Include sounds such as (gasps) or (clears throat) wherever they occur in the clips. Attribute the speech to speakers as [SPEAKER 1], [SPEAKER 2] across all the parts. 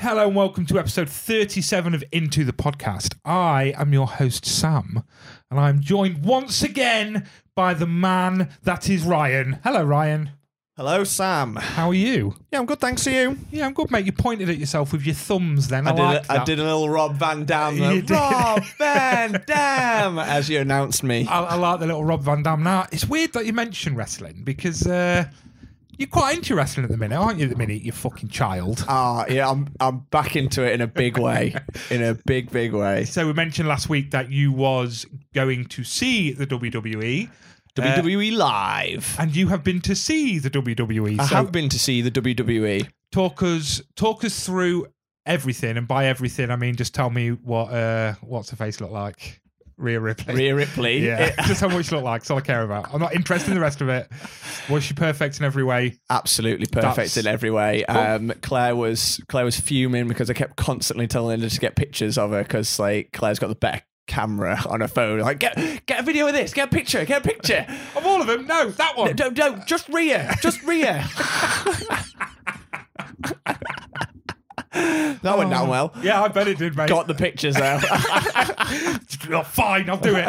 [SPEAKER 1] Hello and welcome to episode 37 of Into the Podcast. I am your host, Sam, and I'm joined once again by the man that is Ryan. Hello, Ryan.
[SPEAKER 2] Hello, Sam.
[SPEAKER 1] How are you?
[SPEAKER 2] Yeah, I'm good, thanks to you.
[SPEAKER 1] Yeah, I'm good, mate. You pointed at yourself with your thumbs then. I,
[SPEAKER 2] did,
[SPEAKER 1] like
[SPEAKER 2] a, I
[SPEAKER 1] that.
[SPEAKER 2] did a little Rob Van (laughs) Dam. there.
[SPEAKER 1] You did.
[SPEAKER 2] Rob Van Dam, as you announced me.
[SPEAKER 1] I, I like the little Rob Van Dam. Now, it's weird that you mentioned wrestling because uh, you're quite into wrestling at the minute, aren't you, at the minute, you fucking child?
[SPEAKER 2] Ah, yeah, I'm I'm back into it in a big (laughs) way, in a big, big way.
[SPEAKER 1] So we mentioned last week that you was going to see the E. WWE.
[SPEAKER 2] Uh, E WWE Live.
[SPEAKER 1] And you have been to see the WWE.
[SPEAKER 2] I
[SPEAKER 1] so
[SPEAKER 2] have been to see the E. WWE.
[SPEAKER 1] talk us talk us through everything, and by everything I mean just tell me what uh what's her face look like, Rhea Ripley.
[SPEAKER 2] Rhea Ripley.
[SPEAKER 1] yeah, (laughs)
[SPEAKER 2] It-
[SPEAKER 1] just how much she look like. That's all I care about. I'm not interested in the rest of it. Was she perfect in every way?
[SPEAKER 2] absolutely
[SPEAKER 1] That's-
[SPEAKER 2] perfect in every way. Um, Claire was Claire was fuming because I kept constantly telling her to get pictures of her because like Claire's got the back camera on her phone. Like get get a video of this, get a picture, get a picture.
[SPEAKER 1] Of all of them, no, that one.
[SPEAKER 2] No, no, just Rhea, just Rhea. that went down well.
[SPEAKER 1] Yeah, I bet it did, mate. (laughs)
[SPEAKER 2] Got the pictures out. (laughs)
[SPEAKER 1] Oh, fine, I'll do it.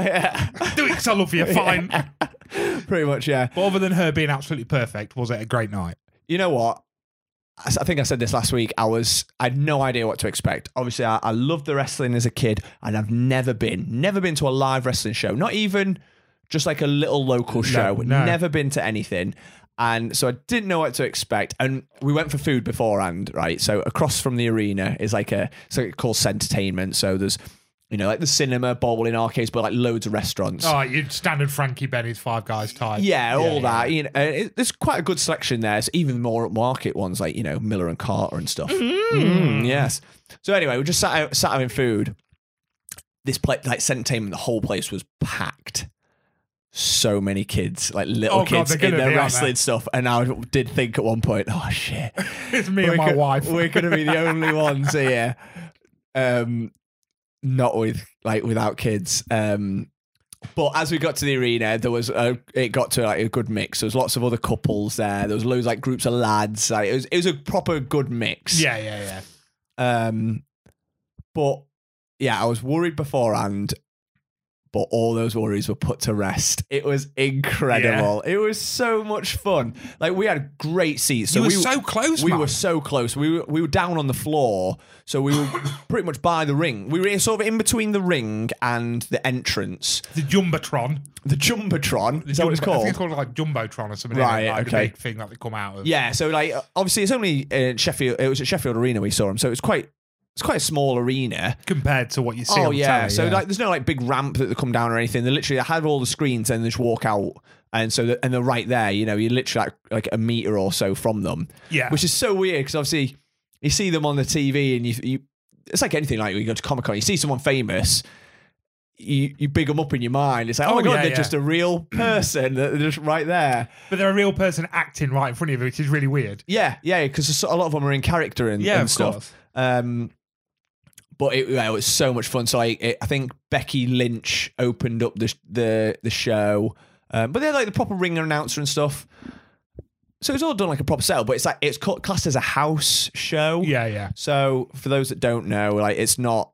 [SPEAKER 1] do it 'cause I love
[SPEAKER 2] (laughs)
[SPEAKER 1] you. Fine.
[SPEAKER 2] Pretty much, yeah.
[SPEAKER 1] But other than her being absolutely perfect, was it a great night?
[SPEAKER 2] You know what? I s- I think I said this last week. I was I had no idea what to expect. Obviously, I, I loved the wrestling as a kid, and I've never been, never been to a live wrestling show. Not even just like a little local show.
[SPEAKER 1] no.
[SPEAKER 2] Never been to anything. And so I didn't know what to expect. And we went for food beforehand, right? So across from the arena is like a so it's called entertainment. So there's you know, like the cinema, bowling arcades, but like loads of restaurants.
[SPEAKER 1] Oh, you standard Frankie Benny's Five Guys type.
[SPEAKER 2] Yeah, all that. You know, uh, it, there's quite a good selection there. It's even more market ones like you know Miller and Carter and stuff.
[SPEAKER 1] Mm-hmm.
[SPEAKER 2] Mm, yes. So anyway, we just sat out, sat having food. This place, like entertainment, the whole place was packed. So many kids, like little
[SPEAKER 1] Oh, God,
[SPEAKER 2] kids
[SPEAKER 1] they're gonna
[SPEAKER 2] in
[SPEAKER 1] be,
[SPEAKER 2] their
[SPEAKER 1] aren't
[SPEAKER 2] wrestling
[SPEAKER 1] they?
[SPEAKER 2] stuff, and I did think at one point, "Oh shit,
[SPEAKER 1] (laughs) It's me and my
[SPEAKER 2] gonna-
[SPEAKER 1] wife.
[SPEAKER 2] We're going to be
[SPEAKER 1] (laughs)
[SPEAKER 2] the only ones here, um, not with like without kids. Um, but as we got to the arena, there was a, it got to like a good mix. There was lots of other couples there. There was loads like groups of lads. Like, it was it was a proper good mix.
[SPEAKER 1] Yeah, yeah, yeah.
[SPEAKER 2] Um, but yeah, I was worried beforehand. But all those worries were put to rest. It was incredible. It was so much fun. Like we had great seats. So
[SPEAKER 1] you were
[SPEAKER 2] we
[SPEAKER 1] so close,
[SPEAKER 2] we
[SPEAKER 1] man.
[SPEAKER 2] were so close. We were, we were down on the floor, so we were pretty much by the ring. We were sort of in between the ring and the entrance.
[SPEAKER 1] the Jumbatron.
[SPEAKER 2] The jumbotron is that what it's
[SPEAKER 1] Jumbo- I think it's
[SPEAKER 2] called?
[SPEAKER 1] called like Jumbotron or something.
[SPEAKER 2] Right,
[SPEAKER 1] isn't it? Like
[SPEAKER 2] okay.
[SPEAKER 1] The big thing that they come out of.
[SPEAKER 2] Yeah. So like, obviously, it's only uh, Sheffield. It was at Sheffield Arena we saw him, so it's quite it's quite a small arena.
[SPEAKER 1] Compared to what you see
[SPEAKER 2] Oh
[SPEAKER 1] on
[SPEAKER 2] yeah.
[SPEAKER 1] telly,
[SPEAKER 2] so like, there's no like big ramp that they come down or anything. They literally have all the screens and they just walk out, and so the, and they're right there. You know, you're literally like, like a meter or so from them.
[SPEAKER 1] Yeah.
[SPEAKER 2] which is so weird because obviously you see them on the TV and you, you it's like anything like you go to Comic Con, you see someone famous. You, you big them up in your mind. It's like, oh,
[SPEAKER 1] Oh,
[SPEAKER 2] my god,
[SPEAKER 1] yeah,
[SPEAKER 2] they're
[SPEAKER 1] yeah.
[SPEAKER 2] just a real person. they're just right there.
[SPEAKER 1] but they're a real person acting right in front of you, which is really weird.
[SPEAKER 2] Yeah, yeah, because a lot of them are in character and,
[SPEAKER 1] Yeah,
[SPEAKER 2] and
[SPEAKER 1] of
[SPEAKER 2] stuff.
[SPEAKER 1] course.
[SPEAKER 2] Um, but it, yeah, it was so much fun. So I, it, I think Becky Lynch opened up the the the show, um, but they're like the proper ringer announcer and stuff. So it's all done like a proper setup, but it's like it's called, classed as a house show.
[SPEAKER 1] Yeah, yeah.
[SPEAKER 2] So for those that don't know, like it's not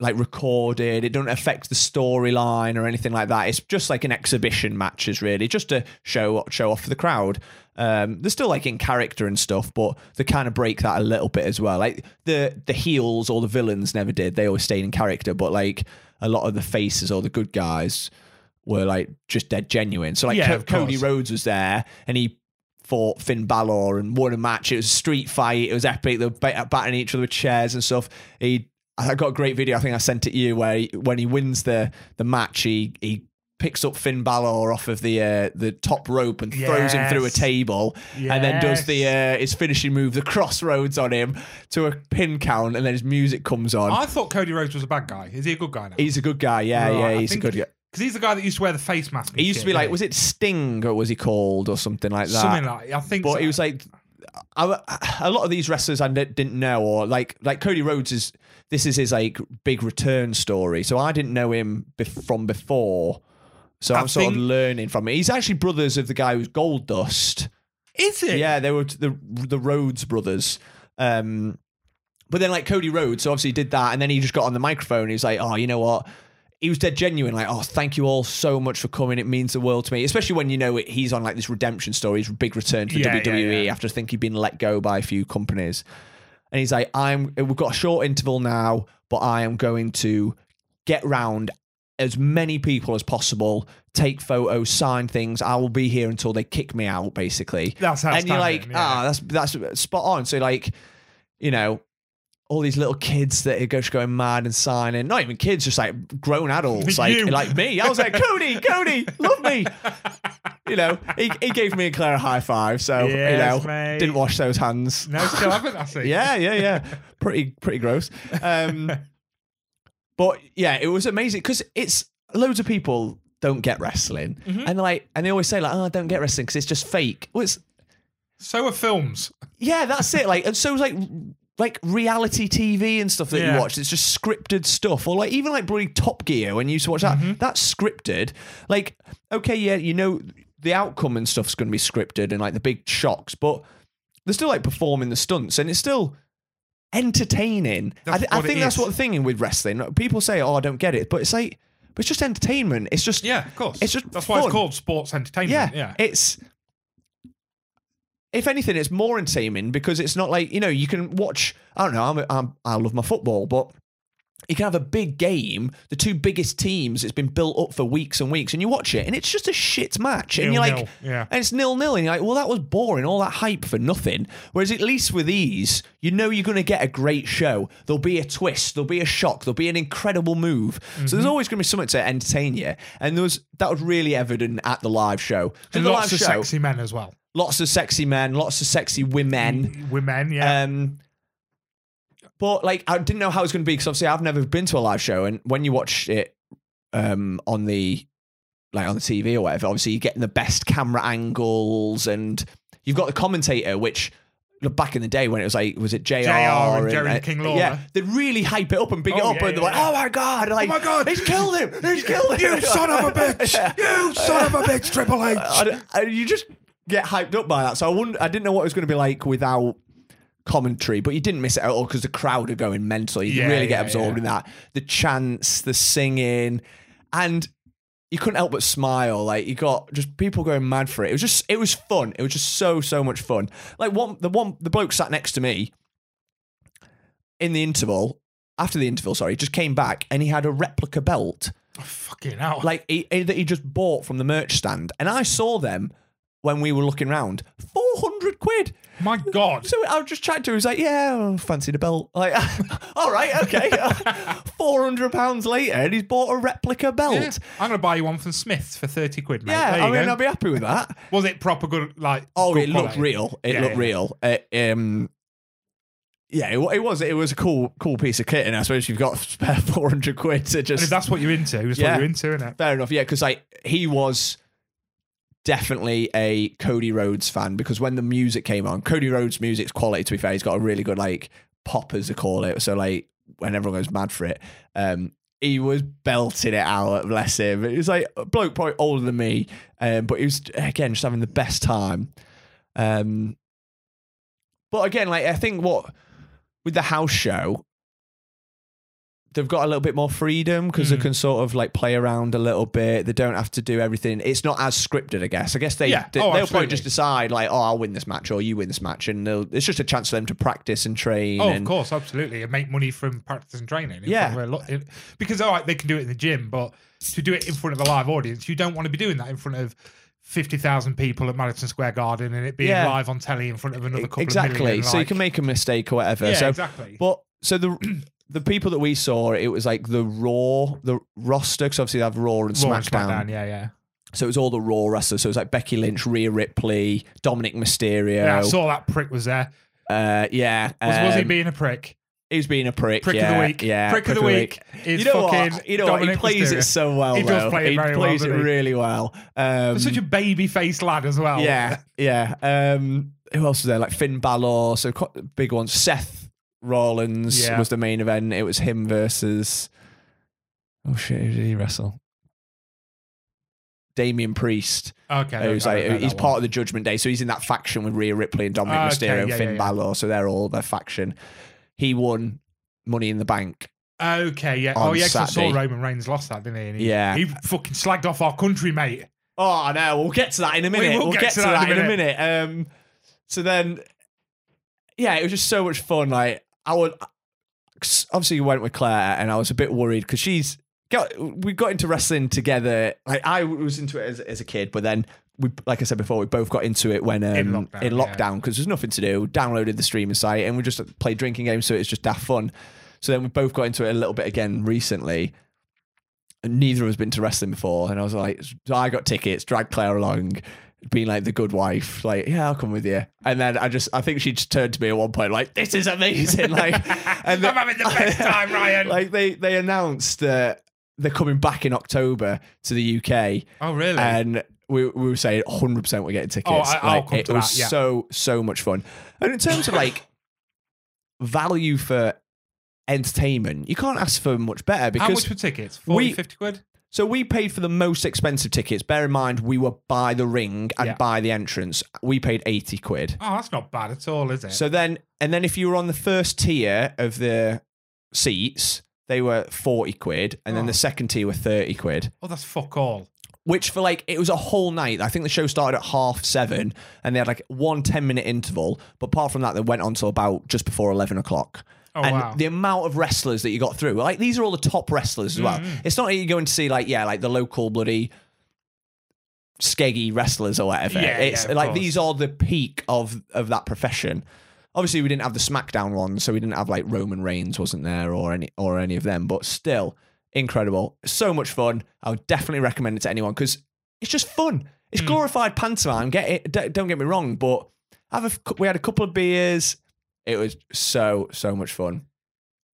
[SPEAKER 2] like recorded. It doesn't affect the storyline or anything like that. It's just like an exhibition matches really, just to show show off for the crowd. Um, they're still like in character and stuff, but they kind of break that a little bit as well. Like the the heels or the villains never did. They always stayed in character, but like a lot of the faces or the good guys were like just dead genuine. So like
[SPEAKER 1] Yeah,
[SPEAKER 2] Co-
[SPEAKER 1] of
[SPEAKER 2] Cody
[SPEAKER 1] course.
[SPEAKER 2] Rhodes was there and he fought Finn Balor and won a match. It was a street fight. It was epic. They were bat- batting each other with chairs and stuff. He, I got a great video. I think I sent it you where he, when he wins the the match, he he picks up Finn Balor off of the uh, the top rope and throws him through a
[SPEAKER 1] Yes.
[SPEAKER 2] table, and then does the
[SPEAKER 1] Yes.
[SPEAKER 2] uh, his finishing move, the crossroads on him to a pin count, and then his music comes on.
[SPEAKER 1] I thought Cody Rhodes was a bad guy. Is he a good guy now?
[SPEAKER 2] he's a good guy. Yeah, yeah, he's a good guy.
[SPEAKER 1] Because he's the guy that used to wear the face mask. and
[SPEAKER 2] He used to
[SPEAKER 1] shit,
[SPEAKER 2] be like,
[SPEAKER 1] yeah.
[SPEAKER 2] was it Sting or was he called or something like that?
[SPEAKER 1] something like I think.
[SPEAKER 2] But
[SPEAKER 1] so.
[SPEAKER 2] he was like, I, a lot of these wrestlers I n- didn't know, or like like Cody Rhodes is this is his like big return story. So I didn't know him be- from before. So
[SPEAKER 1] I
[SPEAKER 2] I am sort of
[SPEAKER 1] think-
[SPEAKER 2] learning from it. He's actually brothers of the guy who's Gold Dust.
[SPEAKER 1] is it?
[SPEAKER 2] Yeah, they were t- the the Rhodes brothers. Um, But then like Cody Rhodes, so obviously he did that, and then he just got on the microphone. He's like, "Oh, you know what." He was dead genuine, like, oh, thank you all so much for coming. It means the world to me, especially when you know it, he's on like this redemption story, his big return to the
[SPEAKER 1] Yeah, yeah,
[SPEAKER 2] WWE
[SPEAKER 1] yeah.
[SPEAKER 2] after I think he'd been let go by a few companies. And he's like, I'm we've got a short interval now, but I am going to get round as many people as possible, take photos, sign things. I will be here until they kick me out, basically.
[SPEAKER 1] That's
[SPEAKER 2] and you're like,
[SPEAKER 1] outstanding,
[SPEAKER 2] ah,
[SPEAKER 1] yeah.
[SPEAKER 2] that's that's spot on. So like, you know, all these little kids that are just going mad and signing, not even kids, just like
[SPEAKER 1] (laughs)
[SPEAKER 2] grown adults, like
[SPEAKER 1] You.
[SPEAKER 2] like me. I was like, Cody, Cody,
[SPEAKER 1] (laughs)
[SPEAKER 2] love me. You know, he, he gave me and Claire a high five, so
[SPEAKER 1] Yes,
[SPEAKER 2] you know,
[SPEAKER 1] mate.
[SPEAKER 2] didn't wash those hands.
[SPEAKER 1] (laughs) No, still haven't.
[SPEAKER 2] (laughs)
[SPEAKER 1] I see.
[SPEAKER 2] Yeah, yeah, yeah. pretty, pretty gross.
[SPEAKER 1] (laughs)
[SPEAKER 2] Um, but yeah, it was amazing because it's loads of people don't get wrestling,
[SPEAKER 1] Mm-hmm.
[SPEAKER 2] and they're like, and they always say like, "Oh, I don't get wrestling because it's just fake." Well, it's
[SPEAKER 1] So are films.
[SPEAKER 2] yeah, that's it. Like, and so it's like. Like reality TV and stuff that
[SPEAKER 1] Yeah.
[SPEAKER 2] you watch, it's just scripted stuff. Or like even like bloody Top Gear when you used to watch that,
[SPEAKER 1] Mm-hmm.
[SPEAKER 2] that's scripted. Like, okay, yeah, you know the outcome and stuff's going to be scripted and like the big shocks, but they're still like performing the stunts and it's still entertaining. I,
[SPEAKER 1] That's
[SPEAKER 2] th- I
[SPEAKER 1] what it
[SPEAKER 2] think that's
[SPEAKER 1] is.
[SPEAKER 2] what the thing with wrestling. People say, "Oh, I don't get it," but it's like, but it's just entertainment. It's just
[SPEAKER 1] Yeah, of course.
[SPEAKER 2] It's just
[SPEAKER 1] that's why it's
[SPEAKER 2] fun.
[SPEAKER 1] called sports
[SPEAKER 2] yeah,
[SPEAKER 1] entertainment. Yeah,
[SPEAKER 2] It's if anything, it's more entertaining because it's not like you know you can watch. I don't know. I'm, I'm I love my football, but you can have a big game, the two biggest teams. It's been built up for weeks and weeks, and you watch it, and it's just a shit match, and you're
[SPEAKER 1] Nil-nil,
[SPEAKER 2] like,
[SPEAKER 1] yeah.
[SPEAKER 2] and it's nil nil, and you're like, well, that was boring, all that hype for nothing. Whereas at least with these, you know you're going to get a great show. There'll be a twist, there'll be a shock, there'll be an incredible move. So
[SPEAKER 1] Mm-hmm.
[SPEAKER 2] there's always going to be something to entertain you, and there was that was really evident at the live show. 'Cause
[SPEAKER 1] and
[SPEAKER 2] the
[SPEAKER 1] lots
[SPEAKER 2] live
[SPEAKER 1] of
[SPEAKER 2] show,
[SPEAKER 1] sexy men as well.
[SPEAKER 2] lots of sexy men, lots of sexy women.
[SPEAKER 1] Women, yeah.
[SPEAKER 2] Um, but like, I didn't know how it was going to be because obviously I've never been to a live show, and when you watch it um, on the like on the TV or whatever, obviously you're getting the best camera angles, and you've got the commentator, which look, back in the day when it was like, was it Jr.
[SPEAKER 1] JR and Jerry King Lawler.
[SPEAKER 2] uh, Yeah, they really hype it up and big it
[SPEAKER 1] Oh,
[SPEAKER 2] up,
[SPEAKER 1] yeah,
[SPEAKER 2] and they're
[SPEAKER 1] yeah,
[SPEAKER 2] like,
[SPEAKER 1] yeah.
[SPEAKER 2] "Oh my god! Like,
[SPEAKER 1] my God.
[SPEAKER 2] he's killed him!
[SPEAKER 1] (laughs)
[SPEAKER 2] He's killed him!
[SPEAKER 1] you son
[SPEAKER 2] (laughs)
[SPEAKER 1] of a bitch! You son of a bitch, Triple H!
[SPEAKER 2] I, don't- I- you just get hyped up by that. So I wouldn't. I didn't know what it was going to be like without commentary, but you didn't miss it at all because the crowd are going mental. You
[SPEAKER 1] Yeah,
[SPEAKER 2] really get
[SPEAKER 1] yeah,
[SPEAKER 2] absorbed
[SPEAKER 1] yeah.
[SPEAKER 2] in that. The chants, the singing, and you couldn't help but smile. Like you got just people going mad for it. It was just it was fun. It was just so so much fun. Like one the one the bloke sat next to me in the interval. After the interval, sorry, just came back and he had a replica belt
[SPEAKER 1] Oh, Fucking hell.
[SPEAKER 2] like he, he- that he just bought from the merch stand, and I saw them when we were looking round. Four hundred quid.
[SPEAKER 1] my
[SPEAKER 2] (laughs)
[SPEAKER 1] God.
[SPEAKER 2] So I was just chatting to him. He's like, "Yeah, oh, fancy the belt." Like, (laughs) all right, okay. (laughs) Four hundred pounds later, and he's bought a replica
[SPEAKER 1] Yeah.
[SPEAKER 2] belt.
[SPEAKER 1] I'm going to buy you one from Smith's for 30 quid, mate.
[SPEAKER 2] Yeah,
[SPEAKER 1] There you
[SPEAKER 2] I mean,
[SPEAKER 1] go.
[SPEAKER 2] I'll be happy
[SPEAKER 1] (laughs)
[SPEAKER 2] with that.
[SPEAKER 1] Was it proper good? Like,
[SPEAKER 2] Oh,
[SPEAKER 1] good
[SPEAKER 2] it looked
[SPEAKER 1] quality?
[SPEAKER 2] real. It
[SPEAKER 1] Yeah,
[SPEAKER 2] looked
[SPEAKER 1] yeah.
[SPEAKER 2] real. It, um, yeah, it, wa- it was. It was a cool, cool piece of kit, and I suppose you've got spare (laughs) four hundred quid to
[SPEAKER 1] And if
[SPEAKER 2] just
[SPEAKER 1] that's what you're into, that's
[SPEAKER 2] Yeah.
[SPEAKER 1] what you're into, isn't it?
[SPEAKER 2] Fair enough. Yeah, because like he was definitely a Cody Rhodes fan because when the music came on, Cody Rhodes' music's quality. To be fair, he's got a really good like pop as they call it. So like when everyone goes mad for it, um, he was belting it out. Bless him. It was like a bloke probably older than me, um, but he was again just having the best time. Um, but again, like I think what with the house show, they've got a little bit more freedom because they
[SPEAKER 1] Mm.
[SPEAKER 2] can sort of like play around a little bit. They don't have to do everything. It's not as scripted, I guess. I guess they,
[SPEAKER 1] Yeah.
[SPEAKER 2] they
[SPEAKER 1] Oh,
[SPEAKER 2] will
[SPEAKER 1] absolutely.
[SPEAKER 2] probably just decide like, oh, I'll win this match or you win this match, and they'll, it's just a chance for them to practice and train.
[SPEAKER 1] Oh, of
[SPEAKER 2] and,
[SPEAKER 1] course, absolutely. And make money from practice and training. in
[SPEAKER 2] Yeah.
[SPEAKER 1] front of a lot- in- Because, all right, they can do it in the gym, but to do it in front of a live audience, you don't want to be doing that in front of 50,000 people at Madison Square Garden and it being
[SPEAKER 2] Yeah.
[SPEAKER 1] live on telly in front of another couple
[SPEAKER 2] e, exactly.
[SPEAKER 1] of million.
[SPEAKER 2] so you
[SPEAKER 1] like-
[SPEAKER 2] can make a mistake or whatever.
[SPEAKER 1] Yeah,
[SPEAKER 2] so,
[SPEAKER 1] exactly.
[SPEAKER 2] but so the (clears throat) the people that we saw, it was like the Raw, the roster because obviously they have Raw and
[SPEAKER 1] Raw
[SPEAKER 2] SmackDown.
[SPEAKER 1] and SmackDown, yeah, yeah.
[SPEAKER 2] So it was all the Raw wrestlers. So it was like Becky Lynch, Rhea Ripley, Dominic Mysterio.
[SPEAKER 1] Yeah, I saw that prick was there.
[SPEAKER 2] uh, yeah.
[SPEAKER 1] Was, was he
[SPEAKER 2] um,
[SPEAKER 1] being a prick?
[SPEAKER 2] He was being a prick.
[SPEAKER 1] Prick of
[SPEAKER 2] yeah,
[SPEAKER 1] the week.
[SPEAKER 2] Yeah.
[SPEAKER 1] prick, of the week. is
[SPEAKER 2] You know
[SPEAKER 1] fucking
[SPEAKER 2] what? You know what? He
[SPEAKER 1] Dominic
[SPEAKER 2] plays
[SPEAKER 1] Mysterio.
[SPEAKER 2] it so well.
[SPEAKER 1] He does
[SPEAKER 2] though.
[SPEAKER 1] play it
[SPEAKER 2] He
[SPEAKER 1] very well,
[SPEAKER 2] plays
[SPEAKER 1] doesn't
[SPEAKER 2] it
[SPEAKER 1] he?
[SPEAKER 2] really well. Um,
[SPEAKER 1] He's Such a baby-faced lad as well.
[SPEAKER 2] yeah, yeah. Um, who else was there? Like Finn Balor. So quite big ones. Seth Rollins
[SPEAKER 1] Yeah.
[SPEAKER 2] was the main event. It was him versus. Oh shit! Who did he wrestle? Damian Priest.
[SPEAKER 1] Okay.
[SPEAKER 2] Who's
[SPEAKER 1] I don't know
[SPEAKER 2] like,
[SPEAKER 1] that
[SPEAKER 2] he's
[SPEAKER 1] one.
[SPEAKER 2] part of the Judgment Day, so he's in that faction with Rhea Ripley and Dominic
[SPEAKER 1] Ah, okay,
[SPEAKER 2] Mysterio and
[SPEAKER 1] yeah,
[SPEAKER 2] Finn
[SPEAKER 1] yeah, yeah.
[SPEAKER 2] Balor, so they're all their faction. he won Money in the Bank.
[SPEAKER 1] Okay, yeah.
[SPEAKER 2] On
[SPEAKER 1] oh, yeah, 'cause I saw
[SPEAKER 2] Saturday.
[SPEAKER 1] Roman Reigns lost that, didn't he? And he
[SPEAKER 2] Yeah.
[SPEAKER 1] He fucking slagged off our country, mate.
[SPEAKER 2] Oh, I know. We'll get to that in a minute. We will get, to, that, in a minute. Um, so then, yeah, it was just so much fun. Like I would obviously went with Claire, and I was a bit worried because she's got. We got into wrestling together. Like I was into it as, as a kid, but then we, like I said before, we both got into it when um,
[SPEAKER 1] In lockdown,
[SPEAKER 2] in
[SPEAKER 1] yeah.
[SPEAKER 2] lockdown because there's nothing to do. Downloaded the streaming site, and we just played drinking games. So it's just daft fun. So then we both got into it a little bit again recently and neither of us been to wrestling before. And I was like, so I got tickets, dragged Claire along, being like the good wife, like, yeah, I'll come with you. And then I just, I think she just turned to me at one point, like, this
[SPEAKER 1] (laughs)
[SPEAKER 2] is amazing. Like, and
[SPEAKER 1] I'm having the best
[SPEAKER 2] (laughs)
[SPEAKER 1] time, Ryan.
[SPEAKER 2] like they, they announced that they're coming back in October to the UK.
[SPEAKER 1] oh, really?
[SPEAKER 2] And we, we were saying 100% we're getting tickets.
[SPEAKER 1] Oh, I- I'll
[SPEAKER 2] Like,
[SPEAKER 1] come
[SPEAKER 2] it
[SPEAKER 1] to
[SPEAKER 2] was
[SPEAKER 1] that, yeah.
[SPEAKER 2] so, so much fun. And in terms of
[SPEAKER 1] (laughs)
[SPEAKER 2] like value for entertainment, you can't ask for much better because
[SPEAKER 1] How much were tickets? 40,
[SPEAKER 2] we-
[SPEAKER 1] 50 quid?
[SPEAKER 2] so we paid for the most expensive tickets. Bear in mind, we were by the ring and
[SPEAKER 1] Yeah.
[SPEAKER 2] by the entrance. We paid 80 quid.
[SPEAKER 1] Oh, that's not bad at all, is it?
[SPEAKER 2] So then, and then if you were on the first tier of the seats, they were 40 quid. And then
[SPEAKER 1] Oh.
[SPEAKER 2] the second tier were 30 quid,
[SPEAKER 1] oh, that's fuck all.
[SPEAKER 2] which for like, it was a whole night. I think the show started at half seven and they had like one 10 minute interval. But apart from that, they went on till about just before 11 o'clock
[SPEAKER 1] Oh,
[SPEAKER 2] and
[SPEAKER 1] wow.
[SPEAKER 2] the amount of wrestlers that you got through, like these are all the top wrestlers as well.
[SPEAKER 1] Mm-hmm.
[SPEAKER 2] It's not like you're going to see like yeah, like the local bloody skeggy wrestlers or whatever.
[SPEAKER 1] Yeah,
[SPEAKER 2] it's
[SPEAKER 1] yeah, of
[SPEAKER 2] like
[SPEAKER 1] course.
[SPEAKER 2] these are the peak of of that profession. Obviously, we didn't have the SmackDown one, so we didn't have like Roman Reigns wasn't there or any or any of them, but still incredible. So much fun. I would definitely recommend it to anyone because it's just fun. It's
[SPEAKER 1] Hmm.
[SPEAKER 2] glorified pantomime. Get it? d- Don't get me wrong, but have a, f- we had a couple of beers. It was so so much fun.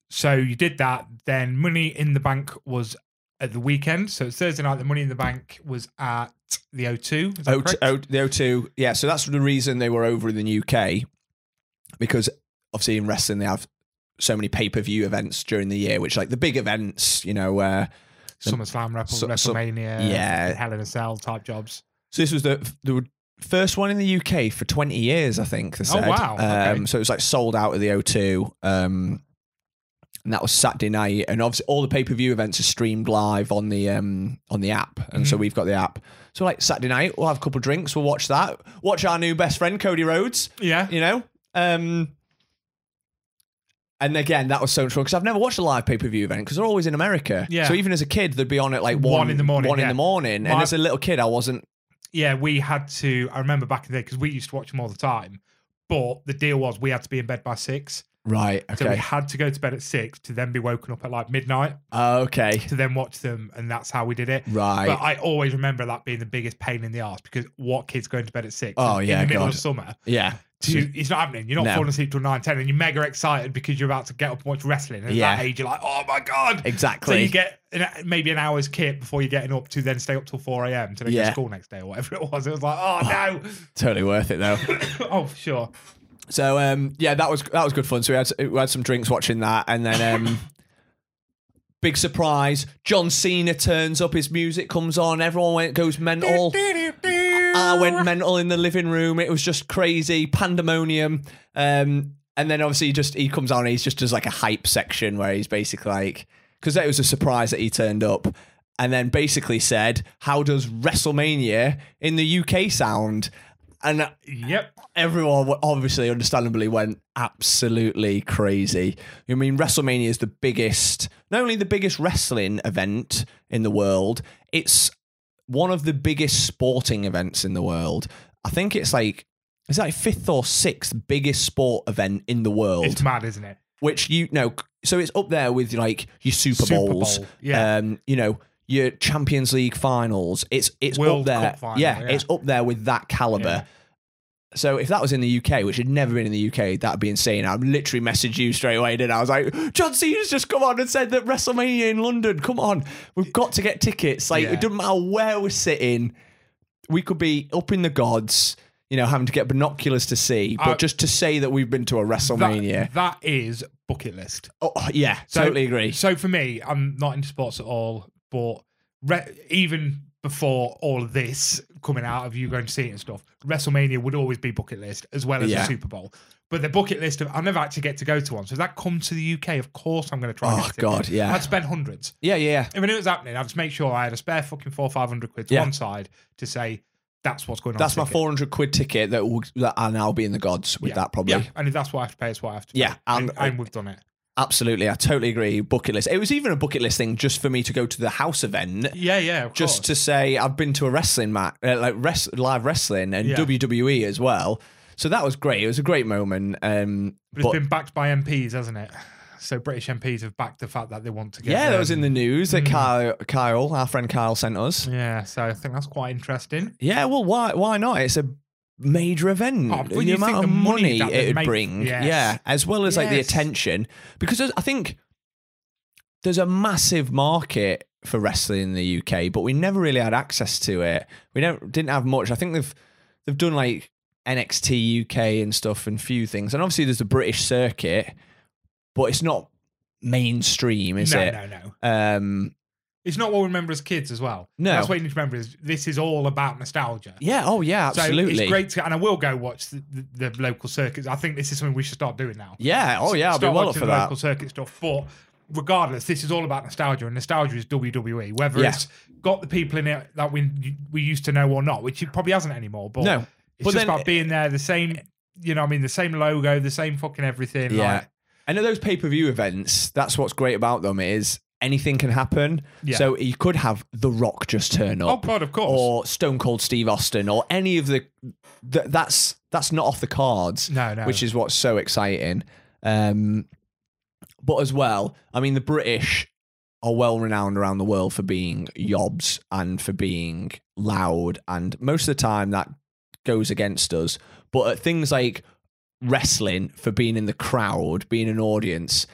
[SPEAKER 1] So you did that. Then Money in the Bank was at the weekend. So it's Thursday night. The Money in the Bank was at the O2. Is that
[SPEAKER 2] O-
[SPEAKER 1] correct?
[SPEAKER 2] O- the O2, yeah. So that's the reason they were over in the UK because obviously in wrestling they have so many pay per view events during the year, which like the big events, you know. Uh,
[SPEAKER 1] SummerSlam, Rep-
[SPEAKER 2] Su- su-
[SPEAKER 1] WrestleMania,
[SPEAKER 2] yeah.
[SPEAKER 1] Hell in a Cell type jobs.
[SPEAKER 2] so this was the the first one in the UK for twenty years, I think. They said.
[SPEAKER 1] Oh, wow, okay.
[SPEAKER 2] Um, so it was like sold out of the O2. Um, and that was Saturday night, and obviously all the pay per view events are streamed live on the um, on the app,
[SPEAKER 1] Mm-hmm.
[SPEAKER 2] and so we've got the app. So like Saturday night, we'll have a couple of drinks, we'll watch that, watch our new best friend Cody Rhodes.
[SPEAKER 1] Yeah.
[SPEAKER 2] you know. Um, and again, that was so much fun because I've never watched a live pay per view event because they're always in America.
[SPEAKER 1] Yeah.
[SPEAKER 2] So even as a kid, they'd be on at like one,
[SPEAKER 1] One in the morning,
[SPEAKER 2] One in
[SPEAKER 1] yeah.
[SPEAKER 2] the morning, and
[SPEAKER 1] My-
[SPEAKER 2] as a little kid, I wasn't.
[SPEAKER 1] Yeah, we had to. I remember back in the day because we used to watch them all the time. But the deal was we had to be in bed by six.
[SPEAKER 2] Right.
[SPEAKER 1] So we
[SPEAKER 2] Okay.
[SPEAKER 1] had to go to bed at six to then be woken up at like midnight
[SPEAKER 2] okay.
[SPEAKER 1] to then watch them. And that's how we did it.
[SPEAKER 2] Right.
[SPEAKER 1] But I always remember that being the biggest pain in the ass because what kid's going to bed at six?
[SPEAKER 2] Oh, yeah,
[SPEAKER 1] in the middle
[SPEAKER 2] God.
[SPEAKER 1] of summer.
[SPEAKER 2] yeah.
[SPEAKER 1] To, it's not happening. You're not
[SPEAKER 2] No.
[SPEAKER 1] falling asleep till nine ten, and you're mega excited because you're about to get up and watch wrestling. And at
[SPEAKER 2] Yeah.
[SPEAKER 1] that age, you're like, oh my god! So
[SPEAKER 2] Exactly.
[SPEAKER 1] you get an, maybe an hour's kit before you're getting up to then stay up till four a.m. to then go
[SPEAKER 2] Yeah.
[SPEAKER 1] to school next day or whatever it was. It was like, oh
[SPEAKER 2] (laughs) totally worth it though.
[SPEAKER 1] no, oh for sure.
[SPEAKER 2] so um, yeah, that was that was good fun. So we had we had some drinks watching that, and then um, (laughs) big surprise, John Cena turns up. His music comes on. Everyone went goes mental. I went mental in the living room. It was just crazy pandemonium. Um, and then obviously, he just he comes on. And he's just does like a hype section where he's basically like, because it was a surprise that he turned up, and then basically said, "How does WrestleMania in the UK sound?" And
[SPEAKER 1] Yep.
[SPEAKER 2] everyone wa- obviously understandably went absolutely crazy. I mean, WrestleMania is the biggest, not only the biggest wrestling event in the world, it's one of the biggest sporting events in the world. I think it's like it's like fifth or sixth biggest sport event in the world,
[SPEAKER 1] It's mad, isn't it?
[SPEAKER 2] which you know, so it's up there with like your Super,
[SPEAKER 1] Super
[SPEAKER 2] Bowls,
[SPEAKER 1] Bowl, yeah.
[SPEAKER 2] um, you know, your Champions League finals. It's it's
[SPEAKER 1] World
[SPEAKER 2] up there,
[SPEAKER 1] Cup final,
[SPEAKER 2] yeah,
[SPEAKER 1] yeah.
[SPEAKER 2] it's up there with that caliber.
[SPEAKER 1] Yeah.
[SPEAKER 2] So if that was in the UK, which had never been in the UK, that'd be insane. I literally messaged you straight away, did I was like, John Cena's just come on and said that WrestleMania in London. Come on, we've got to get tickets. Like
[SPEAKER 1] Yeah.
[SPEAKER 2] it doesn't matter where we're sitting, we could be up in the gods. You know, having to get binoculars to see, but
[SPEAKER 1] I-
[SPEAKER 2] just to say that we've been to a
[SPEAKER 1] Uh, That-
[SPEAKER 2] WrestleMania.
[SPEAKER 1] that is bucket list.
[SPEAKER 2] oh, yeah, totally agree.
[SPEAKER 1] So for me, I'm not into sports at all, but re- even before all of this coming out of you going to see it and stuff, WrestleMania would always be bucket list as well as
[SPEAKER 2] Yeah.
[SPEAKER 1] the Super Bowl. But the bucket list of I never actually get to go to one. So if that comes to the UK, of course I'm going to try. and
[SPEAKER 2] Oh,
[SPEAKER 1] get to it.
[SPEAKER 2] God, yeah.
[SPEAKER 1] I'd spend hundreds
[SPEAKER 2] Yeah, yeah.
[SPEAKER 1] if I knew it was happening. I'd just make sure I had a spare fucking four five hundred quid to
[SPEAKER 2] Yeah.
[SPEAKER 1] one side to say that's what's going on.
[SPEAKER 2] That's my
[SPEAKER 1] ticket."
[SPEAKER 2] 400 quid ticket that, will, that I'll now be in the gods with
[SPEAKER 1] Yeah.
[SPEAKER 2] that, probably.
[SPEAKER 1] Yeah, and if that's what I have to pay, it's what I have to. Pay.
[SPEAKER 2] Yeah,
[SPEAKER 1] and,
[SPEAKER 2] and-
[SPEAKER 1] and we've done it.
[SPEAKER 2] Absolutely. I totally agree. Bucket list. It was even a bucket list thing just for me to go to the house event.
[SPEAKER 1] Yeah, yeah, of
[SPEAKER 2] Just
[SPEAKER 1] course.
[SPEAKER 2] to say, I've been to a wrestling match, uh, like res- live wrestling and
[SPEAKER 1] Yeah.
[SPEAKER 2] WWE as well. So that was great. It was a great moment. Um,
[SPEAKER 1] But it's been backed by MPs, hasn't it? So British MPs have backed the fact that they want to get.
[SPEAKER 2] yeah, that was in
[SPEAKER 1] um,
[SPEAKER 2] the news that Kyle, Kyle, our friend Kyle, sent us.
[SPEAKER 1] Yeah, so I think that's quite interesting.
[SPEAKER 2] Yeah, well, why why not? It's a major event.
[SPEAKER 1] Oh, but
[SPEAKER 2] the
[SPEAKER 1] you
[SPEAKER 2] amount
[SPEAKER 1] think
[SPEAKER 2] of
[SPEAKER 1] the money
[SPEAKER 2] money,
[SPEAKER 1] that
[SPEAKER 2] it
[SPEAKER 1] they
[SPEAKER 2] would
[SPEAKER 1] make-
[SPEAKER 2] bring,
[SPEAKER 1] Yes.
[SPEAKER 2] yeah, as well as like the
[SPEAKER 1] Yes.
[SPEAKER 2] attention, because there's- I think there's a massive market for wrestling in the UK, but we never really had access to it. We never didn't have much. I think they've they've done like NXT UK and stuff and few things, and obviously there's the British circuit, but it's not mainstream, is
[SPEAKER 1] no,
[SPEAKER 2] it?
[SPEAKER 1] no, no.
[SPEAKER 2] Um,
[SPEAKER 1] It's not what we remember as kids as well.
[SPEAKER 2] No.
[SPEAKER 1] That's what you need to remember is this is all about nostalgia.
[SPEAKER 2] yeah. Oh, yeah. Absolutely.
[SPEAKER 1] So it's great to, and I will go watch the, the, the local circuits. I think this is something we should start doing now.
[SPEAKER 2] Yeah. Oh, yeah. I'll be
[SPEAKER 1] start
[SPEAKER 2] well up
[SPEAKER 1] watching
[SPEAKER 2] for
[SPEAKER 1] the
[SPEAKER 2] that.
[SPEAKER 1] local circuit stuff. But regardless, this is all about nostalgia, and nostalgia is WWE. Whether
[SPEAKER 2] Yeah.
[SPEAKER 1] it's got the people in it that we we used to know or not, which it probably hasn't anymore. But
[SPEAKER 2] No.
[SPEAKER 1] it's
[SPEAKER 2] But
[SPEAKER 1] just
[SPEAKER 2] then-
[SPEAKER 1] about being there, the same. You know, what I mean, the same logo, the same fucking everything.
[SPEAKER 2] Yeah.
[SPEAKER 1] like-
[SPEAKER 2] and at those pay per view events, that's what's great about them is anything can happen.
[SPEAKER 1] Yeah.
[SPEAKER 2] So you could have The Rock just turn
[SPEAKER 1] oh
[SPEAKER 2] up,
[SPEAKER 1] god, of course.
[SPEAKER 2] or Stone Cold Steve Austin, or any of the. Th- that's that's not off the cards,
[SPEAKER 1] no, no.
[SPEAKER 2] which is what's so exciting. Um, but as well, I mean, the British are well renowned around the world for being yobs and for being loud, and most of the time that goes against us. But at things like wrestling, for being in the crowd, being an audience,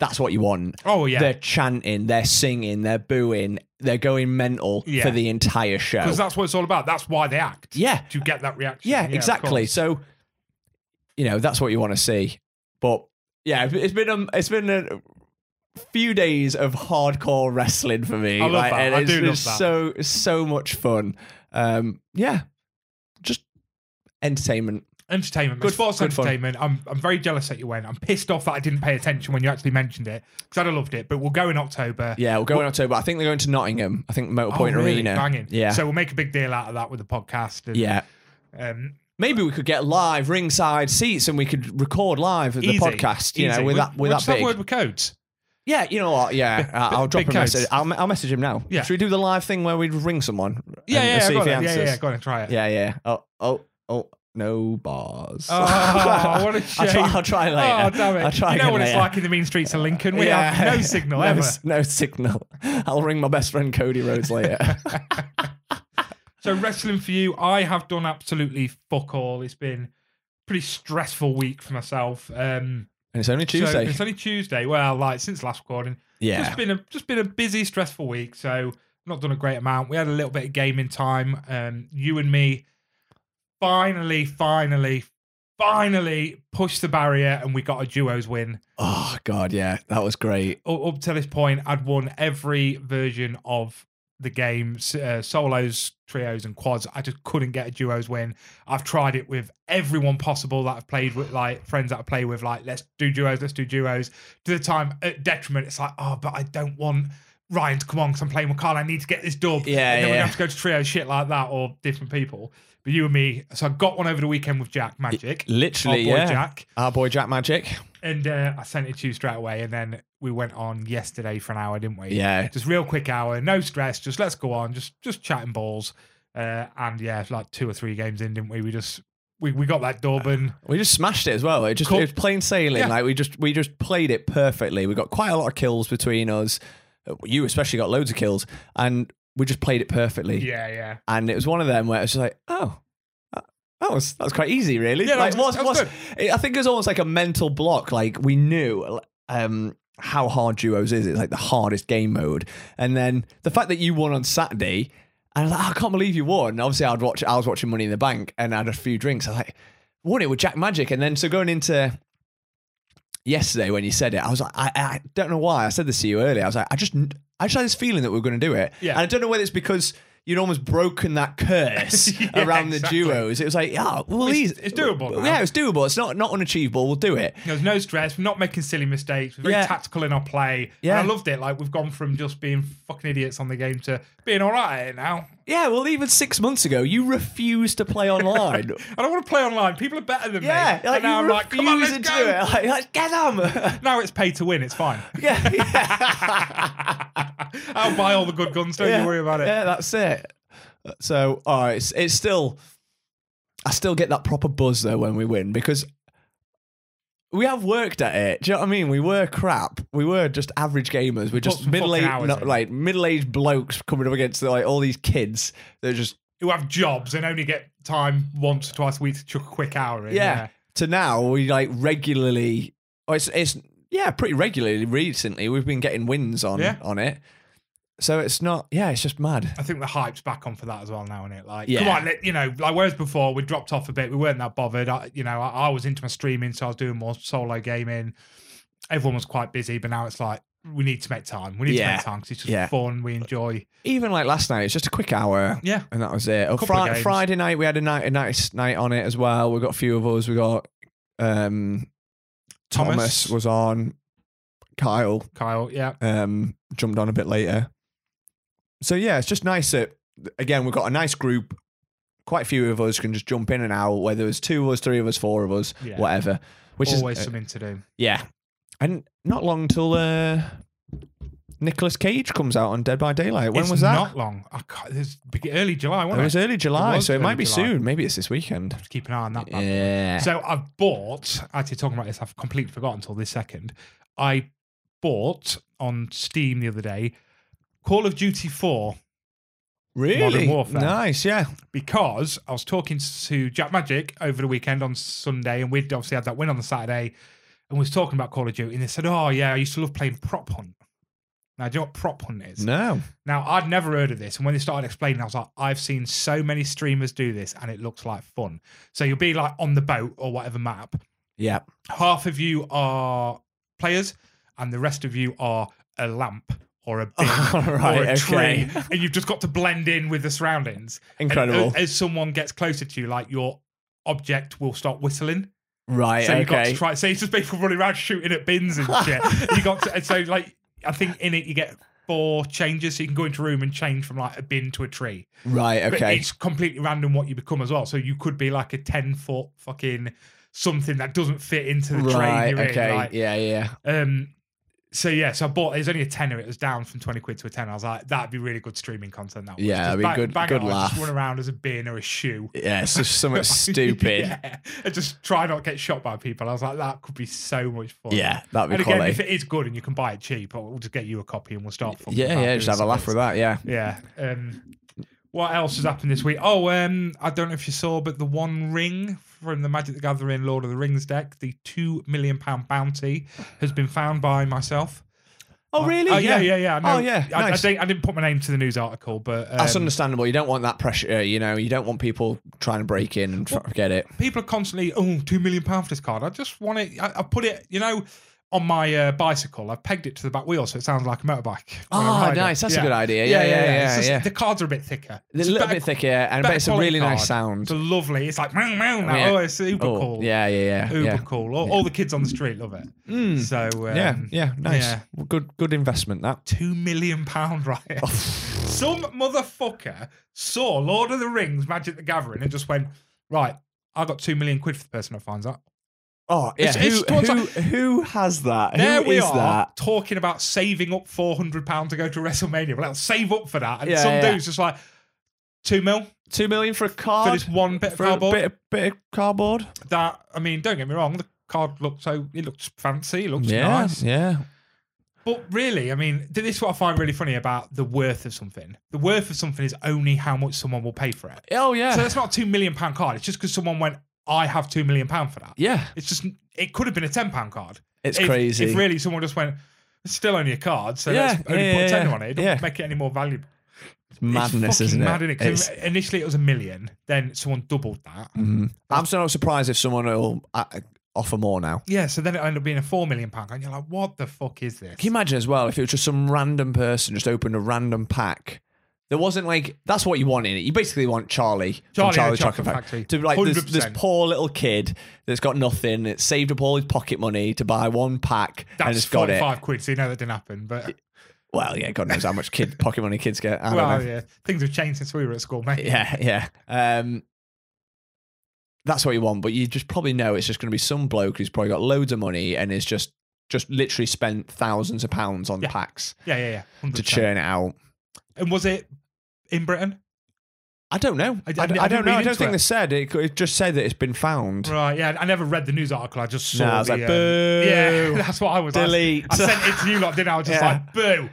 [SPEAKER 2] that's what you want.
[SPEAKER 1] oh yeah,
[SPEAKER 2] They're chanting, they're singing, they're booing, they're going mental
[SPEAKER 1] Yeah.
[SPEAKER 2] for the entire show.
[SPEAKER 1] because that's what it's all about. That's why they act.
[SPEAKER 2] yeah,
[SPEAKER 1] To get that reaction.
[SPEAKER 2] yeah,
[SPEAKER 1] of
[SPEAKER 2] exactly.
[SPEAKER 1] course.
[SPEAKER 2] So, you know, that's what you want to see. But yeah, it- it's been um, it's been a few days of hardcore wrestling for me.
[SPEAKER 1] I love that.
[SPEAKER 2] and
[SPEAKER 1] I
[SPEAKER 2] it's,
[SPEAKER 1] do love
[SPEAKER 2] it's
[SPEAKER 1] that.
[SPEAKER 2] so it's so much fun. Um, yeah, just entertainment.
[SPEAKER 1] Entertainment,
[SPEAKER 2] Good-
[SPEAKER 1] good, sports
[SPEAKER 2] good fun.
[SPEAKER 1] entertainment. I'm, I'm very jealous that you went. I'm pissed off that I didn't pay attention when you actually mentioned it because I'd have loved it. But we'll go in October.
[SPEAKER 2] Yeah, we'll go in October. I think they're going to Nottingham. I think Motor Point
[SPEAKER 1] oh, really?
[SPEAKER 2] Arena.
[SPEAKER 1] Banging.
[SPEAKER 2] Yeah,
[SPEAKER 1] So we'll make a big deal out of that with the podcast. And,
[SPEAKER 2] yeah.
[SPEAKER 1] Um,
[SPEAKER 2] Maybe we could get live ringside seats and we could record live the
[SPEAKER 1] easy,
[SPEAKER 2] podcast. You
[SPEAKER 1] easy.
[SPEAKER 2] know, with
[SPEAKER 1] We'll-
[SPEAKER 2] that with
[SPEAKER 1] we'll
[SPEAKER 2] that
[SPEAKER 1] just have
[SPEAKER 2] big.
[SPEAKER 1] word with codes.
[SPEAKER 2] Yeah, you know what? Yeah, I- I'll drop
[SPEAKER 1] big
[SPEAKER 2] a
[SPEAKER 1] codes.
[SPEAKER 2] message. I'll, I'll message him now.
[SPEAKER 1] Yeah.
[SPEAKER 2] Should we do the live thing where we ring someone? and-
[SPEAKER 1] Yeah,
[SPEAKER 2] and
[SPEAKER 1] yeah,
[SPEAKER 2] see
[SPEAKER 1] yeah,
[SPEAKER 2] if
[SPEAKER 1] go
[SPEAKER 2] he
[SPEAKER 1] on, yeah,
[SPEAKER 2] answers?
[SPEAKER 1] yeah, yeah. Go on and try it.
[SPEAKER 2] yeah, yeah. Oh, oh, oh, no bars. (laughs)
[SPEAKER 1] Oh, what a
[SPEAKER 2] I'll, try,
[SPEAKER 1] shame.
[SPEAKER 2] I'll try
[SPEAKER 1] Oh,
[SPEAKER 2] later.
[SPEAKER 1] damn it.
[SPEAKER 2] uh, I'll try
[SPEAKER 1] you know
[SPEAKER 2] again
[SPEAKER 1] what it's
[SPEAKER 2] later.
[SPEAKER 1] like in the mean streets of Lincoln. We
[SPEAKER 2] Yeah.
[SPEAKER 1] have no signal
[SPEAKER 2] (laughs) no,
[SPEAKER 1] ever.
[SPEAKER 2] s- No signal. I'll ring my best friend Cody
[SPEAKER 1] (laughs)
[SPEAKER 2] Rhodes later.
[SPEAKER 1] So wrestling for you, I have done absolutely fuck all. It's been a pretty stressful week for myself. Um,
[SPEAKER 2] and it's only
[SPEAKER 1] so
[SPEAKER 2] Tuesday.
[SPEAKER 1] it's only Tuesday. Well, like since last recording,
[SPEAKER 2] yeah.
[SPEAKER 1] just been a just been a busy, stressful week. So not done a great amount. We had a little bit of gaming time. Um, you and me finally, finally, finally pushed the barrier, and we got a duos win.
[SPEAKER 2] Oh God, yeah, that was great.
[SPEAKER 1] U- Up to this point, I'd won every version of the game s- uh, solos, trios, and quads. I just couldn't get a duos win. I've tried it with everyone possible that I've played with, like friends that I play with, like, let's do duos, let's do duos. To the time at detriment, it's like, oh, but I don't want Ryan to come on because I'm playing with Carl. I need to get this dub.
[SPEAKER 2] Yeah,
[SPEAKER 1] and then we
[SPEAKER 2] yeah.
[SPEAKER 1] have to go to trios, shit like that, or different people. But you and me, so I got one over the weekend with Jack Magic. Our boy
[SPEAKER 2] Literally, yeah.
[SPEAKER 1] Jack.
[SPEAKER 2] Our boy Jack Magic.
[SPEAKER 1] And uh, I sent it to you straight away, and then we went on yesterday for an hour, didn't we?
[SPEAKER 2] Yeah.
[SPEAKER 1] Just real quick hour, no stress. Just let's go on, just just chatting balls. Uh, and yeah, it's like two or three games in, didn't we? We just we, we got that dub,
[SPEAKER 2] (laughs)
[SPEAKER 1] and
[SPEAKER 2] We just smashed it as well. It just
[SPEAKER 1] Cool.
[SPEAKER 2] it was plain sailing.
[SPEAKER 1] Yeah.
[SPEAKER 2] Like we just we just played it perfectly. We got quite a lot of kills between us. You especially got loads of kills, and we just played it perfectly.
[SPEAKER 1] yeah, yeah,
[SPEAKER 2] And it was one of them where it was just like, oh, that- that was that was quite easy, really.
[SPEAKER 1] Yeah, that
[SPEAKER 2] like,
[SPEAKER 1] was- that was
[SPEAKER 2] it- I think it was almost like a mental block. Like we knew um, how hard duos is. It's like the hardest game mode. And then the fact that you won on Saturday, and I, was like, "Oh, I can't believe you won. Obviously, I'd watch. I was watching Money in the Bank, and I had a few drinks. I was like, won it with Jack Magic, and then so going into yesterday when you said it, I was like, I, I don't know why I said this to you earlier. I was like, I just, I just had this feeling that we were going to do it,
[SPEAKER 1] Yeah.
[SPEAKER 2] and I don't know whether it's because you'd almost broken that curse
[SPEAKER 1] (laughs) Yeah,
[SPEAKER 2] around the
[SPEAKER 1] exactly.
[SPEAKER 2] duos. It was like, yeah, well,
[SPEAKER 1] It's-
[SPEAKER 2] these
[SPEAKER 1] it's doable
[SPEAKER 2] w-
[SPEAKER 1] now.
[SPEAKER 2] Yeah, it's doable. It's not not unachievable. We'll do it.
[SPEAKER 1] You know, there's no stress. We're not making silly mistakes. We're very
[SPEAKER 2] Yeah.
[SPEAKER 1] tactical in our play.
[SPEAKER 2] Yeah.
[SPEAKER 1] And I loved it. Like we've gone from just being fucking idiots on the game to being all right at it now.
[SPEAKER 2] Yeah, well, even six months ago, you refused to play
[SPEAKER 1] (laughs)
[SPEAKER 2] online.
[SPEAKER 1] I don't want to play online. People are better than
[SPEAKER 2] yeah,
[SPEAKER 1] me. and
[SPEAKER 2] like
[SPEAKER 1] now
[SPEAKER 2] you
[SPEAKER 1] I'm like, come on, let's
[SPEAKER 2] refused to do
[SPEAKER 1] go.
[SPEAKER 2] it. Like, like, get them.
[SPEAKER 1] Now it's pay to win. It's fine.
[SPEAKER 2] (laughs)
[SPEAKER 1] (laughs)
[SPEAKER 2] yeah, yeah,
[SPEAKER 1] I'll buy all the good guns. Don't
[SPEAKER 2] yeah.
[SPEAKER 1] you worry about it.
[SPEAKER 2] Yeah, that's it. So, all right, it's, it's still, I still get that proper buzz though when we win because we have worked at it. Do you know what I mean? We were crap. We were just average gamers. We're just
[SPEAKER 1] some
[SPEAKER 2] middle
[SPEAKER 1] fucking
[SPEAKER 2] aged,
[SPEAKER 1] hours in.
[SPEAKER 2] like middle aged blokes coming up against like all these kids. They're just
[SPEAKER 1] Who have jobs and only get time once or twice a week to chuck a quick hour in.
[SPEAKER 2] yeah. To now, we like regularly. Oh, it's it's yeah, pretty regularly. Recently, we've been getting wins on
[SPEAKER 1] Yeah.
[SPEAKER 2] on it. So it's not. Yeah, it's just mad.
[SPEAKER 1] I think the hype's back on for that as well now, isn't it? Like,
[SPEAKER 2] Yeah.
[SPEAKER 1] come on, let, you know, like whereas before we dropped off a bit, we weren't that bothered. I, you know, I, I was into my streaming, so I was doing more solo gaming. Everyone was quite busy, but now it's like we need to make time. We need to
[SPEAKER 2] Yeah.
[SPEAKER 1] make time because it's just
[SPEAKER 2] Yeah.
[SPEAKER 1] fun. We enjoy.
[SPEAKER 2] Even like last night, it's just a quick hour.
[SPEAKER 1] Yeah,
[SPEAKER 2] And that was it. Oh,
[SPEAKER 1] Couple of
[SPEAKER 2] Fri-
[SPEAKER 1] games.
[SPEAKER 2] Friday night, we had a, night, a nice night on it as well. We got a few of us. We got um,
[SPEAKER 1] Thomas,
[SPEAKER 2] was on. Kyle
[SPEAKER 1] Kyle, yeah,
[SPEAKER 2] um, jumped on a bit later. So yeah, it's just nice that again we've got a nice group. Quite a few of us can just jump in and out, whether it's two of us, three of us, four of us,
[SPEAKER 1] Yeah.
[SPEAKER 2] whatever. Which
[SPEAKER 1] always
[SPEAKER 2] is uh,
[SPEAKER 1] something to do.
[SPEAKER 2] yeah, and not long till uh, Nicolas Cage comes out on Dead by Daylight. When
[SPEAKER 1] It's
[SPEAKER 2] was that?
[SPEAKER 1] Not long. I can't, it was beg- early July.
[SPEAKER 2] it
[SPEAKER 1] Wasn't it?
[SPEAKER 2] was early July,
[SPEAKER 1] was
[SPEAKER 2] so it
[SPEAKER 1] early
[SPEAKER 2] might be
[SPEAKER 1] July.
[SPEAKER 2] soon. Maybe it's this weekend.
[SPEAKER 1] Have to keep an eye on that. man.
[SPEAKER 2] Yeah.
[SPEAKER 1] Eh. So I've bought, actually talking about this, I've completely forgotten until this second. I bought on Steam the other day Call of Duty 4 Modern Warfare.
[SPEAKER 2] Nice, yeah.
[SPEAKER 1] because I was talking to Jack Magic over the weekend on Sunday, and we'd obviously had that win on the Saturday, and we was talking about Call of Duty, and they said, Oh, yeah, I used to love playing Prop Hunt. Now, do you know what Prop Hunt is?
[SPEAKER 2] No.
[SPEAKER 1] Now, I'd never heard of this. And when they started explaining, I was like, I've seen so many streamers do this, and it looks like fun. So you'll be like on the boat or whatever map,
[SPEAKER 2] (laughs) Yeah.
[SPEAKER 1] half of you are players and the rest of you are a lamp or a bin
[SPEAKER 2] (laughs) Right,
[SPEAKER 1] or a
[SPEAKER 2] okay.
[SPEAKER 1] tree and you've just got to blend in with the surroundings And
[SPEAKER 2] Incredible.
[SPEAKER 1] as, as someone gets closer to you like your object will start whistling
[SPEAKER 2] right,
[SPEAKER 1] so you've got to
[SPEAKER 2] okay.
[SPEAKER 1] try so it's just people running around shooting at bins and shit you got to and so like i think in it you get four changes so you can go into a room and change from like a bin to a tree
[SPEAKER 2] right,
[SPEAKER 1] but
[SPEAKER 2] okay.
[SPEAKER 1] it's completely random what you become as well. So you could be like a ten foot fucking something that doesn't fit into the
[SPEAKER 2] Right,
[SPEAKER 1] train you're
[SPEAKER 2] okay.
[SPEAKER 1] in. Like,
[SPEAKER 2] yeah, yeah.
[SPEAKER 1] um, so yeah, so I bought. It was only a tenner. It was down from twenty quid to a tenner. I was like, that'd be really good streaming content. That was.
[SPEAKER 2] Yeah,
[SPEAKER 1] Just
[SPEAKER 2] that'd be
[SPEAKER 1] bang-
[SPEAKER 2] good-
[SPEAKER 1] bang
[SPEAKER 2] good
[SPEAKER 1] it on, Just
[SPEAKER 2] laugh.
[SPEAKER 1] run around as a bin or a shoe. (laughs)
[SPEAKER 2] Yeah, it's just so much (laughs) stupid. yeah.
[SPEAKER 1] yeah, and just try not get shot by people. I was like, that could be so much fun.
[SPEAKER 2] that'd be
[SPEAKER 1] And again,
[SPEAKER 2] quality.
[SPEAKER 1] if it is good and you can buy it cheap, I'll- we'll just get you a copy and we'll start. fucking
[SPEAKER 2] yeah,
[SPEAKER 1] about
[SPEAKER 2] yeah,
[SPEAKER 1] doing
[SPEAKER 2] just have a
[SPEAKER 1] some
[SPEAKER 2] laugh
[SPEAKER 1] bits.
[SPEAKER 2] with that, yeah.
[SPEAKER 1] Yeah. Um, what else has happened this week? Oh, um, I don't know if you saw, but the One Ring from the Magic the Gathering Lord of the Rings deck, the two million pound bounty, has been found by myself.
[SPEAKER 2] Oh, really?
[SPEAKER 1] Oh, yeah, yeah, yeah. I know.
[SPEAKER 2] Oh, yeah,
[SPEAKER 1] I,
[SPEAKER 2] nice.
[SPEAKER 1] I, think, I didn't put my name to the news article, but um,
[SPEAKER 2] That's understandable. You don't want that pressure, uh, you know. You don't want people trying to break in and f- get it.
[SPEAKER 1] people are constantly, oh, two million pound for this card. I just want it. I, I put it, you know, on my uh, bicycle. I've pegged it to the back wheel, so it sounds like a motorbike. when I
[SPEAKER 2] Oh,
[SPEAKER 1] ride it.
[SPEAKER 2] nice. That's
[SPEAKER 1] Yeah.
[SPEAKER 2] a good idea. Yeah, yeah, yeah, yeah.
[SPEAKER 1] It's just- The cards are a bit thicker.
[SPEAKER 2] They're
[SPEAKER 1] It's
[SPEAKER 2] a little
[SPEAKER 1] better
[SPEAKER 2] bit thicker, and but
[SPEAKER 1] better
[SPEAKER 2] it's a really
[SPEAKER 1] quality
[SPEAKER 2] nice
[SPEAKER 1] card.
[SPEAKER 2] sound.
[SPEAKER 1] It's a lovely. It's like meow meow. now.
[SPEAKER 2] Yeah.
[SPEAKER 1] Oh, it's uber
[SPEAKER 2] Oh,
[SPEAKER 1] cool.
[SPEAKER 2] yeah, yeah, yeah.
[SPEAKER 1] uber
[SPEAKER 2] yeah.
[SPEAKER 1] cool. All, all the kids on the street love it.
[SPEAKER 2] Mm.
[SPEAKER 1] So um,
[SPEAKER 2] yeah, yeah, nice.
[SPEAKER 1] yeah.
[SPEAKER 2] Well, Good, good investment. That.
[SPEAKER 1] two million pound (laughs) riot.
[SPEAKER 2] Oh.
[SPEAKER 1] Some motherfucker saw Lord of the Rings, Magic the Gathering, and just went right. I got two million quid for the person that finds that.
[SPEAKER 2] Oh, yeah.
[SPEAKER 1] It's- it's towards
[SPEAKER 2] who, who has that?
[SPEAKER 1] There
[SPEAKER 2] who
[SPEAKER 1] we
[SPEAKER 2] is
[SPEAKER 1] are
[SPEAKER 2] that?
[SPEAKER 1] talking about saving up four hundred pound to go to WrestleMania. Well, let's save up for that. And
[SPEAKER 2] Yeah,
[SPEAKER 1] some
[SPEAKER 2] yeah.
[SPEAKER 1] dude's just like two mil
[SPEAKER 2] Two million for a
[SPEAKER 1] for
[SPEAKER 2] card.
[SPEAKER 1] this one bit of
[SPEAKER 2] For
[SPEAKER 1] cardboard.
[SPEAKER 2] A bit, bit of cardboard.
[SPEAKER 1] That I mean, don't get me wrong. The card looked so it looks fancy. It looks
[SPEAKER 2] yeah,
[SPEAKER 1] nice.
[SPEAKER 2] yeah.
[SPEAKER 1] But really, I mean, th- this is what I find really funny about the worth of something. The worth of something is only how much someone will pay for it.
[SPEAKER 2] Oh yeah,
[SPEAKER 1] So that's not a two million pound card. It's just because someone went, I have two million pound for that.
[SPEAKER 2] yeah.
[SPEAKER 1] It's just it could have been a ten pound card.
[SPEAKER 2] It's
[SPEAKER 1] if,
[SPEAKER 2] crazy.
[SPEAKER 1] If really someone just went, it's still only a card, so
[SPEAKER 2] Yeah,
[SPEAKER 1] let's only
[SPEAKER 2] yeah,
[SPEAKER 1] put a
[SPEAKER 2] yeah,
[SPEAKER 1] tenner
[SPEAKER 2] yeah.
[SPEAKER 1] on it. It doesn't
[SPEAKER 2] Yeah.
[SPEAKER 1] make it any more valuable.
[SPEAKER 2] It's
[SPEAKER 1] It's
[SPEAKER 2] madness,
[SPEAKER 1] fucking
[SPEAKER 2] isn't it?
[SPEAKER 1] Mad, isn't it? 'Cause
[SPEAKER 2] It's-
[SPEAKER 1] initially it was a million, then someone doubled that.
[SPEAKER 2] Mhm. I'm so surprised if someone will uh, offer more now.
[SPEAKER 1] Yeah, so then it ended up being a four million pound card. And you're like, what the fuck is this?
[SPEAKER 2] Can you imagine as well if it was just some random person just opened a random pack? There wasn't like that's what you want in it. You basically want Charlie, from
[SPEAKER 1] Charlie and
[SPEAKER 2] Charlie
[SPEAKER 1] the
[SPEAKER 2] Chocolate,
[SPEAKER 1] Chocolate
[SPEAKER 2] Factory,
[SPEAKER 1] Factory.
[SPEAKER 2] to be like this, this
[SPEAKER 1] 100%.
[SPEAKER 2] poor little kid that's got nothing, that's saved up all his pocket money to buy one pack and
[SPEAKER 1] That's
[SPEAKER 2] has got it.
[SPEAKER 1] forty-five quid. So you know that didn't happen. But
[SPEAKER 2] Well, yeah, God knows how
[SPEAKER 1] (laughs)
[SPEAKER 2] much kid pocket money kids get. I don't know.
[SPEAKER 1] well, yeah, things have changed since we were at school, mate.
[SPEAKER 2] Yeah, yeah. Um, that's what you want, but you just probably know it's just going to be some bloke who's probably got loads of money and is just just literally spent thousands of pounds on
[SPEAKER 1] Yeah.
[SPEAKER 2] packs
[SPEAKER 1] yeah, yeah, yeah. 100%.
[SPEAKER 2] to churn it out.
[SPEAKER 1] And was it in Britain?
[SPEAKER 2] I don't know.
[SPEAKER 1] I d-
[SPEAKER 2] I, d-
[SPEAKER 1] I
[SPEAKER 2] I
[SPEAKER 1] didn't
[SPEAKER 2] don't know.
[SPEAKER 1] read
[SPEAKER 2] I don't
[SPEAKER 1] into
[SPEAKER 2] think
[SPEAKER 1] it.
[SPEAKER 2] they said it. It just said that it's been found. (laughs)
[SPEAKER 1] Right. Yeah, I never read the news article. I just saw.
[SPEAKER 2] No, I was
[SPEAKER 1] the,
[SPEAKER 2] like,
[SPEAKER 1] um,
[SPEAKER 2] boo.
[SPEAKER 1] Yeah, (laughs) that's what I was. I-
[SPEAKER 2] Delete.
[SPEAKER 1] I sent it to you lot, didn't I? I was just
[SPEAKER 2] Yeah.
[SPEAKER 1] like, boo.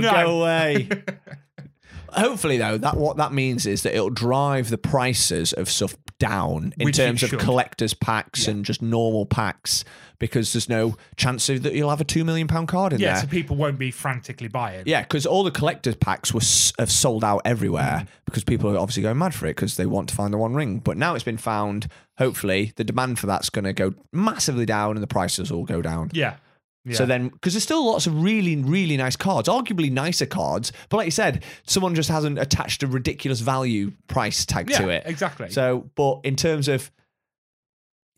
[SPEAKER 1] No.
[SPEAKER 2] go away.
[SPEAKER 1] (laughs)
[SPEAKER 2] Hopefully, though, that what that means is that it'll drive the prices of stuff down in
[SPEAKER 1] Which it
[SPEAKER 2] terms of
[SPEAKER 1] should.
[SPEAKER 2] collectors packs and just normal packs because there's no chance of, that you'll have a two million pound card in
[SPEAKER 1] Yeah,
[SPEAKER 2] there.
[SPEAKER 1] so people won't be frantically buying.
[SPEAKER 2] yeah, because all the collectors packs were s- have sold out everywhere
[SPEAKER 1] Mm-hmm.
[SPEAKER 2] because people are obviously going mad for it because they want to find the one ring. But now it's been found. Hopefully, the demand for that's going to go massively down and the prices will go down.
[SPEAKER 1] Yeah. yeah.
[SPEAKER 2] So then, because there's still lots of really, really nice cards, arguably nicer cards, but like you said, someone just hasn't attached a ridiculous value price tag
[SPEAKER 1] yeah,
[SPEAKER 2] to it.
[SPEAKER 1] exactly.
[SPEAKER 2] So, but in terms of,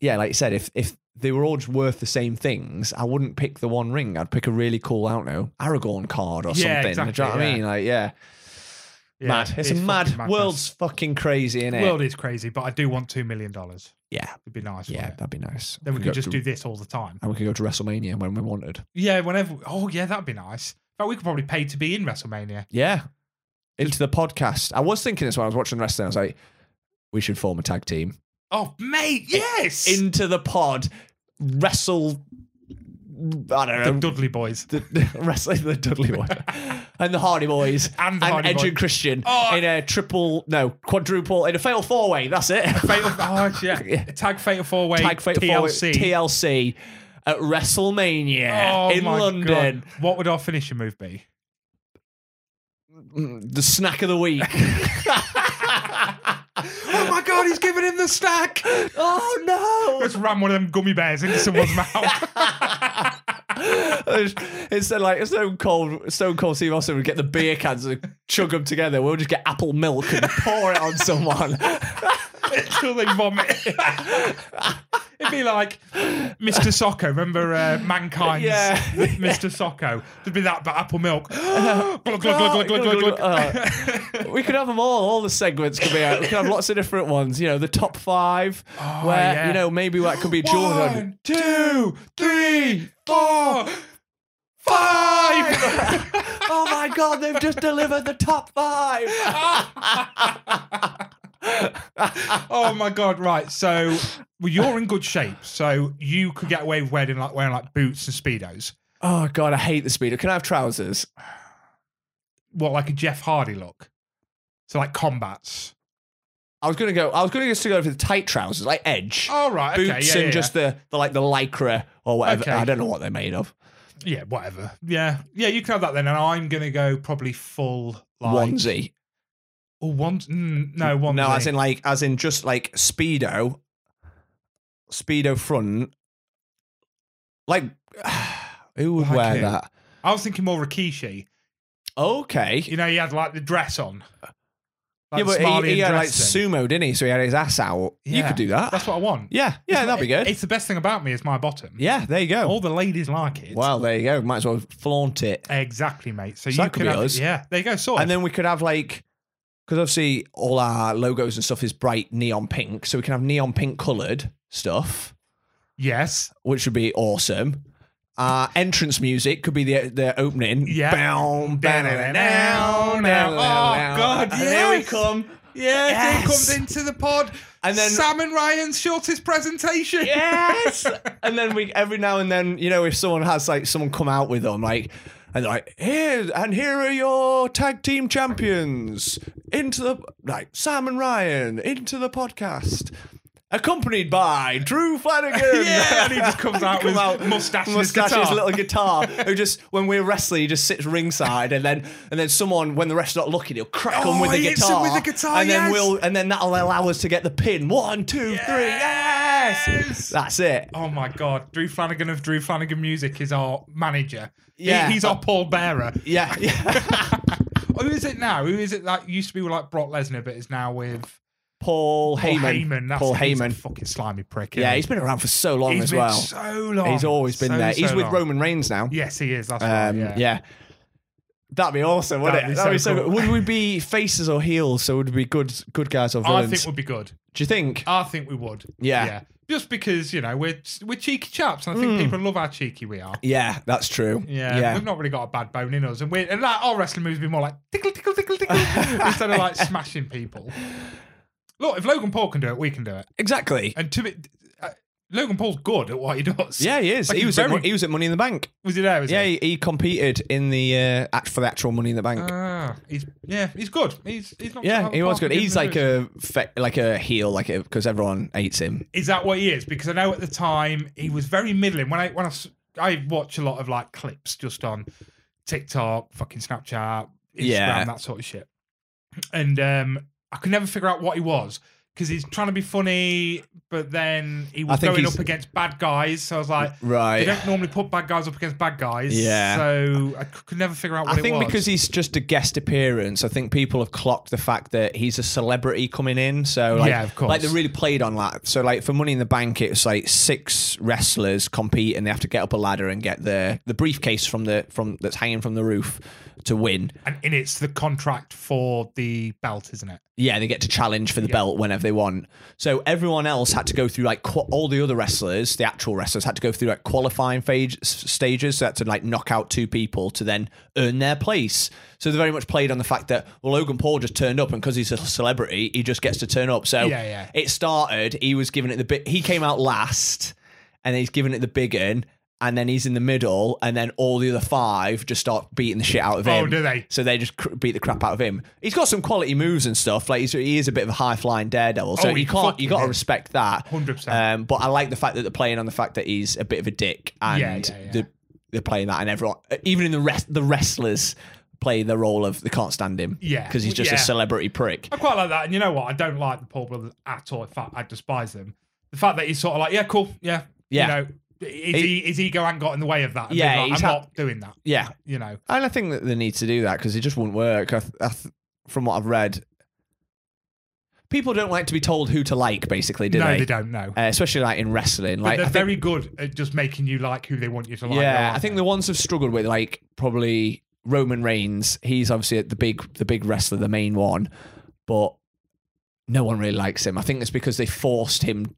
[SPEAKER 2] yeah, like you said, if if they were all just worth the same things, I wouldn't pick the one ring. I'd pick a really cool, I don't know, Aragorn card or
[SPEAKER 1] Yeah,
[SPEAKER 2] something. Do
[SPEAKER 1] exactly,
[SPEAKER 2] you know what
[SPEAKER 1] yeah.
[SPEAKER 2] I mean? Like, yeah,
[SPEAKER 1] Yeah,
[SPEAKER 2] mad. It's, a
[SPEAKER 1] fucking
[SPEAKER 2] mad.
[SPEAKER 1] madness.
[SPEAKER 2] World's fucking crazy, innit?
[SPEAKER 1] world is crazy, but I do want two million dollars.
[SPEAKER 2] yeah,
[SPEAKER 1] It'd be nice.
[SPEAKER 2] yeah,
[SPEAKER 1] wouldn't it?
[SPEAKER 2] that'd be nice.
[SPEAKER 1] Then we
[SPEAKER 2] Could
[SPEAKER 1] could
[SPEAKER 2] go
[SPEAKER 1] just
[SPEAKER 2] to-
[SPEAKER 1] do this all the time.
[SPEAKER 2] and we could go to WrestleMania when we wanted.
[SPEAKER 1] Yeah, whenever. Oh, yeah, that'd be nice. In fact, we could probably pay to be in WrestleMania.
[SPEAKER 2] Yeah. Into the podcast. I was thinking this when I was watching the wrestling. I was like, we should form a tag team.
[SPEAKER 1] Oh, mate, yes.
[SPEAKER 2] Into the pod, wrestle.
[SPEAKER 1] the
[SPEAKER 2] I don't know.
[SPEAKER 1] Dudley Boys
[SPEAKER 2] The, (laughs) wrestling the Dudley
[SPEAKER 1] (laughs)
[SPEAKER 2] boys and the Hardy Boys
[SPEAKER 1] and the
[SPEAKER 2] and
[SPEAKER 1] Hardy
[SPEAKER 2] Edge
[SPEAKER 1] Boys.
[SPEAKER 2] and Christian
[SPEAKER 1] Oh.
[SPEAKER 2] in a triple, no, quadruple, in a fatal four way. That's it.
[SPEAKER 1] (laughs) Fatal, oh,
[SPEAKER 2] (laughs)
[SPEAKER 1] yeah. Tag Fatal Four Way.
[SPEAKER 2] Tag fatal four-way-
[SPEAKER 1] TLC.
[SPEAKER 2] TLC at WrestleMania
[SPEAKER 1] Oh,
[SPEAKER 2] in
[SPEAKER 1] my
[SPEAKER 2] London.
[SPEAKER 1] God. What would our finishing move (laughs) be?
[SPEAKER 2] Mm, The snack of the (laughs) week.
[SPEAKER 1] Oh my God, he's giving him the stack.
[SPEAKER 2] oh no! (laughs)
[SPEAKER 1] Let's ram one of them gummy bears into someone's mouth. (laughs)
[SPEAKER 2] Instead, like Stone Cold, Stone Cold Steve Austin would get the beer cans and chug them together. We'll just get apple milk and pour it on (laughs) someone.
[SPEAKER 1] until they
[SPEAKER 2] (laughs)
[SPEAKER 1] vomit. It'd be like Mr. Socko. Remember uh, Mankind's
[SPEAKER 2] Yeah.
[SPEAKER 1] (laughs) Mr. Socko? It'd be that, but apple milk. (gasps) glug, glug, glug, glug, glug, glug. (laughs)
[SPEAKER 2] Uh, we could have them all. All the segments could be out. We could have lots of different ones. You know, the top five.
[SPEAKER 1] Oh,
[SPEAKER 2] where
[SPEAKER 1] yeah.
[SPEAKER 2] you know maybe that could be Jordan.
[SPEAKER 1] One, two, three, four, five.
[SPEAKER 2] (laughs) oh my god, they've just delivered the top
[SPEAKER 1] (laughs)
[SPEAKER 2] five.
[SPEAKER 1] oh my god! Right, so well, you're in good shape, so you could get away with wearing like wearing like boots and speedos.
[SPEAKER 2] oh god, I hate the speedo. Can I have trousers?
[SPEAKER 1] What like a Jeff Hardy look? So like combats.
[SPEAKER 2] I was gonna go. I was gonna just go for the tight trousers, like Edge.
[SPEAKER 1] All right,
[SPEAKER 2] boots
[SPEAKER 1] Oh, okay, yeah,
[SPEAKER 2] and
[SPEAKER 1] yeah,
[SPEAKER 2] just the, the like the lycra or whatever.
[SPEAKER 1] Okay.
[SPEAKER 2] I don't know what they're made of.
[SPEAKER 1] yeah. yeah, whatever. Yeah, yeah, you can have that then, and I'm gonna go probably full like
[SPEAKER 2] onesie.
[SPEAKER 1] Oh, one. Mm, no, one.
[SPEAKER 2] No, as in like as in just like speedo, speedo front. Like, (sighs) who would
[SPEAKER 1] Like
[SPEAKER 2] wear
[SPEAKER 1] who?
[SPEAKER 2] that?
[SPEAKER 1] I was thinking more Rikishi.
[SPEAKER 2] Okay.
[SPEAKER 1] You know, he had like the dress on.
[SPEAKER 2] yeah,
[SPEAKER 1] Like the
[SPEAKER 2] but
[SPEAKER 1] Somalian
[SPEAKER 2] he, he had like
[SPEAKER 1] dress thing.
[SPEAKER 2] sumo, didn't he? So he had his ass out. You
[SPEAKER 1] Yeah.
[SPEAKER 2] could do that.
[SPEAKER 1] That's what I want.
[SPEAKER 2] Yeah, yeah,
[SPEAKER 1] It's
[SPEAKER 2] that'd
[SPEAKER 1] my-
[SPEAKER 2] be good.
[SPEAKER 1] It's the best thing about me is my bottom.
[SPEAKER 2] yeah, there you go.
[SPEAKER 1] All the ladies like it.
[SPEAKER 2] Well, there you go. Might as well flaunt it.
[SPEAKER 1] Exactly, mate. So,
[SPEAKER 2] So
[SPEAKER 1] you
[SPEAKER 2] that could
[SPEAKER 1] can
[SPEAKER 2] be
[SPEAKER 1] have,
[SPEAKER 2] us.
[SPEAKER 1] Yeah, there you go. Sort
[SPEAKER 2] And then we could have like, because obviously all our logos and stuff is bright neon pink, so we can have neon pink coloured stuff,
[SPEAKER 1] yes,
[SPEAKER 2] which would be awesome. Our entrance music could be the the opening.
[SPEAKER 1] Yeah.
[SPEAKER 2] Bow, bow, bow, bow, bow,
[SPEAKER 1] Oh,
[SPEAKER 2] bow.
[SPEAKER 1] God,
[SPEAKER 2] And Here we
[SPEAKER 1] yes.
[SPEAKER 2] come.
[SPEAKER 1] yeah,
[SPEAKER 2] Yes.
[SPEAKER 1] into the pod.
[SPEAKER 2] And then-
[SPEAKER 1] Sam and Ryan's shortest presentation.
[SPEAKER 2] Yes. and then we every now and then, you know, if someone has like someone come out with them, like. And they're like, here and here are your tag team champions into the like Sam and Ryan into the podcast, accompanied by Drew Flanagan.
[SPEAKER 1] (laughs) Yeah, and he just
[SPEAKER 2] (laughs)
[SPEAKER 1] comes out with mustache and his guitar.
[SPEAKER 2] little guitar. who just when we're wrestling, he just sits ringside, and then and then someone when the ref's not looking, he'll crack
[SPEAKER 1] Oh,
[SPEAKER 2] on with the
[SPEAKER 1] he hits him
[SPEAKER 2] guitar,
[SPEAKER 1] with the guitar,
[SPEAKER 2] and then
[SPEAKER 1] yes.
[SPEAKER 2] we'll and then that'll allow us to get the pin. One, two, three, yes.
[SPEAKER 1] Yes.
[SPEAKER 2] That's it.
[SPEAKER 1] Oh my God, Drew Flanagan of Drew Flanagan Music is our manager. He-
[SPEAKER 2] Yeah. (laughs)
[SPEAKER 1] he's our pallbearer.
[SPEAKER 2] Yeah. yeah.
[SPEAKER 1] Who is it now? Who is it that used to be with, like Brock Lesnar, but is now with
[SPEAKER 2] Paul
[SPEAKER 1] Paul
[SPEAKER 2] Heyman.
[SPEAKER 1] Heyman. That's
[SPEAKER 2] Paul
[SPEAKER 1] it. He's a
[SPEAKER 2] Heyman.
[SPEAKER 1] fucking slimy prick.
[SPEAKER 2] Yeah,
[SPEAKER 1] isn't
[SPEAKER 2] he's been around for so long
[SPEAKER 1] he?
[SPEAKER 2] as
[SPEAKER 1] been
[SPEAKER 2] well.
[SPEAKER 1] so long.
[SPEAKER 2] he's always been
[SPEAKER 1] So,
[SPEAKER 2] there. He's
[SPEAKER 1] so
[SPEAKER 2] with
[SPEAKER 1] long.
[SPEAKER 2] Roman Reigns now.
[SPEAKER 1] Yes, he is. That's right.
[SPEAKER 2] Um,
[SPEAKER 1] Yeah.
[SPEAKER 2] yeah. That'd be awesome, wouldn't
[SPEAKER 1] That'd
[SPEAKER 2] it?
[SPEAKER 1] be
[SPEAKER 2] That'd be
[SPEAKER 1] so
[SPEAKER 2] so
[SPEAKER 1] cool.
[SPEAKER 2] good. Would we be faces or heels? So would we be good good guys or
[SPEAKER 1] I
[SPEAKER 2] villains?
[SPEAKER 1] think Oh. we'd be good.
[SPEAKER 2] Do you think?
[SPEAKER 1] I think we would.
[SPEAKER 2] Yeah. yeah.
[SPEAKER 1] Yeah. Just because you know we're we're cheeky chaps, and I think people love how cheeky we are.
[SPEAKER 2] that's true.
[SPEAKER 1] Yeah,
[SPEAKER 2] Yeah.
[SPEAKER 1] we've not really got a bad bone in us, and we and like, our wrestling moves be more like tickle, tickle, tickle,
[SPEAKER 2] (laughs)
[SPEAKER 1] tickle instead of like smashing people. Look, if Logan Paul can do it, we can do it.
[SPEAKER 2] Exactly.
[SPEAKER 1] And to be, uh, Logan Paul's good at what he does.
[SPEAKER 2] Yeah, he is.
[SPEAKER 1] Like,
[SPEAKER 2] he
[SPEAKER 1] he's
[SPEAKER 2] was at,
[SPEAKER 1] very-
[SPEAKER 2] Mo- he was at Money in the Bank.
[SPEAKER 1] was he there? Was
[SPEAKER 2] Yeah,
[SPEAKER 1] he?
[SPEAKER 2] he, he competed in the uh, act for the actual Money in the Bank.
[SPEAKER 1] Ah, he's yeah, he's good. He's he's not.
[SPEAKER 2] yeah, he was good.
[SPEAKER 1] Parker
[SPEAKER 2] He's
[SPEAKER 1] didn't
[SPEAKER 2] like a fe- like a heel, like because everyone hates him.
[SPEAKER 1] is that what he is? Because I know at the time he was very middling. When I when I s- I watch a lot of like clips just on TikTok, fucking Snapchat, Instagram,
[SPEAKER 2] Yeah.
[SPEAKER 1] that sort of shit, and um, I could never figure out what he was because he's trying to be funny, but then he was
[SPEAKER 2] think
[SPEAKER 1] going
[SPEAKER 2] he's-
[SPEAKER 1] up against bad guys. So I was like. They
[SPEAKER 2] Right.
[SPEAKER 1] don't normally put bad guys up against bad guys,
[SPEAKER 2] Yeah.
[SPEAKER 1] So I c- could never figure out what
[SPEAKER 2] I think
[SPEAKER 1] it was.
[SPEAKER 2] because he's just a guest appearance, I think people have clocked the fact that he's a celebrity coming in. So like,
[SPEAKER 1] Yeah, of course.
[SPEAKER 2] like they really played on that. So like for Money in the Bank, it's like six wrestlers compete and they have to get up a ladder and get the the briefcase from the from that's hanging from the roof to win.
[SPEAKER 1] and, and it's the contract for the belt, isn't it?
[SPEAKER 2] Yeah, they get to challenge for the
[SPEAKER 1] Yeah.
[SPEAKER 2] belt whenever they want. So everyone else had to go through like qu- all the other wrestlers, the actual wrestlers had to go through like qualifying phase- s- stages. So they had to like knock out two people to then earn their place. So they very much played on the fact that well, Logan Paul just turned up, and because he's a celebrity, he just gets to turn up. So
[SPEAKER 1] Yeah, yeah.
[SPEAKER 2] it started. He was given it the bit. He came out last, and he's given it the big un. And then he's in the middle, and then all the other five just start beating the shit out of him.
[SPEAKER 1] Oh, do they?
[SPEAKER 2] So they just cr- beat the crap out of him. He's got some quality moves and stuff. Like he's, he is a bit of a high flying daredevil. So
[SPEAKER 1] Oh, he
[SPEAKER 2] you can't
[SPEAKER 1] fucking
[SPEAKER 2] you got to
[SPEAKER 1] is.
[SPEAKER 2] respect that.
[SPEAKER 1] 100%.
[SPEAKER 2] Um, but I like the fact that they're playing on the fact that he's a bit of a dick, and
[SPEAKER 1] Yeah, yeah, yeah.
[SPEAKER 2] They're, they're playing that, and everyone, even in the rest, the wrestlers play the role of they can't stand him,
[SPEAKER 1] Yeah.
[SPEAKER 2] because he's just
[SPEAKER 1] Yeah.
[SPEAKER 2] a celebrity prick.
[SPEAKER 1] I quite like that. And you know what? I don't like the Paul brothers at all. In fact, I despise them. The fact that he's sort of like, yeah, cool, yeah,
[SPEAKER 2] Yeah.
[SPEAKER 1] You know, his,
[SPEAKER 2] He-
[SPEAKER 1] his ego ain't got in the way of that. And
[SPEAKER 2] Yeah,
[SPEAKER 1] being like,
[SPEAKER 2] he's
[SPEAKER 1] I'm
[SPEAKER 2] ha-
[SPEAKER 1] not doing that.
[SPEAKER 2] Yeah,
[SPEAKER 1] You know,
[SPEAKER 2] and I think that they need to do that because it just wouldn't work. I th- I th- from what I've read, people don't like to be told who to like, basically, do
[SPEAKER 1] no,
[SPEAKER 2] they?
[SPEAKER 1] they, don't know.
[SPEAKER 2] Uh, especially like in wrestling,
[SPEAKER 1] but
[SPEAKER 2] like
[SPEAKER 1] they're
[SPEAKER 2] I think-
[SPEAKER 1] very good at just making you like who they want you to like.
[SPEAKER 2] yeah,
[SPEAKER 1] though,
[SPEAKER 2] I think
[SPEAKER 1] aren't
[SPEAKER 2] the ones have struggled with like probably Roman Reigns. He's obviously the big the big wrestler, the main one, but no one really likes him. I think it's because they forced him.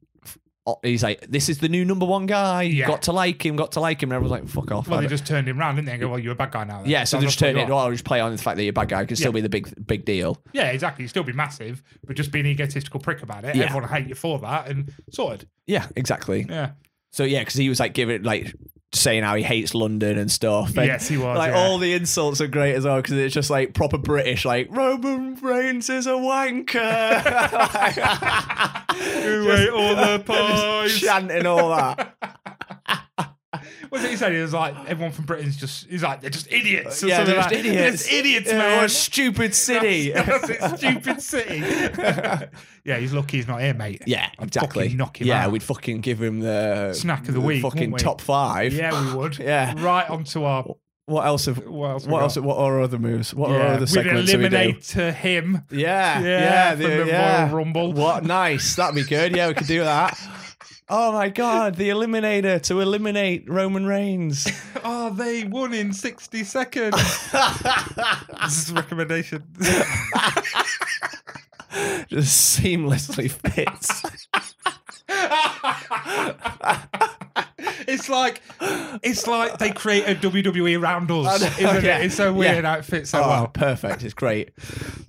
[SPEAKER 2] He's like, this is the new number one guy.
[SPEAKER 1] Yeah.
[SPEAKER 2] Got to like him. Got to like him. And everyone's like, fuck off.
[SPEAKER 1] well,
[SPEAKER 2] I
[SPEAKER 1] they
[SPEAKER 2] don't-
[SPEAKER 1] just turned him round, didn't they? And go, well, you're a bad guy now. then.
[SPEAKER 2] yeah, so they
[SPEAKER 1] That's
[SPEAKER 2] just
[SPEAKER 1] what
[SPEAKER 2] turn
[SPEAKER 1] you
[SPEAKER 2] it.
[SPEAKER 1] are.
[SPEAKER 2] Well, just play on the fact that you're a bad guy. Can still
[SPEAKER 1] Yeah.
[SPEAKER 2] be the big big deal.
[SPEAKER 1] Yeah, exactly. You'd still be massive, but just be an egotistical prick about it.
[SPEAKER 2] Yeah.
[SPEAKER 1] Everyone will hate you for that, and sorted.
[SPEAKER 2] Yeah, exactly.
[SPEAKER 1] (laughs) Yeah,
[SPEAKER 2] So yeah, because he was like giving like saying how he hates London and stuff. And,
[SPEAKER 1] Yes, he was,
[SPEAKER 2] Like
[SPEAKER 1] yeah.
[SPEAKER 2] all the insults are great as well because it's just like proper British, like Roman Reigns is
[SPEAKER 1] (laughs)
[SPEAKER 2] a wanker.
[SPEAKER 1] you
[SPEAKER 2] (laughs) Just-
[SPEAKER 1] ate all (laughs) the pies.
[SPEAKER 2] Just chanting all that.
[SPEAKER 1] (laughs) What's he saying? It was like everyone from Britain's just he's like they're just idiots. or
[SPEAKER 2] yeah,
[SPEAKER 1] something
[SPEAKER 2] they're just
[SPEAKER 1] like-
[SPEAKER 2] idiots.
[SPEAKER 1] They're just idiots,
[SPEAKER 2] Yeah,
[SPEAKER 1] man.
[SPEAKER 2] What a stupid city.
[SPEAKER 1] (laughs) That's, that's it, stupid city. (laughs) yeah, he's lucky he's not here, mate.
[SPEAKER 2] (laughs) yeah,
[SPEAKER 1] I'd
[SPEAKER 2] exactly.
[SPEAKER 1] fucking knock him
[SPEAKER 2] yeah,
[SPEAKER 1] out.
[SPEAKER 2] we'd fucking give him the
[SPEAKER 1] Snack of the week,
[SPEAKER 2] fucking
[SPEAKER 1] wouldn't we?
[SPEAKER 2] top five.
[SPEAKER 1] yeah, we would.
[SPEAKER 2] (laughs) Yeah.
[SPEAKER 1] right onto our
[SPEAKER 2] What else? Have,
[SPEAKER 1] what else? we
[SPEAKER 2] what
[SPEAKER 1] got?
[SPEAKER 2] else? What are other moves? What
[SPEAKER 1] Yeah.
[SPEAKER 2] are other
[SPEAKER 1] We'd
[SPEAKER 2] segments? do we do?
[SPEAKER 1] eliminate uh, him.
[SPEAKER 2] Yeah,
[SPEAKER 1] Yeah,
[SPEAKER 2] yeah,
[SPEAKER 1] from the Royal Rumble.
[SPEAKER 2] What nice, that'd be good. Yeah, we could do that. Oh my god, the Eliminator to eliminate Roman Reigns.
[SPEAKER 1] (laughs) Oh, they won in sixty
[SPEAKER 2] (laughs)
[SPEAKER 1] seconds. this is recommendation. (laughs)
[SPEAKER 2] Just seamlessly
[SPEAKER 1] (laughs)
[SPEAKER 2] fits.
[SPEAKER 1] it's like it's like they created WWE around us.
[SPEAKER 2] I know,
[SPEAKER 1] E Isn't
[SPEAKER 2] (laughs) yeah.
[SPEAKER 1] it? It's so weird how it fits so
[SPEAKER 2] Oh,
[SPEAKER 1] well.
[SPEAKER 2] perfect. It's great.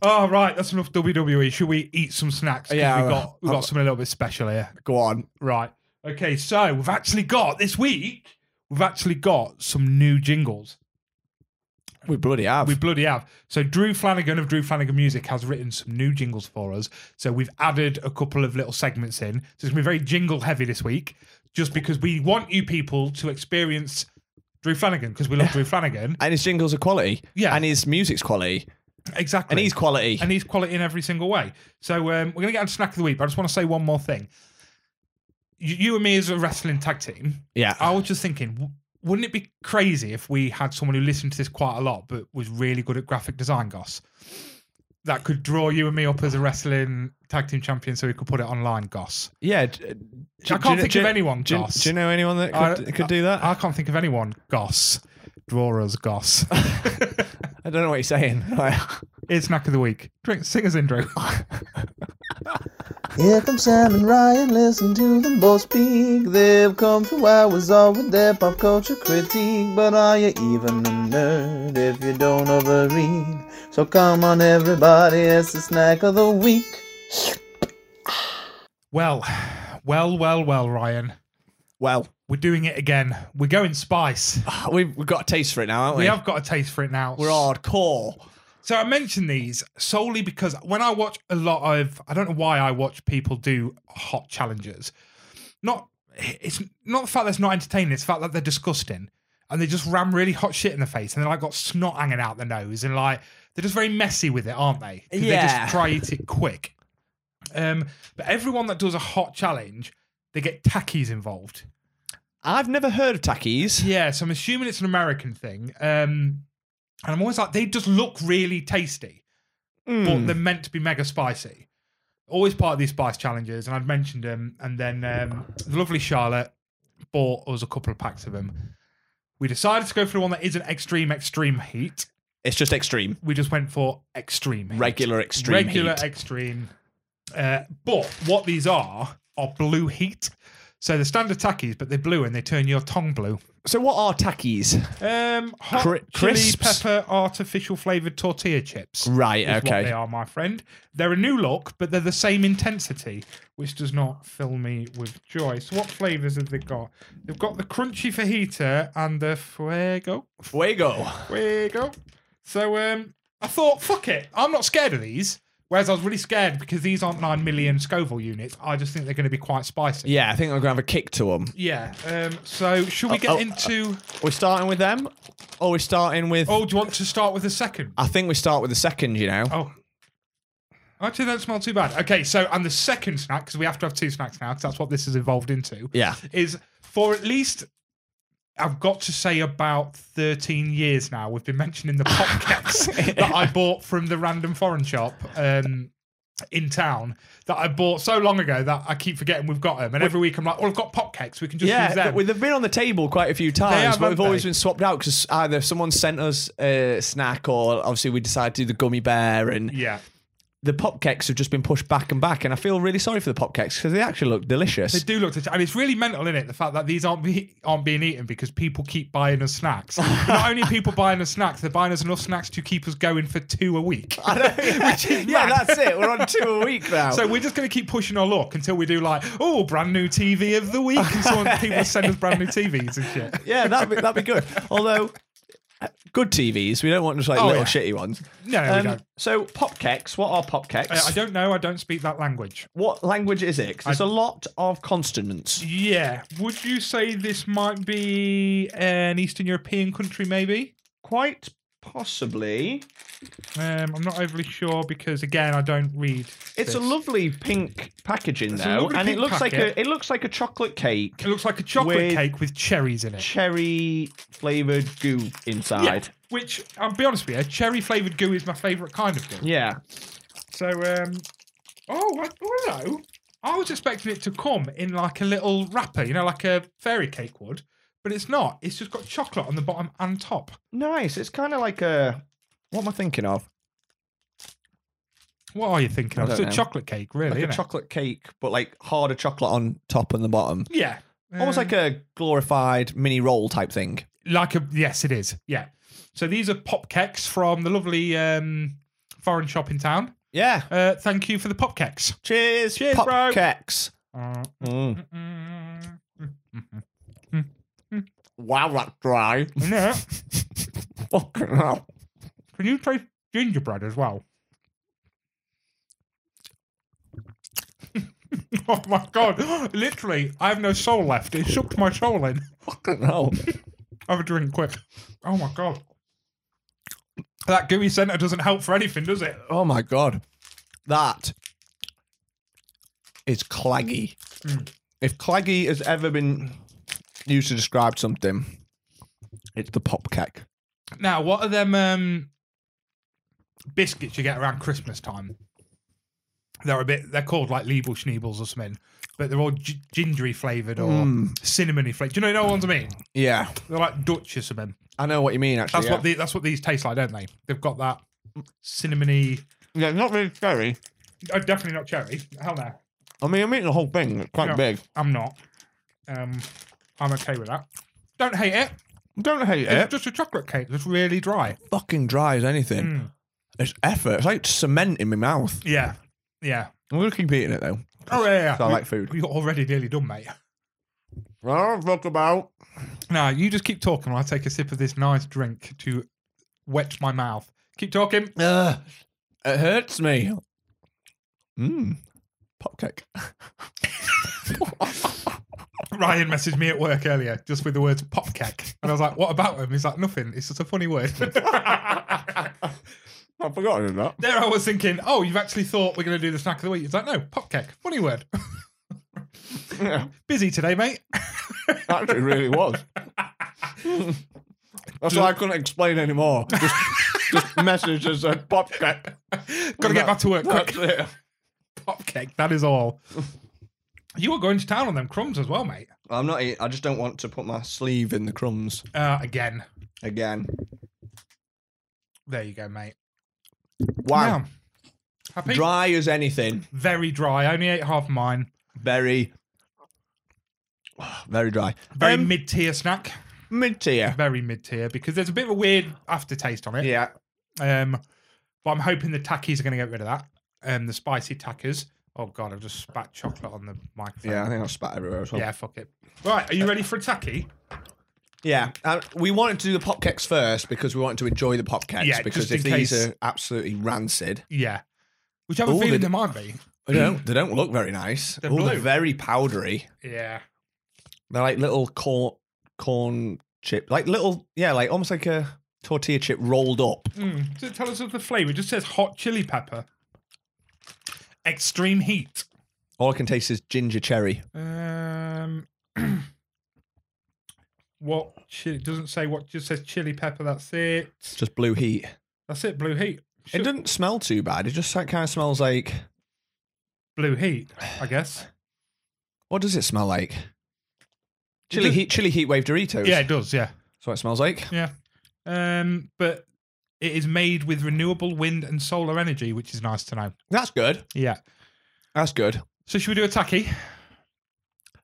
[SPEAKER 1] Oh right, that's enough WWE. Should we eat some snacks? 'Cause
[SPEAKER 2] Yeah,
[SPEAKER 1] we
[SPEAKER 2] well,
[SPEAKER 1] got we got something a little bit special here.
[SPEAKER 2] Go on.
[SPEAKER 1] Right. Okay, so we've actually got this week. We've actually got some new jingles.
[SPEAKER 2] We bloody have.
[SPEAKER 1] We bloody have. So Drew Flanagan of Drew Flanagan Music has written some new jingles for us. So we've added a couple of little segments in. So it's gonna be very jingle heavy this week, just because we want you people to experience Drew Flanagan because we love Drew Flanagan.
[SPEAKER 2] and his jingles are quality.
[SPEAKER 1] Yeah.
[SPEAKER 2] And his music's quality.
[SPEAKER 1] Exactly.
[SPEAKER 2] And he's quality.
[SPEAKER 1] and he's quality in every single way. So um, we're going to get on to snack of the week, but I just want to say one more thing. You, you and me as a wrestling tag team,
[SPEAKER 2] yeah.
[SPEAKER 1] I was just thinking, w- wouldn't it be crazy if we had someone who listened to this quite a lot but was really good at graphic design, Goss? That could draw you and me up as a wrestling tag team champion so we could put it online, Goss.
[SPEAKER 2] Yeah, d-
[SPEAKER 1] I
[SPEAKER 2] do you
[SPEAKER 1] can't
[SPEAKER 2] know-
[SPEAKER 1] think
[SPEAKER 2] do
[SPEAKER 1] of
[SPEAKER 2] you-
[SPEAKER 1] anyone,
[SPEAKER 2] Do you,
[SPEAKER 1] Goss.
[SPEAKER 2] do you know anyone that could,
[SPEAKER 1] I-
[SPEAKER 2] could do that? I,
[SPEAKER 1] I can't think of anyone, Goss. Draw us, Goss. (laughs)
[SPEAKER 2] don't know what you're saying. (laughs)
[SPEAKER 1] It's snack of the week. Drink singer's intro.
[SPEAKER 3] Here come Sam and Ryan, listen to them both speak. They've come two hours all with their pop culture critique. But are you even a nerd if you don't overread? So come on, everybody, it's the snack of the week.
[SPEAKER 1] (laughs) well, well, well, well, Ryan.
[SPEAKER 2] well,
[SPEAKER 1] We're doing it again. We're going spice.
[SPEAKER 2] we've, we've got a taste for it now, haven't we?
[SPEAKER 1] We have got a taste for it now.
[SPEAKER 2] We're hardcore.
[SPEAKER 1] So I mention these solely because when I watch a lot of, I don't know why I watch people do hot challenges. Not it's not the fact that it's not entertaining; it's the fact that they're disgusting and they just ram really hot shit in the face and they like got snot hanging out their nose and like they're just very messy with it, aren't they? 'Cause They
[SPEAKER 2] Yeah.
[SPEAKER 1] just try eat it quick. Um, but everyone that does a hot challenge, they get tackies involved.
[SPEAKER 2] I've never heard of Takis.
[SPEAKER 1] Yeah, so I'm assuming it's an American thing. Um, and I'm always like, they just look really tasty
[SPEAKER 2] Hmm.
[SPEAKER 1] but they're meant to be mega spicy. Always part of these spice challenges, and I'd mentioned them. And then um, the lovely Charlotte bought us a couple of packs of them. We decided to go for the one that isn't extreme, extreme heat.
[SPEAKER 2] It's just extreme,
[SPEAKER 1] We just went for extreme, heat.
[SPEAKER 2] regular extreme.
[SPEAKER 1] regular
[SPEAKER 2] heat.
[SPEAKER 1] extreme. Uh, but what these are are blue heat. So they're standard tackies, but they're blue and they turn your tongue blue.
[SPEAKER 2] So what are Takis?
[SPEAKER 1] Um, hot
[SPEAKER 2] Cri-
[SPEAKER 1] chili
[SPEAKER 2] crisps?
[SPEAKER 1] pepper artificial flavored tortilla chips
[SPEAKER 2] Right.
[SPEAKER 1] is what they
[SPEAKER 2] Okay.
[SPEAKER 1] are, my friend. They're a new look, but they're the same intensity, which does not fill me with joy. So, what flavors have they got? They've got the crunchy fajita and the fuego.
[SPEAKER 2] Fuego.
[SPEAKER 1] Fuego. So, um, I thought, fuck it, I'm not scared of these. Whereas I was really scared because these aren't nine million Scoville units. I just think they're going to be quite spicy.
[SPEAKER 2] Yeah, I think I'm gonna have a kick to them.
[SPEAKER 1] Yeah. Um, so, should we
[SPEAKER 2] Oh,
[SPEAKER 1] get
[SPEAKER 2] oh,
[SPEAKER 1] into?
[SPEAKER 2] We're starting with them, or we're starting with.
[SPEAKER 1] Oh, do you want to start with the second?
[SPEAKER 2] I think we start with the second. You know.
[SPEAKER 1] Oh. Actually, that smell too bad. Okay, so, and the second snack, because we have to have two snacks now, because that's what this has evolved into,
[SPEAKER 2] Yeah.
[SPEAKER 1] is for at least, I've got to say, about 13 years now, we've been mentioning the pop cakes
[SPEAKER 2] (laughs)
[SPEAKER 1] that I bought from the random foreign shop um, in town that I bought so long ago that I keep forgetting we've got them. And every week I'm like, well, I've got pop cakes. We can just use
[SPEAKER 2] Yeah,
[SPEAKER 1] them.
[SPEAKER 2] th- they've been on the table quite a few times,
[SPEAKER 1] have,
[SPEAKER 2] but we've
[SPEAKER 1] haven't
[SPEAKER 2] always
[SPEAKER 1] they?
[SPEAKER 2] been swapped out because either someone sent us a snack, or obviously we decided to do the gummy bear, and
[SPEAKER 1] yeah.
[SPEAKER 2] the popcakes have just been pushed back and back. And I feel really sorry for the popcakes because they actually look delicious.
[SPEAKER 1] They do look to, and it's really mental, isn't it? The fact that these aren't be, aren't being eaten because people keep buying us (laughs) snacks. Not only are people buying us snacks, they're buying us enough snacks to keep us going for two a week. Which is
[SPEAKER 2] (laughs) yeah,
[SPEAKER 1] mad.
[SPEAKER 2] that's it. We're on two a week now.
[SPEAKER 1] So we're just going to keep pushing our luck until we do like, oh, brand new TV of the week, and someone (laughs) people send us brand new TVs and shit.
[SPEAKER 2] yeah, that'd be, that'd be good. Although, uh, good TVs. We don't want just like
[SPEAKER 1] Oh,
[SPEAKER 2] little
[SPEAKER 1] yeah.
[SPEAKER 2] shitty ones. Um,
[SPEAKER 1] No, no, we don't.
[SPEAKER 2] so popcakes. What are popcakes?
[SPEAKER 1] I, I don't know. I don't speak that language.
[SPEAKER 2] What language is it? 'Cause there's a lot of consonants.
[SPEAKER 1] Yeah. Would you say this might be an Eastern European country, maybe?
[SPEAKER 2] Quite possibly.
[SPEAKER 1] Um, I'm not overly sure because again, I don't read.
[SPEAKER 2] It's a
[SPEAKER 1] this.
[SPEAKER 2] lovely pink packaging
[SPEAKER 1] a
[SPEAKER 2] though,
[SPEAKER 1] lovely
[SPEAKER 2] and it
[SPEAKER 1] pink
[SPEAKER 2] looks like
[SPEAKER 1] packet.
[SPEAKER 2] a it looks like a chocolate cake,
[SPEAKER 1] It looks like a chocolate
[SPEAKER 2] With-
[SPEAKER 1] cake with cherries in it.
[SPEAKER 2] cherry flavored goo inside.
[SPEAKER 1] Which, I'll be honest with you, cherry flavoured goo is my favourite kind of goo.
[SPEAKER 2] Yeah.
[SPEAKER 1] So, um, oh, I- hello. I was expecting it to come in like a little wrapper, you know, like a fairy cake would, but it's not. It's just got chocolate on the bottom and top.
[SPEAKER 2] Nice. It's kind of like a. What am I thinking of?
[SPEAKER 1] What are you thinking
[SPEAKER 2] I
[SPEAKER 1] of? It's a
[SPEAKER 2] don't know.
[SPEAKER 1] chocolate cake, really.
[SPEAKER 2] Like a
[SPEAKER 1] isn't it?
[SPEAKER 2] chocolate cake, but like harder chocolate on top and the bottom.
[SPEAKER 1] Yeah. Um,
[SPEAKER 2] Almost like
[SPEAKER 1] Mm.
[SPEAKER 2] a glorified mini roll type thing.
[SPEAKER 1] like a yes, it is. Yeah. So these are pop cakes from the lovely um, foreign shop in town.
[SPEAKER 2] Yeah.
[SPEAKER 1] Uh, thank you for the pop cakes.
[SPEAKER 2] Cheers.
[SPEAKER 1] Cheers, bro.
[SPEAKER 2] popcakes.
[SPEAKER 1] Uh,
[SPEAKER 2] Mm.
[SPEAKER 1] mm,
[SPEAKER 2] Wow, that's dry.
[SPEAKER 1] no.
[SPEAKER 2] (laughs) Fucking hell.
[SPEAKER 1] Can you taste gingerbread as well? (laughs) oh my god! (gasps) Literally, I have no soul left. It sucked my soul in. (laughs)
[SPEAKER 2] Fucking hell.
[SPEAKER 1] Have a drink quick. Oh my god! That gooey centre doesn't help for anything, does it?
[SPEAKER 2] Oh my god. That is
[SPEAKER 1] Mm.
[SPEAKER 2] claggy. If claggy has ever been used to describe something, It's the pop cake.
[SPEAKER 1] Now, what are them um, biscuits you get around Christmas time? They're a bit. They're called like Liebel Schneebles or something, but they're all g- gingery flavored or cinnamony flavored. Do you know, you know what ones I mean?
[SPEAKER 2] Yeah,
[SPEAKER 1] They're like Dutch or something.
[SPEAKER 2] I know what you mean. Actually,
[SPEAKER 1] That's
[SPEAKER 2] yeah.
[SPEAKER 1] what the, that's what these taste like, don't they? They've got that cinnamony.
[SPEAKER 2] yeah, not really scary.
[SPEAKER 1] Oh, definitely not cherry. Hell no,
[SPEAKER 2] I mean, I'm eating the whole thing. It's quite
[SPEAKER 1] Yeah.
[SPEAKER 2] big.
[SPEAKER 1] I'm not. Um, I'm okay with that. Don't hate it.
[SPEAKER 2] Don't hate
[SPEAKER 1] It's just a chocolate cake that's really dry.
[SPEAKER 2] Fucking dry as anything.
[SPEAKER 1] Mm.
[SPEAKER 2] It's effort. It's like cement in my mouth.
[SPEAKER 1] Yeah, yeah.
[SPEAKER 2] I'm gonna keep eating it though.
[SPEAKER 1] Oh yeah, yeah.
[SPEAKER 2] 'cause I like food.
[SPEAKER 1] You're already nearly done, mate.
[SPEAKER 2] Well, talk about.
[SPEAKER 1] Now you just keep talking while I take a sip of this nice drink to wet my mouth. Keep talking.
[SPEAKER 2] Ugh, it hurts me. Mmm. Pop cake.
[SPEAKER 1] Ryan messaged me at work earlier just with the words pop cake. And I was like, what about him? He's like, nothing. It's just a funny
[SPEAKER 2] (laughs)
[SPEAKER 1] word.
[SPEAKER 2] (laughs)
[SPEAKER 1] (laughs)
[SPEAKER 2] I've forgotten that.
[SPEAKER 1] there I was thinking, oh, you've actually thought we're going to do the snack of the week. He's like, no, pop cake. Funny word. (laughs)
[SPEAKER 2] (laughs) Yeah,
[SPEAKER 1] Busy today, mate. (laughs)
[SPEAKER 2] actually, really was. That's why I couldn't explain anymore. Just, just message as a pop cake.
[SPEAKER 1] Got to get back to work quick.
[SPEAKER 2] That's it.
[SPEAKER 1] Pop cake. That is all. You were going to town on them crumbs as well, mate.
[SPEAKER 2] I'm not. Eat- I just don't want to put my sleeve in the crumbs
[SPEAKER 1] Uh, again.
[SPEAKER 2] again.
[SPEAKER 1] There you go, mate.
[SPEAKER 2] Wow.
[SPEAKER 1] Now, happy?
[SPEAKER 2] Dry as anything.
[SPEAKER 1] Very dry. I only ate half of mine.
[SPEAKER 2] Very, (sighs) very dry. Um,
[SPEAKER 1] Very mid tier snack.
[SPEAKER 2] mid tier.
[SPEAKER 1] Very mid tier because there's a bit of a weird aftertaste on it.
[SPEAKER 2] Yeah.
[SPEAKER 1] Um, but I'm hoping the tackies are going to get rid of that. Um, the spicy tackies. Oh god, I've just spat chocolate on the microphone.
[SPEAKER 2] Yeah, I think I spat everywhere as well.
[SPEAKER 1] Yeah, fuck it. Oh. Right, are you ready for a tacky?
[SPEAKER 2] Yeah, uh, we wanted to do the pop cakes first because we wanted to enjoy the pop cakes.
[SPEAKER 1] Yeah,
[SPEAKER 2] because
[SPEAKER 1] just in
[SPEAKER 2] if these
[SPEAKER 1] case.
[SPEAKER 2] are absolutely rancid,
[SPEAKER 1] Yeah. Which I have a
[SPEAKER 2] Ooh,
[SPEAKER 1] feeling
[SPEAKER 2] they-
[SPEAKER 1] they might be.
[SPEAKER 2] they don't, they don't look very nice.
[SPEAKER 1] They're
[SPEAKER 2] Ooh, Mm. they're
[SPEAKER 1] blue.
[SPEAKER 2] very powdery.
[SPEAKER 1] Yeah.
[SPEAKER 2] They're like little corn corn chip, like little yeah, like almost like a tortilla chip rolled up.
[SPEAKER 1] Mm. So tell us of the flavour. It just says hot chili pepper. Extreme heat.
[SPEAKER 2] All I can taste is ginger cherry.
[SPEAKER 1] Um (clears throat) what chili it doesn't say what just says chili pepper, that's it.
[SPEAKER 2] Just blue heat.
[SPEAKER 1] That's it, blue heat.
[SPEAKER 2] It
[SPEAKER 1] Should-
[SPEAKER 2] doesn't smell too bad. It just kind of smells like
[SPEAKER 1] blue heat, I guess.
[SPEAKER 2] what does it smell like? Chili
[SPEAKER 1] does-
[SPEAKER 2] heat, chili heat wave Doritos.
[SPEAKER 1] Yeah, it does. Yeah,
[SPEAKER 2] that's what it smells like.
[SPEAKER 1] yeah. Um, but it is made with renewable wind and solar energy, which is nice to know.
[SPEAKER 2] That's good.
[SPEAKER 1] Yeah.
[SPEAKER 2] That's good.
[SPEAKER 1] So should we do a tacky?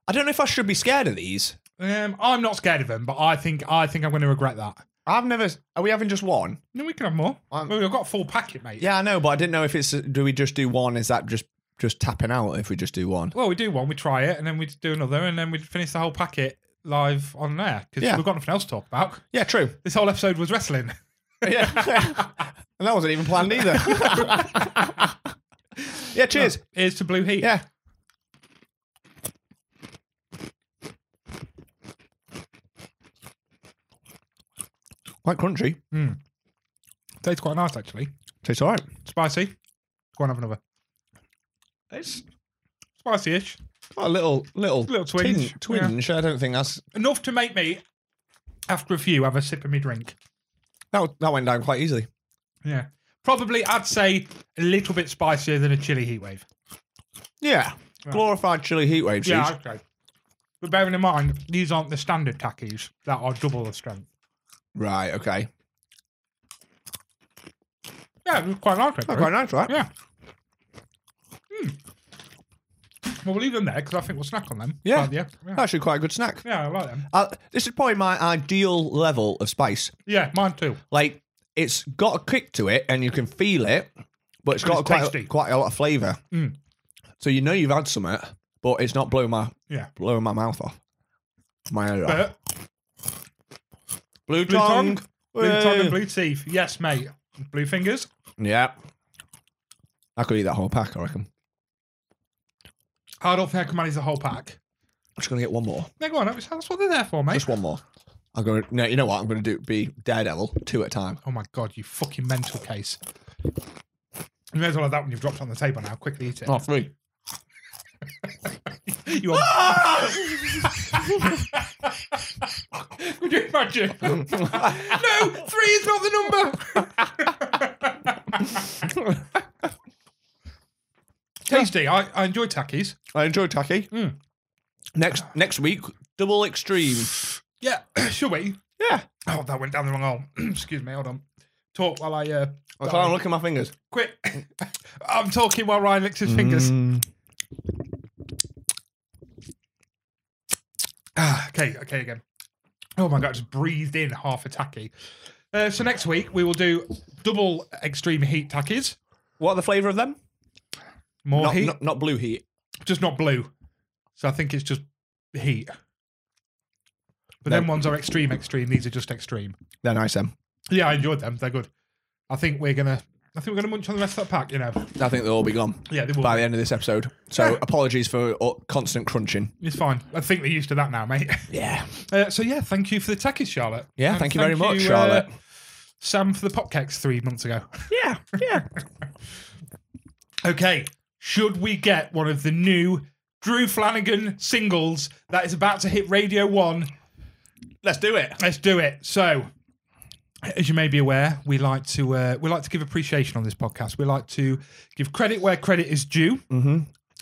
[SPEAKER 2] I don't know if I should be scared of these.
[SPEAKER 1] Um, I'm not scared of them, but I think I think I'm going to regret that.
[SPEAKER 2] I've never. Are we having just one?
[SPEAKER 1] No, we can have more.
[SPEAKER 2] Um,
[SPEAKER 1] well, we've got a full packet, mate.
[SPEAKER 2] Yeah, I know, but I didn't know if it's. Do we just do one? Is that just just tapping out if we just do one?
[SPEAKER 1] Well, we do one, we try it, and then we do another, and then we finish the whole packet live on there because
[SPEAKER 2] Yeah.
[SPEAKER 1] we've got nothing else to talk about.
[SPEAKER 2] Yeah, (laughs) true.
[SPEAKER 1] This whole episode was wrestling.
[SPEAKER 2] Yeah, (laughs) and that wasn't even planned (laughs) either. yeah, cheers.
[SPEAKER 1] (laughs) Here's to blue heat.
[SPEAKER 2] Yeah. Quite crunchy.
[SPEAKER 1] tastes quite nice actually.
[SPEAKER 2] Tastes all right.
[SPEAKER 1] Spicy. Go on, have another.
[SPEAKER 2] It's
[SPEAKER 1] Spicy-ish.
[SPEAKER 2] got a little little
[SPEAKER 1] Little twinge,
[SPEAKER 2] tin- twinge. I don't think that's
[SPEAKER 1] enough to make me, after a few, have a sip of my drink.
[SPEAKER 2] that. That went down quite easily.
[SPEAKER 1] Yeah. Probably, I'd say, a little bit spicier than a chili heat wave.
[SPEAKER 2] Yeah, glorified chili heatwave cheese.
[SPEAKER 1] Yeah, okay. But bearing in mind, these aren't the standard tackies that are double the strength.
[SPEAKER 2] Right. Okay.
[SPEAKER 1] Yeah, it was quite nice. actually.
[SPEAKER 2] That's quite nice, right?
[SPEAKER 1] Yeah. Hmm. Well, we'll leave them there because I think we'll snack on them.
[SPEAKER 2] Yeah.
[SPEAKER 1] Like, yeah. Yeah,
[SPEAKER 2] Actually, quite a good snack.
[SPEAKER 1] Yeah, I like them.
[SPEAKER 2] Uh, this is probably my ideal level of spice.
[SPEAKER 1] Yeah, mine too.
[SPEAKER 2] Like it's got a kick to it, and you can feel it, but it's got
[SPEAKER 1] It's
[SPEAKER 2] quite
[SPEAKER 1] tasty.
[SPEAKER 2] quite a lot of flavour.
[SPEAKER 1] Mm.
[SPEAKER 2] So you know you've had some of it, but it's not blowing my
[SPEAKER 1] Yeah.
[SPEAKER 2] blowing my mouth off. My head off.
[SPEAKER 1] But
[SPEAKER 2] Blue,
[SPEAKER 1] blue tongue, blue tongue
[SPEAKER 2] Hey.
[SPEAKER 1] and blue teeth. Yes, mate. Blue fingers.
[SPEAKER 2] Yeah. I could eat that whole pack. I reckon.
[SPEAKER 1] I don't think I can manage the whole pack.
[SPEAKER 2] I'm just gonna get one more.
[SPEAKER 1] No, go on. That's what they're there for, mate.
[SPEAKER 2] Just one more. I'm gonna. No, you know what? I'm gonna do be daredevil two at a time.
[SPEAKER 1] Oh my god, you fucking mental case. You may as well have that when you've dropped it on the table now. Quickly eat it.
[SPEAKER 2] Oh, three.
[SPEAKER 1] You want... (laughs) Could you imagine? (laughs) no, three is not the (laughs) number. Tasty. I, I enjoy takis.
[SPEAKER 2] I enjoyed Taki.
[SPEAKER 1] Mm.
[SPEAKER 2] Next next week, double extreme.
[SPEAKER 1] Yeah, (coughs) should we?
[SPEAKER 2] Yeah.
[SPEAKER 1] Oh, that went down the wrong hole. (coughs) Excuse me. Hold on. Talk while I uh,
[SPEAKER 2] I can't look at my fingers.
[SPEAKER 1] quick. (coughs) I'm talking while Ryan licks his fingers. Ah, okay, okay again. Oh my god, I just breathed in half a tacky. Uh, so next week we will do double extreme heat tackies.
[SPEAKER 2] What are the flavour of them?
[SPEAKER 1] More
[SPEAKER 2] Not,
[SPEAKER 1] heat,
[SPEAKER 2] not, not blue heat.
[SPEAKER 1] just not blue. So I think it's just heat. But
[SPEAKER 2] No.
[SPEAKER 1] then ones are extreme, extreme. These are just extreme.
[SPEAKER 2] They're nice, them.
[SPEAKER 1] Yeah, I enjoyed them. They're good. I think we're gonna. I think we're gonna munch on the rest of that pack. You know.
[SPEAKER 2] I think they'll all be gone
[SPEAKER 1] Yeah, they will.
[SPEAKER 2] by the end of this episode. So apologies for uh, constant crunching.
[SPEAKER 1] It's fine. I think they're used to that now, mate. (laughs)
[SPEAKER 2] Yeah.
[SPEAKER 1] Uh, so yeah, thank you for the tackies, Charlotte.
[SPEAKER 2] Yeah,
[SPEAKER 1] And
[SPEAKER 2] thank you very much,
[SPEAKER 1] uh,
[SPEAKER 2] Charlotte.
[SPEAKER 1] Sam for the popcakes three months ago. (laughs)
[SPEAKER 2] Yeah. Yeah.
[SPEAKER 1] Okay, should we get one of the new Drew Flanagan singles that is about to hit Radio 1?
[SPEAKER 2] Let's do it.
[SPEAKER 1] Let's do it. So, as you may be aware, we like to uh, we like to give appreciation on this podcast. We like to give credit where credit is due.
[SPEAKER 2] Mm-hmm.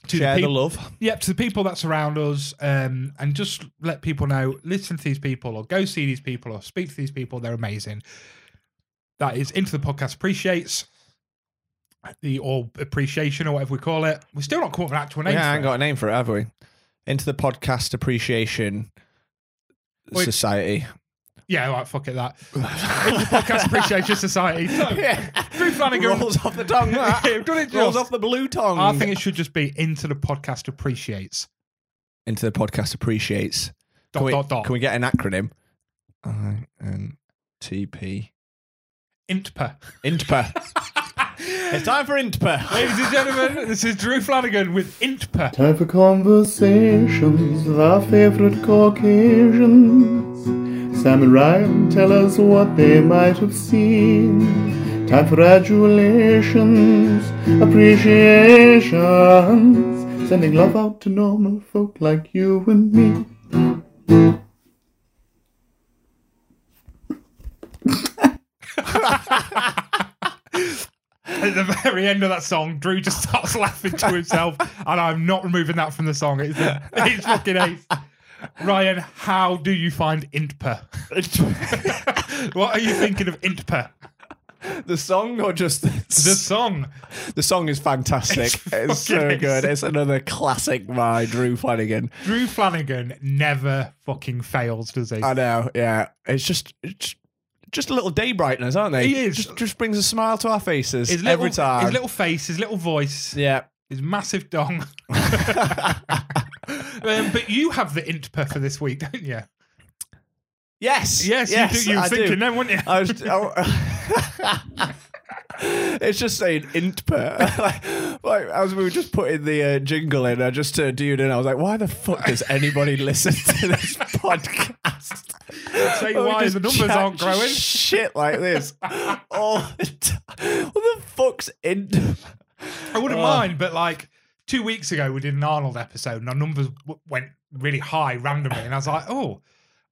[SPEAKER 1] To
[SPEAKER 2] Share
[SPEAKER 1] the
[SPEAKER 2] the
[SPEAKER 1] people,
[SPEAKER 2] love.
[SPEAKER 1] yep, to the people that surround us, um, and just let people know. Listen to these people, or go see these people, or speak to these people. They're amazing. That is into the podcast appreciates the or appreciation or whatever we call it. We're still not coming up with an actual name.
[SPEAKER 2] yeah,
[SPEAKER 1] for
[SPEAKER 2] I
[SPEAKER 1] it.
[SPEAKER 2] ain't got a name for it, have we? Into the podcast appreciation
[SPEAKER 1] Wait.
[SPEAKER 2] society.
[SPEAKER 1] Yeah, all right, fuck it, that. it's the Podcast (laughs) Appreciation Society. So, Drew Flanagan.
[SPEAKER 2] rolls off the
[SPEAKER 1] (laughs)
[SPEAKER 2] tongue. That.
[SPEAKER 1] You've done it
[SPEAKER 2] rolls
[SPEAKER 1] just.
[SPEAKER 2] off the blue tongue.
[SPEAKER 1] I think it should just be into the podcast appreciates.
[SPEAKER 2] Into the podcast appreciates.
[SPEAKER 1] Dot,
[SPEAKER 2] can we,
[SPEAKER 1] dot, dot.
[SPEAKER 2] Can we get an acronym? I N T P.
[SPEAKER 1] INTPA. (laughs)
[SPEAKER 2] INTPA. it's time for INTPA.
[SPEAKER 1] Ladies and gentlemen, this is Drew Flanagan with INTPA.
[SPEAKER 3] Time for conversations with our favorite Caucasians. Sam and Ryan tell us what they might have seen. Time for adulations, appreciations, sending love out to normal folk like you and me.
[SPEAKER 1] At the very end of that song, Drew just starts (laughs) laughing to himself, and I'm not removing that from the song. It's, it's fucking ace. Ryan, how do you find INTPA? what are you thinking of INTPA?
[SPEAKER 2] the song or just the,
[SPEAKER 1] The song.
[SPEAKER 2] the song is fantastic. It's, so
[SPEAKER 1] fucking
[SPEAKER 2] good. It's another classic by Drew Flanagan.
[SPEAKER 1] Drew Flanagan never fucking fails, does he?
[SPEAKER 2] I know. Yeah, it's just it's just a little day brightness, aren't they?
[SPEAKER 1] He is.
[SPEAKER 2] Just, just brings a smile to our faces
[SPEAKER 1] His little,
[SPEAKER 2] every time.
[SPEAKER 1] His little face, his little voice,
[SPEAKER 2] yeah.
[SPEAKER 1] his massive
[SPEAKER 2] (laughs)
[SPEAKER 1] dong. um, but you have the INTPA for this week, don't you?
[SPEAKER 2] Yes.
[SPEAKER 1] Yes, you, do. you were
[SPEAKER 2] I do.
[SPEAKER 1] thinking then, weren't you?
[SPEAKER 2] I was. I- (laughs) it's just saying intput. (laughs) like, like, as we were just putting the uh, jingle in, I just turned to you and I was like, "Why the fuck does
[SPEAKER 1] (laughs)
[SPEAKER 2] anybody listen to this podcast?
[SPEAKER 1] (laughs) Say
[SPEAKER 2] We
[SPEAKER 1] why
[SPEAKER 2] just
[SPEAKER 1] the numbers
[SPEAKER 2] chat
[SPEAKER 1] aren't growing.
[SPEAKER 2] Shit like this all the time. (laughs) What the fuck's int?
[SPEAKER 1] I wouldn't
[SPEAKER 2] Oh.
[SPEAKER 1] mind, but like two weeks ago, we did an Arnold episode and our numbers w- went really high randomly. And I was like, oh,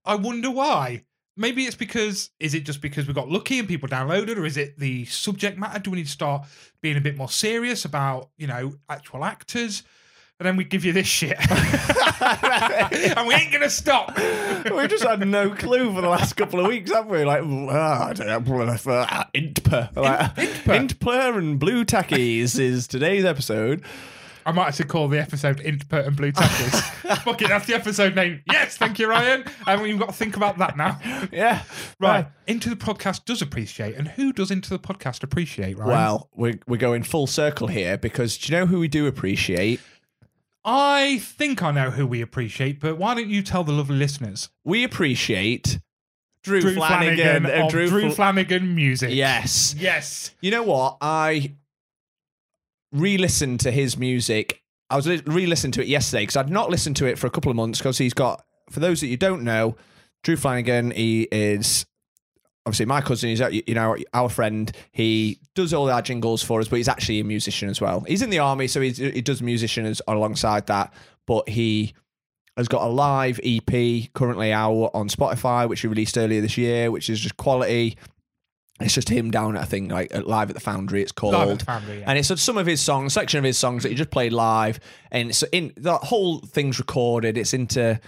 [SPEAKER 1] I wonder why. Maybe it's because, is it just because we got lucky and people downloaded, or is it the subject matter? Do we need to start being a bit more serious about, you know, actual actors? And then we give you this shit. (laughs) and we ain't going to stop.
[SPEAKER 2] we just had no clue for the last couple of weeks, haven't we? Like, oh, I don't know, blah, blah, blah, Intper. Like, Intper and Blue Tackies is today's episode.
[SPEAKER 1] I might actually call the episode Input and Blue Tackles. Fuck it, that's the episode name. Yes, thank you, Ryan. And we've got to think about that now.
[SPEAKER 2] Yeah.
[SPEAKER 1] Right. Into the podcast does appreciate. And who does Into the podcast appreciate, right?
[SPEAKER 2] Well, we're, we're going full circle here because do you know who we do appreciate?
[SPEAKER 1] I think I know who we appreciate, but why don't you tell the lovely listeners?
[SPEAKER 2] We appreciate Drew,
[SPEAKER 1] Drew
[SPEAKER 2] Flanagan,
[SPEAKER 1] Flanagan,
[SPEAKER 2] and
[SPEAKER 1] of Drew,
[SPEAKER 2] Fl-
[SPEAKER 1] Flanagan Music.
[SPEAKER 2] Yes.
[SPEAKER 1] Yes.
[SPEAKER 2] You know what? I re listened to his music. I was re listening to it yesterday because I'd not listened to it for a couple of months because he's got, for those that you don't know, Drew Flanagan, he is obviously my cousin, he's, uh, you know, our friend. He does all our jingles for us, but he's actually a musician as well. He's in the army, so he's, he does musician as, alongside that. but he has got a live EP currently out on Spotify, which he released earlier this year, which is just quality. It's just him down at I think like at live at the Foundry. It's called.
[SPEAKER 1] Live at the Foundry, yeah.
[SPEAKER 2] And it's some of his songs, section of his songs that he just played live, and so in the whole thing's recorded. It's into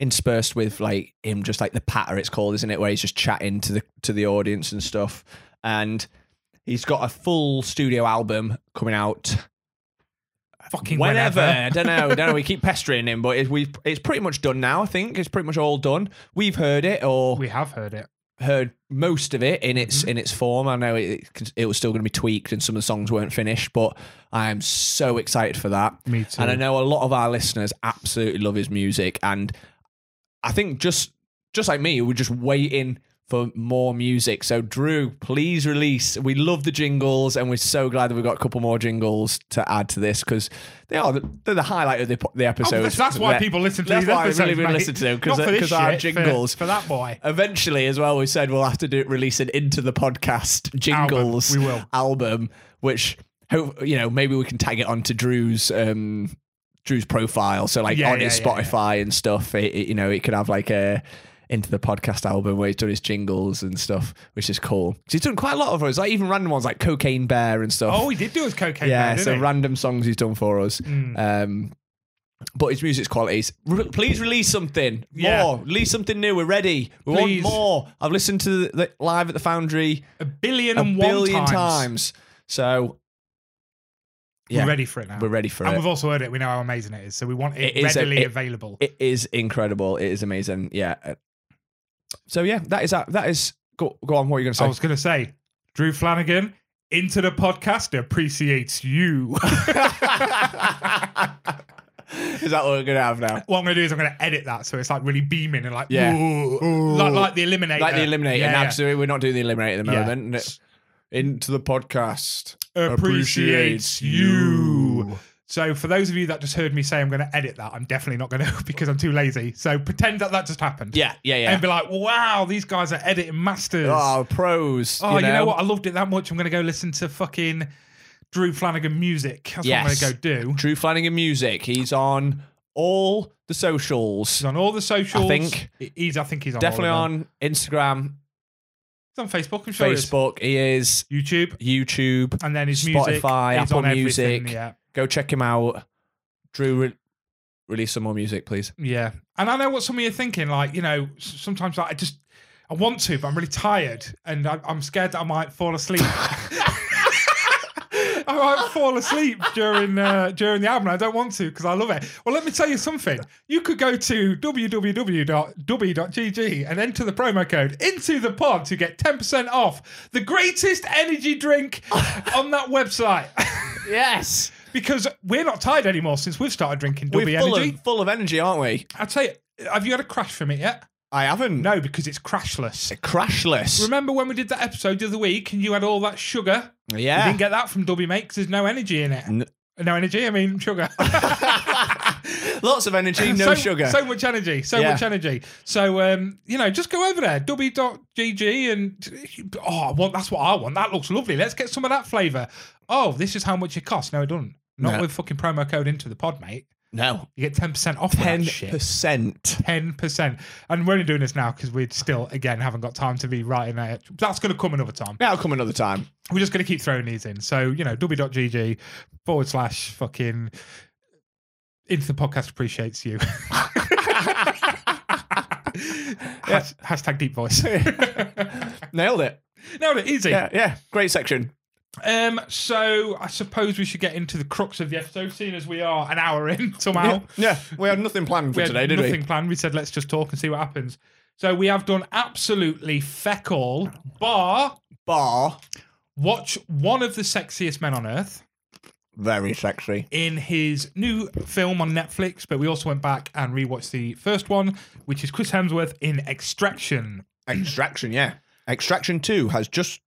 [SPEAKER 2] interspersed with like him, just like the patter. It's called, isn't it? Where he's just chatting to the to the audience and stuff. And he's got a full studio album coming out
[SPEAKER 1] Fucking
[SPEAKER 2] whenever.
[SPEAKER 1] whenever.
[SPEAKER 2] I don't know. don't know. We keep pestering him, but it, we it's pretty much done now. I think it's pretty much all done. We've heard it or
[SPEAKER 1] We have heard it.
[SPEAKER 2] heard most of it in
[SPEAKER 1] Mm-hmm.
[SPEAKER 2] its in its form. I know it it was still going to be tweaked and some of the songs weren't finished, but I am so excited for that.
[SPEAKER 1] Me too.
[SPEAKER 2] And I know a lot of our listeners absolutely love his music, and I think just just like me, we're just waiting for more music. So Drew, please release. We love the jingles, and we're so glad that we've got a couple more jingles to add to this because they are the, they're the highlight of the, the episode.
[SPEAKER 1] Oh, that's- that's why
[SPEAKER 2] That-
[SPEAKER 1] people listen to
[SPEAKER 2] that's
[SPEAKER 1] these
[SPEAKER 2] why we
[SPEAKER 1] episodes,
[SPEAKER 2] really
[SPEAKER 1] mate.
[SPEAKER 2] listen to them
[SPEAKER 1] Not for this
[SPEAKER 2] because our
[SPEAKER 1] shit, for-
[SPEAKER 2] jingles
[SPEAKER 1] for that boy.
[SPEAKER 2] Eventually, as well, we said we'll have to do release an into the podcast jingles
[SPEAKER 1] Album, we will.
[SPEAKER 2] album, which hope you know maybe we can tag it onto Drew's um Drew's profile, so like
[SPEAKER 1] Yeah,
[SPEAKER 2] on his
[SPEAKER 1] yeah, yeah,
[SPEAKER 2] Spotify and stuff. It, it- you know, it could have like a into the podcast album where he's done his jingles and stuff, which is cool. 'Cause he's done quite a lot of us, like even random ones like Cocaine Bear and stuff.
[SPEAKER 1] Oh, he did do his cocaine.
[SPEAKER 2] yeah,
[SPEAKER 1] man,
[SPEAKER 2] so
[SPEAKER 1] didn't he? Mm.
[SPEAKER 2] random songs he's done for us. Um, but his music's qualities. Re- please release something
[SPEAKER 1] Yeah.
[SPEAKER 2] more. Release something new. We're ready. We
[SPEAKER 1] Please.
[SPEAKER 2] want more. I've listened to the, the live at the Foundry
[SPEAKER 1] a billion
[SPEAKER 2] a
[SPEAKER 1] and one
[SPEAKER 2] billion times.
[SPEAKER 1] times.
[SPEAKER 2] So yeah,
[SPEAKER 1] We're ready for it now.
[SPEAKER 2] We're ready for
[SPEAKER 1] and
[SPEAKER 2] it.
[SPEAKER 1] we've also heard it. We know how amazing it is, so we want it,
[SPEAKER 2] It is a-
[SPEAKER 1] readily
[SPEAKER 2] it-
[SPEAKER 1] available.
[SPEAKER 2] It is incredible. It is amazing. Yeah. So yeah, that is that. That is go, go on. What are you going to say?
[SPEAKER 1] I was going to say, Drew Flanagan into the podcast appreciates you. (laughs)
[SPEAKER 2] (laughs) is that what we're going to have now?
[SPEAKER 1] what I'm going to do is I'm going to edit that so it's like really beaming and like
[SPEAKER 2] Yeah.
[SPEAKER 1] "Whoa." like like the eliminator,
[SPEAKER 2] Like the eliminator.
[SPEAKER 1] uh, Yeah, yeah.
[SPEAKER 2] Absolutely, we're not doing the eliminator at the
[SPEAKER 1] Yeah.
[SPEAKER 2] moment. Into the podcast.
[SPEAKER 1] appreciates you. So for those of you that just heard me say I'm going to edit that, I'm definitely not going to (laughs) because I'm too lazy. So pretend that that just happened.
[SPEAKER 2] Yeah, yeah, yeah.
[SPEAKER 1] And be like, wow, these guys are editing masters.
[SPEAKER 2] Oh, pros.
[SPEAKER 1] Oh, you know? what? I loved it that much. I'm going to go listen to fucking Drew Flanagan music. That's
[SPEAKER 2] Yes.
[SPEAKER 1] what I'm going to go do.
[SPEAKER 2] Drew Flanagan Music. He's on all the socials.
[SPEAKER 1] He's on all the socials.
[SPEAKER 2] I think-
[SPEAKER 1] he's. I think he's on all
[SPEAKER 2] Definitely
[SPEAKER 1] of them.
[SPEAKER 2] on Instagram,
[SPEAKER 1] He's on Facebook. I'm sure. he is.
[SPEAKER 2] Facebook. He is
[SPEAKER 1] YouTube,
[SPEAKER 2] YouTube,
[SPEAKER 1] and then his music.
[SPEAKER 2] Spotify,
[SPEAKER 1] he's
[SPEAKER 2] Apple
[SPEAKER 1] on everything,
[SPEAKER 2] Music.
[SPEAKER 1] Yeah,
[SPEAKER 2] Go check him out. Drew, re- release some more music, please.
[SPEAKER 1] yeah. And I know what some of you are thinking. Like, you know, s- sometimes like, I just I want to, but I'm really tired, and I, I'm scared that I might fall
[SPEAKER 2] (laughs)
[SPEAKER 1] asleep. (laughs) I might fall asleep during uh, during the album. I don't want to because I love it. Well, let me tell you something. You could go to www.w.gg and enter the promo code into the pod to get 10% off the greatest energy
[SPEAKER 2] (laughs)
[SPEAKER 1] drink on that website. (laughs)
[SPEAKER 2] Yes.
[SPEAKER 1] because we're not tired anymore since we've started drinking
[SPEAKER 2] We're
[SPEAKER 1] W
[SPEAKER 2] full
[SPEAKER 1] energy.
[SPEAKER 2] of, full of energy, aren't we?
[SPEAKER 1] I'll tell you, have you had a crash from it yet?
[SPEAKER 2] I haven't.
[SPEAKER 1] No, because it's crashless.
[SPEAKER 2] Crashless.
[SPEAKER 1] Remember when we did that episode the other week and you had all that sugar? You
[SPEAKER 2] yeah.
[SPEAKER 1] didn't get that from W mate 'cause there's no energy in it.
[SPEAKER 2] N-
[SPEAKER 1] no energy, I mean sugar.
[SPEAKER 2] Lots of energy,
[SPEAKER 1] (laughs)
[SPEAKER 2] no
[SPEAKER 1] so,
[SPEAKER 2] sugar.
[SPEAKER 1] So much energy. So
[SPEAKER 2] Yeah.
[SPEAKER 1] much energy. So um, you know, just go over there, w.gg and oh, I want that's what I want. That looks lovely. Let's get some of that flavour. Oh, this is how much it costs. No, it doesn't. Not
[SPEAKER 2] No.
[SPEAKER 1] with fucking promo code into the pod, mate.
[SPEAKER 2] no.
[SPEAKER 1] You get ten percent off. Ten
[SPEAKER 2] 10%.
[SPEAKER 1] shit. Ten percent. And we're only doing this now because we still, again, haven't got time to be writing that. That's going to come another time.
[SPEAKER 2] That'll come another time.
[SPEAKER 1] We're just going to keep throwing these in. So you know, w.gg forward slash fucking into the podcast appreciates
[SPEAKER 2] (laughs)
[SPEAKER 1] you. Has- hashtag deep
[SPEAKER 2] (laughs)
[SPEAKER 1] voice.
[SPEAKER 2] Nailed it.
[SPEAKER 1] no, no, easy.
[SPEAKER 2] Yeah, yeah. Great section.
[SPEAKER 1] Um, so I suppose we should get into the crux of the episode, seeing as we are an hour in somehow.
[SPEAKER 2] Yeah, yeah, we had nothing planned for
[SPEAKER 1] we had
[SPEAKER 2] today, did
[SPEAKER 1] nothing
[SPEAKER 2] we?
[SPEAKER 1] planned. We said let's just talk and see what happens. So we have done absolutely feck all, bar
[SPEAKER 2] Bar,
[SPEAKER 1] watch one of the sexiest men on earth
[SPEAKER 2] very sexy.
[SPEAKER 1] in his new film on Netflix. But we also went back and rewatched the first one, which is Chris Hemsworth in Extraction.
[SPEAKER 2] Extraction, yeah. Extraction Two has just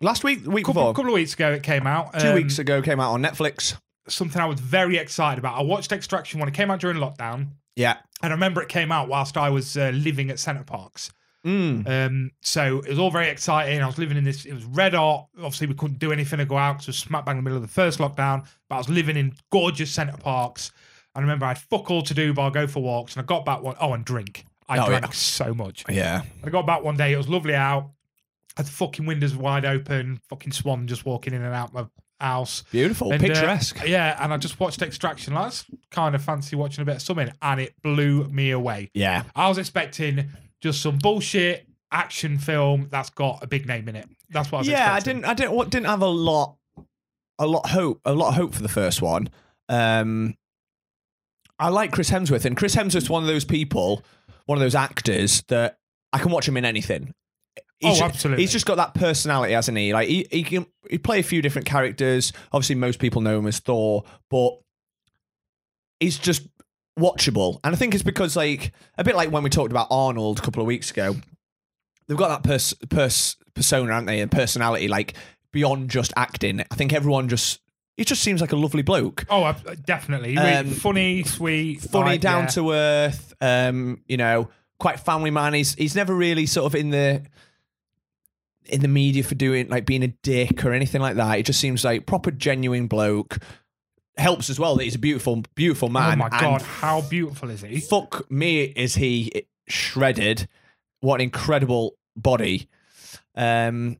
[SPEAKER 2] last week, the
[SPEAKER 1] A
[SPEAKER 2] week
[SPEAKER 1] couple,
[SPEAKER 2] before,
[SPEAKER 1] couple of weeks ago, it came out.
[SPEAKER 2] two
[SPEAKER 1] um,
[SPEAKER 2] weeks ago, came out on Netflix.
[SPEAKER 1] Something I was very excited about. I watched Extraction when it came out during lockdown.
[SPEAKER 2] Yeah,
[SPEAKER 1] And I remember it came out whilst I was uh, living at Centre Parks.
[SPEAKER 2] mm.
[SPEAKER 1] Um, so it was all very exciting. I was living in this, it was red hot. Obviously, we couldn't do anything to go out because it was smack bang in the middle of the first lockdown, but I was living in gorgeous centre parks. I remember I had fuck all to do bar go for walks, and I got back one oh and drink. I
[SPEAKER 2] Oh, yeah.
[SPEAKER 1] drank so much.
[SPEAKER 2] Yeah.
[SPEAKER 1] I got back one day. It was lovely out. Had the fucking windows wide open. Fucking swan just walking in and out my house.
[SPEAKER 2] Beautiful.
[SPEAKER 1] And, uh,
[SPEAKER 2] Picturesque.
[SPEAKER 1] yeah, and I just watched Extraction. Like, That's kind of fancy watching a bit of something, and it blew me away.
[SPEAKER 2] yeah.
[SPEAKER 1] I was expecting just some bullshit action film that's got a big name in it. That's what I was
[SPEAKER 2] yeah, I
[SPEAKER 1] expecting.
[SPEAKER 2] didn't, I didn't, what didn't have a lot, a lot hope, a lot of hope for the first one. Um, I like Chris Hemsworth, and Chris Hemsworth's one of those people, one of those actors that I can watch him in anything. He's,
[SPEAKER 1] Oh, absolutely.
[SPEAKER 2] He's just got that personality, hasn't he? Like he, he can he play a few different characters. Obviously, most people know him as Thor, but he's just watchable. And I think it's because, like, a bit like when we talked about Arnold a couple of weeks ago, they've got that pers- pers- persona, aren't they, and personality, like beyond just acting. I think everyone just he just seems like a lovely bloke,
[SPEAKER 1] Oh, I- definitely. Really
[SPEAKER 2] Um,
[SPEAKER 1] funny, sweet,
[SPEAKER 2] funny,
[SPEAKER 1] like,
[SPEAKER 2] down
[SPEAKER 1] yeah.
[SPEAKER 2] to earth. Um, you know, quite family man. He's he's never really sort of in the in the media for doing like being a dick or anything like that. It just seems like proper genuine bloke. Helps as well that he's a beautiful, beautiful man.
[SPEAKER 1] Oh my
[SPEAKER 2] and
[SPEAKER 1] god, how beautiful is he?
[SPEAKER 2] fuck me is he shredded what an incredible body um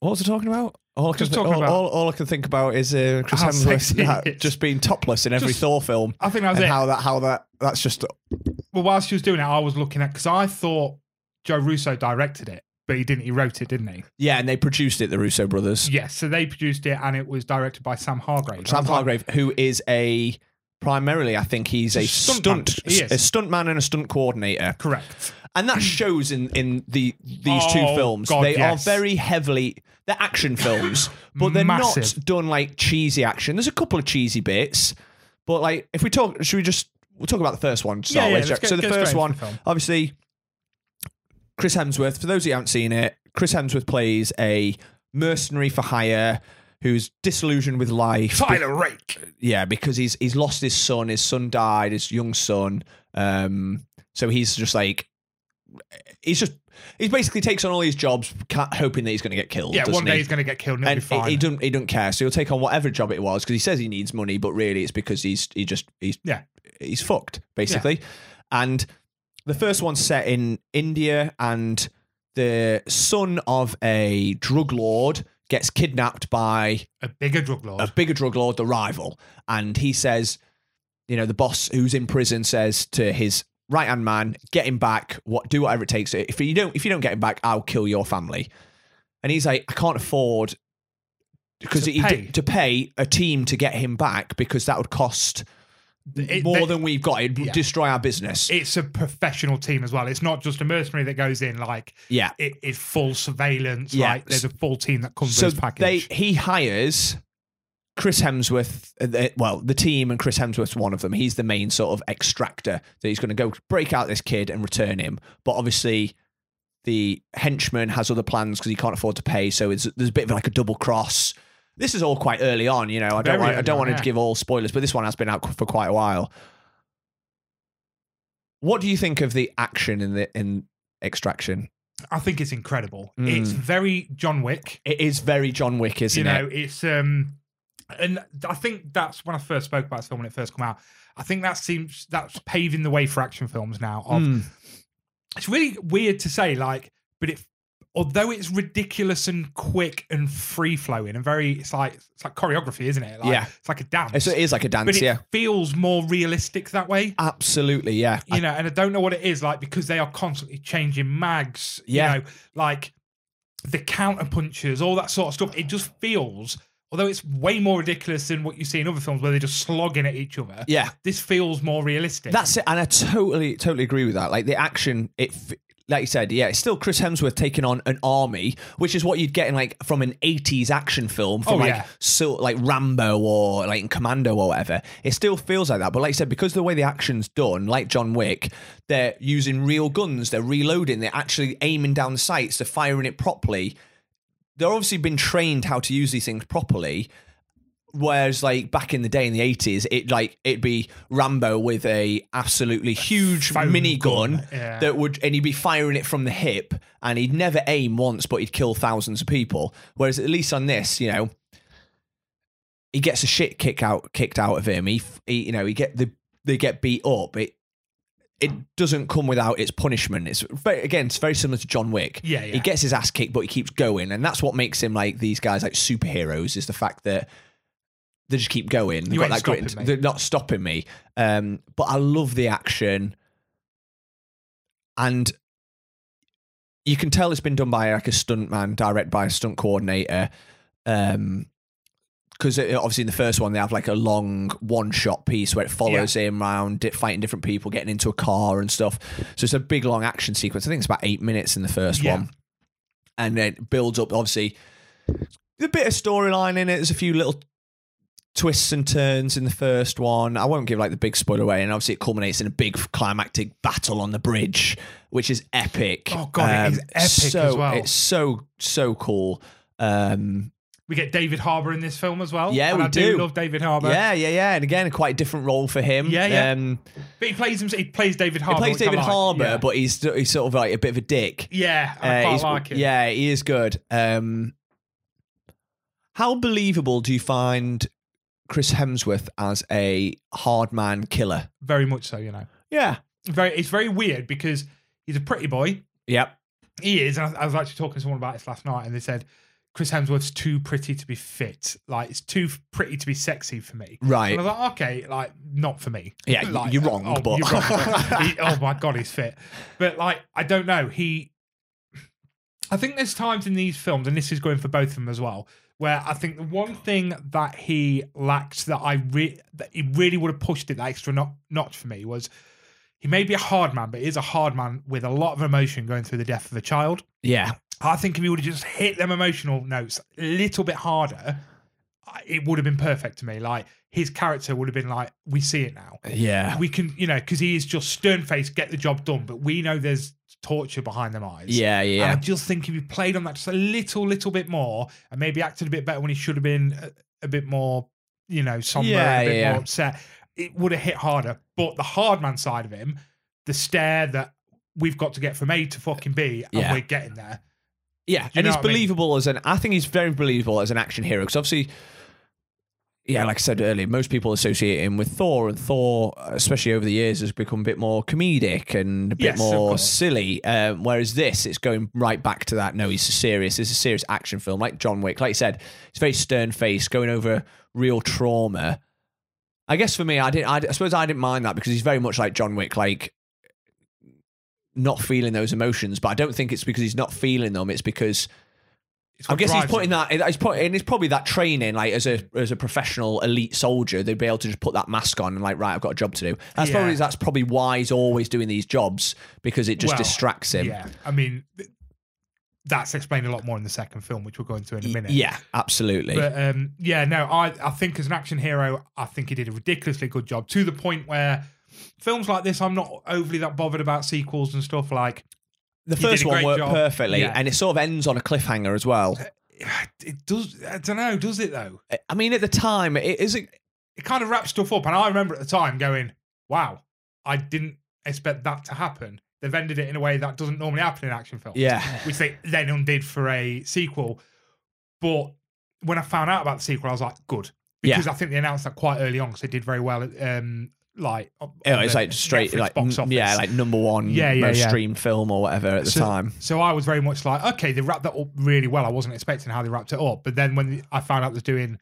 [SPEAKER 2] what was i talking about all I, can
[SPEAKER 1] Just
[SPEAKER 2] thi-
[SPEAKER 1] talking
[SPEAKER 2] all,
[SPEAKER 1] about-
[SPEAKER 2] all, all I can think about is uh,
[SPEAKER 1] (laughs)
[SPEAKER 2] Chris
[SPEAKER 1] How
[SPEAKER 2] Hemsworth
[SPEAKER 1] sexy
[SPEAKER 2] that-
[SPEAKER 1] it is.
[SPEAKER 2] just being topless in every
[SPEAKER 1] Just-
[SPEAKER 2] Thor film,
[SPEAKER 1] I think that was
[SPEAKER 2] and
[SPEAKER 1] it.
[SPEAKER 2] how that how that that's just
[SPEAKER 1] well, while she was doing it, I was looking at because I thought Joe Russo directed it, but he didn't. He wrote it, didn't he?
[SPEAKER 2] yeah. And they produced it, the Russo brothers.
[SPEAKER 1] Yes. So they produced it, and it was directed by Sam Hargrave. I
[SPEAKER 2] Sam
[SPEAKER 1] was like,
[SPEAKER 2] Hargrave, who is a primarily, I think he's a
[SPEAKER 1] Stuntman.
[SPEAKER 2] stunt,
[SPEAKER 1] He
[SPEAKER 2] a
[SPEAKER 1] is.
[SPEAKER 2] stunt man and a stunt coordinator.
[SPEAKER 1] Correct.
[SPEAKER 2] and that shows in in the these two
[SPEAKER 1] Hmm. Oh,
[SPEAKER 2] films.
[SPEAKER 1] God,
[SPEAKER 2] they
[SPEAKER 1] yes.
[SPEAKER 2] are very heavily they're action
[SPEAKER 1] (gasps)
[SPEAKER 2] films, but they're
[SPEAKER 1] Massive.
[SPEAKER 2] not done like cheesy action. There's a couple of cheesy bits, but like if we talk, should we just we'll talk about the first one? to start
[SPEAKER 1] Yeah, yeah,
[SPEAKER 2] with,
[SPEAKER 1] let's
[SPEAKER 2] Jack?
[SPEAKER 1] get-
[SPEAKER 2] so the
[SPEAKER 1] get
[SPEAKER 2] first
[SPEAKER 1] straight
[SPEAKER 2] one,
[SPEAKER 1] into the film.
[SPEAKER 2] obviously, Chris Hemsworth. For those who haven't seen it, Chris Hemsworth plays a mercenary for hire who's disillusioned with life
[SPEAKER 1] Tyler Rake.
[SPEAKER 2] yeah, because he's he's lost his son. His son died. His young son. Um, so he's just like he's just he basically takes on all these jobs, ca- hoping that he's going to get killed.
[SPEAKER 1] Yeah,
[SPEAKER 2] doesn't
[SPEAKER 1] one day
[SPEAKER 2] he?
[SPEAKER 1] he's going to get killed. And he'll
[SPEAKER 2] and
[SPEAKER 1] be
[SPEAKER 2] he,
[SPEAKER 1] fine.
[SPEAKER 2] he doesn't he doesn't care. So he'll take on whatever job it was because he says he needs money, but really it's because he's he just he's
[SPEAKER 1] Yeah.
[SPEAKER 2] he's fucked basically. And the first one's set in India, and the son of a drug lord gets kidnapped by
[SPEAKER 1] a bigger drug lord.
[SPEAKER 2] a bigger drug lord, the rival, and he says, you know, the boss who's in prison says to his right hand man, "Get him back. What? Do whatever it takes. If you don't, if you don't get him back, I'll kill your family." And he's like, "I can't afford because
[SPEAKER 1] To
[SPEAKER 2] he
[SPEAKER 1] pay.
[SPEAKER 2] d- to pay a team to get him back because that would cost
[SPEAKER 1] It-
[SPEAKER 2] more
[SPEAKER 1] they-
[SPEAKER 2] than we've got. It'd
[SPEAKER 1] Yeah.
[SPEAKER 2] destroy our business.
[SPEAKER 1] it's a professional team as well. It's not just a mercenary that goes in. Like
[SPEAKER 2] yeah."
[SPEAKER 1] it is full surveillance.
[SPEAKER 2] Yeah.
[SPEAKER 1] Like there's a full team that comes
[SPEAKER 2] so
[SPEAKER 1] with this package.
[SPEAKER 2] they he hires Chris Hemsworth. uh, the- Well, the team and Chris Hemsworth's one of them. He's the main sort of extractor that he's going to go break out this kid and return him. But obviously, the henchman has other plans because he can't afford to pay. So it's, there's a bit of like a double cross. This is all quite early on, you know.
[SPEAKER 1] Very
[SPEAKER 2] I don't want, I
[SPEAKER 1] early
[SPEAKER 2] don't
[SPEAKER 1] on,
[SPEAKER 2] want
[SPEAKER 1] yeah.
[SPEAKER 2] to give all spoilers, but this one has been out for quite a while. What do you think of the action in the in Extraction?
[SPEAKER 1] I think it's incredible.
[SPEAKER 2] Mm.
[SPEAKER 1] It's very John Wick.
[SPEAKER 2] It is very John Wick, isn't
[SPEAKER 1] you know,
[SPEAKER 2] it?
[SPEAKER 1] it's um, and I think that's when I first spoke about this film when it first came out. I think that seems that's paving the way for action films now. Of
[SPEAKER 2] Mm.
[SPEAKER 1] it's really weird to say, like, but it although it's ridiculous and quick and free flowing and very, it's like it's like choreography, isn't it? Like,
[SPEAKER 2] Yeah.
[SPEAKER 1] it's like a dance.
[SPEAKER 2] It's, it is like a
[SPEAKER 1] but
[SPEAKER 2] dance,
[SPEAKER 1] it
[SPEAKER 2] yeah.
[SPEAKER 1] feels more realistic that way.
[SPEAKER 2] Absolutely, yeah.
[SPEAKER 1] you know, and I don't know what it is like because they are constantly changing mags,
[SPEAKER 2] Yeah.
[SPEAKER 1] you know, like the counter punches, all that sort of stuff. It just feels, although it's way more ridiculous than what you see in other films where they're just slogging at each other,
[SPEAKER 2] Yeah,
[SPEAKER 1] this feels more realistic.
[SPEAKER 2] that's it. And I totally, totally agree with that. Like the action, it, f- like you said, yeah, it's still Chris Hemsworth taking on an army, which is what you'd get in like from an 80s action film from
[SPEAKER 1] Oh,
[SPEAKER 2] like,
[SPEAKER 1] yeah.
[SPEAKER 2] so, like Rambo or like in Commando or whatever. It still feels like that. But like you said, because of the way the action's done, like John Wick, they're using real guns, they're reloading, they're actually aiming down sights, they're firing it properly. They've obviously been trained how to use these things properly. Whereas, like back in the day in the eighties, it like it'd be Rambo with a absolutely huge
[SPEAKER 1] foam
[SPEAKER 2] minigun
[SPEAKER 1] gun, yeah.
[SPEAKER 2] that would, and he'd be firing it from the hip, and he'd never aim once, but he'd kill thousands of people. Whereas, at least on this, you know, he gets a shit kick out kicked out of him. He, f- he you know, he get the they get beat up. It it doesn't come without its punishment. It's very, again, it's very similar to John Wick.
[SPEAKER 1] Yeah, yeah.
[SPEAKER 2] He gets his ass kicked, but he keeps going, and that's what makes him like these guys like superheroes. Is the fact that they just keep going. They've
[SPEAKER 1] You
[SPEAKER 2] got
[SPEAKER 1] ain't
[SPEAKER 2] that grit.
[SPEAKER 1] stopping me.
[SPEAKER 2] They're not stopping me. Um, but I love the action, and you can tell it's been done by like a stunt man, direct by a stunt coordinator. Um, because obviously in the first one they have like a long one shot piece where it follows him around di- fighting different people, getting into a car and stuff. So it's a big long action sequence. I think it's about eight minutes in the first
[SPEAKER 1] Yeah.
[SPEAKER 2] one, and then it builds up. Obviously, there's a bit of storyline in it. There's a few little twists and turns in the first one. I won't give like the big spoiler away, and obviously it culminates in a big climactic battle on the bridge, which is epic. Um,
[SPEAKER 1] Oh, God, it is epic
[SPEAKER 2] so,
[SPEAKER 1] as well.
[SPEAKER 2] It's so so cool. Um,
[SPEAKER 1] We get David Harbour in this film as well.
[SPEAKER 2] Yeah,
[SPEAKER 1] and
[SPEAKER 2] we
[SPEAKER 1] I do.
[SPEAKER 2] do.
[SPEAKER 1] love David Harbour.
[SPEAKER 2] yeah, yeah, yeah, and again, quite a different role for him.
[SPEAKER 1] Yeah, yeah.
[SPEAKER 2] Um,
[SPEAKER 1] but he plays him. He plays David
[SPEAKER 2] he
[SPEAKER 1] Harbour.
[SPEAKER 2] plays
[SPEAKER 1] which I
[SPEAKER 2] David
[SPEAKER 1] like.
[SPEAKER 2] Harbour,
[SPEAKER 1] yeah.
[SPEAKER 2] but he's he's sort of like a bit of a dick.
[SPEAKER 1] yeah,
[SPEAKER 2] Uh,
[SPEAKER 1] I quite
[SPEAKER 2] he's-
[SPEAKER 1] like it.
[SPEAKER 2] Yeah, he is good. Um, how believable do you find Chris Hemsworth as a hard man killer?
[SPEAKER 1] very much so. You know,
[SPEAKER 2] Yeah.
[SPEAKER 1] very. It's very weird because he's a pretty boy.
[SPEAKER 2] Yep.
[SPEAKER 1] He is. And I, I was actually talking to someone about this last night, and they said Chris Hemsworth's too pretty to be fit. Like it's too f- pretty to be sexy for me.
[SPEAKER 2] Right.
[SPEAKER 1] And I was like, okay, like not for me.
[SPEAKER 2] Yeah,
[SPEAKER 1] (laughs)
[SPEAKER 2] y-
[SPEAKER 1] Like,
[SPEAKER 2] you're wrong,
[SPEAKER 1] oh,
[SPEAKER 2] but-
[SPEAKER 1] you're wrong, but
[SPEAKER 2] (laughs)
[SPEAKER 1] he- oh my god, he's fit. But like, I don't know. He, I think there's times in these films, and this is going for both of them as well, where I think the one thing that he lacked that I re- that he really would have pushed it that extra not- notch for me was he may be a hard man, but he is a hard man with a lot of emotion going through the death of a child.
[SPEAKER 2] Yeah.
[SPEAKER 1] I think if he would have just hit them emotional notes a little bit harder, I- it would have been perfect to me. Like his character would have been like, we see it now.
[SPEAKER 2] Yeah.
[SPEAKER 1] We can, you know, because he is just stern faced, get the job done. But we know there's torture behind them eyes.
[SPEAKER 2] Yeah.
[SPEAKER 1] And I
[SPEAKER 2] Yeah.
[SPEAKER 1] just think if he played on that just a little, little bit more, and maybe acted a bit better when he should have been a, a bit more, you know, somber,
[SPEAKER 2] Yeah,
[SPEAKER 1] and a bit
[SPEAKER 2] yeah.
[SPEAKER 1] more upset, it would have hit harder. But the hard man side of him, the stare that we've got to get from A to fucking B, and
[SPEAKER 2] Yeah.
[SPEAKER 1] we're getting there.
[SPEAKER 2] Yeah.
[SPEAKER 1] you
[SPEAKER 2] And
[SPEAKER 1] know
[SPEAKER 2] he's
[SPEAKER 1] what I mean?
[SPEAKER 2] believable as an. I think he's very believable as an action hero because obviously. Yeah, like I said earlier, most people associate him with Thor, and Thor, especially over the years, has become a bit more comedic and a bit
[SPEAKER 1] Yes, of
[SPEAKER 2] more
[SPEAKER 1] course.
[SPEAKER 2] silly. Um, whereas this, it's going right back to that. No, he's serious. It's a serious action film, like John Wick. Like you said, it's very stern faced, going over real trauma. I guess for me, I didn't. I, I suppose I didn't mind that because he's very much like John Wick, like not feeling those emotions. But I don't think it's because he's not feeling them. It's because
[SPEAKER 1] It's
[SPEAKER 2] I
[SPEAKER 1] what
[SPEAKER 2] guess he's
[SPEAKER 1] drives
[SPEAKER 2] putting
[SPEAKER 1] him.
[SPEAKER 2] that. He's putting. It's probably that training, like as a as a professional elite soldier, they'd be able to just put that mask on and like, right, I've got a job to do. That's
[SPEAKER 1] Yeah.
[SPEAKER 2] probably that's probably why he's always doing these jobs because it just
[SPEAKER 1] Well,
[SPEAKER 2] distracts him.
[SPEAKER 1] Yeah, I mean, th- that's explained a lot more in the second film, which we'll go into in a minute.
[SPEAKER 2] Yeah, absolutely.
[SPEAKER 1] But um, yeah, no, I, I think as an action hero, I think he did a ridiculously good job to the point where films like this, I'm not overly that bothered about sequels and stuff. Like, (sighs)
[SPEAKER 2] the
[SPEAKER 1] he did
[SPEAKER 2] first
[SPEAKER 1] a
[SPEAKER 2] one
[SPEAKER 1] great
[SPEAKER 2] worked
[SPEAKER 1] job.
[SPEAKER 2] perfectly,
[SPEAKER 1] Yeah.
[SPEAKER 2] and it sort of ends on a cliffhanger as well.
[SPEAKER 1] it does, I don't know, does it though?
[SPEAKER 2] I mean, at the time, it is. A,
[SPEAKER 1] It kind of wraps stuff up. And I remember at the time going, wow, I didn't expect that to happen. They've ended it in a way that doesn't normally happen in action films.
[SPEAKER 2] yeah,
[SPEAKER 1] which they then undid for a sequel. But when I found out about the sequel, I was like, good,
[SPEAKER 2] Yeah.
[SPEAKER 1] because I think they announced that quite early on because they did very well. At, um, like on-
[SPEAKER 2] Yeah,
[SPEAKER 1] on
[SPEAKER 2] Oh, it's
[SPEAKER 1] the
[SPEAKER 2] like straight,
[SPEAKER 1] Netflix
[SPEAKER 2] like
[SPEAKER 1] box
[SPEAKER 2] n-
[SPEAKER 1] office.
[SPEAKER 2] yeah, like number one,
[SPEAKER 1] Yeah, yeah,
[SPEAKER 2] most
[SPEAKER 1] yeah.
[SPEAKER 2] streamed film or whatever at the
[SPEAKER 1] So-
[SPEAKER 2] time.
[SPEAKER 1] So I was very much like, okay, they wrapped that up really well. I wasn't expecting how they wrapped it up, but then when I found out they're doing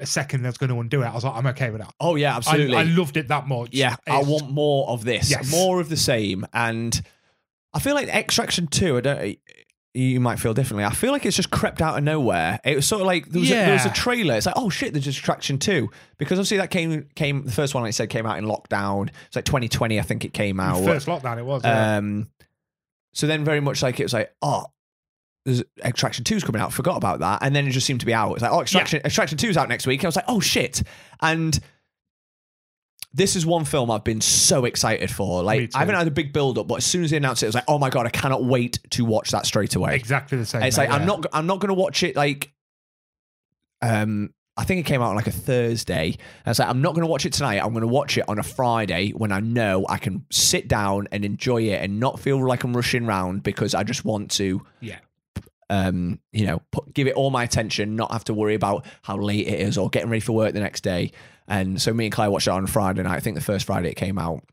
[SPEAKER 1] a second that's going to undo it, I was like, I'm okay with that.
[SPEAKER 2] Oh yeah,
[SPEAKER 1] I,
[SPEAKER 2] absolutely.
[SPEAKER 1] I loved it that much.
[SPEAKER 2] yeah, I
[SPEAKER 1] It's-
[SPEAKER 2] want more of this,
[SPEAKER 1] Yes.
[SPEAKER 2] more of the same, and I feel like Extraction Two. I don't. You might feel differently. I feel like it's just crept out of nowhere. It was sort of like there was, a, there was a
[SPEAKER 1] Yeah.
[SPEAKER 2] trailer. It's like, oh shit, there's Extraction Two because obviously that came came the first one. Like I said, came out in lockdown. It's like 2020, I think it came out.
[SPEAKER 1] First lockdown, it was. yeah.
[SPEAKER 2] Um, so then very much like it was like, oh, there's Extraction 2's coming out. Forgot about that. And then it just seemed to be out. It's like, oh, Extraction, Extraction 2's out next week. I was like, oh, shit. And this is one film I've been so excited for.
[SPEAKER 1] Me
[SPEAKER 2] Like,
[SPEAKER 1] too.
[SPEAKER 2] I haven't had a big build up, but as soon as they announced it, it was like, oh my God, I cannot wait to watch that straight away.
[SPEAKER 1] exactly the same.
[SPEAKER 2] It's
[SPEAKER 1] mate,
[SPEAKER 2] like I'm
[SPEAKER 1] yeah.
[SPEAKER 2] not I'm not gonna watch it like um I think it came out on like a Thursday. And it's like I'm not gonna watch it tonight. I'm gonna watch it on a Friday when I know I can sit down and enjoy it and not feel like I'm rushing round because I just want to
[SPEAKER 1] Yeah.
[SPEAKER 2] um, you know, put, give it all my attention, not have to worry about how late it is or getting ready for work the next day. And so me and Claire watched it on Friday night. I think the first Friday it came out.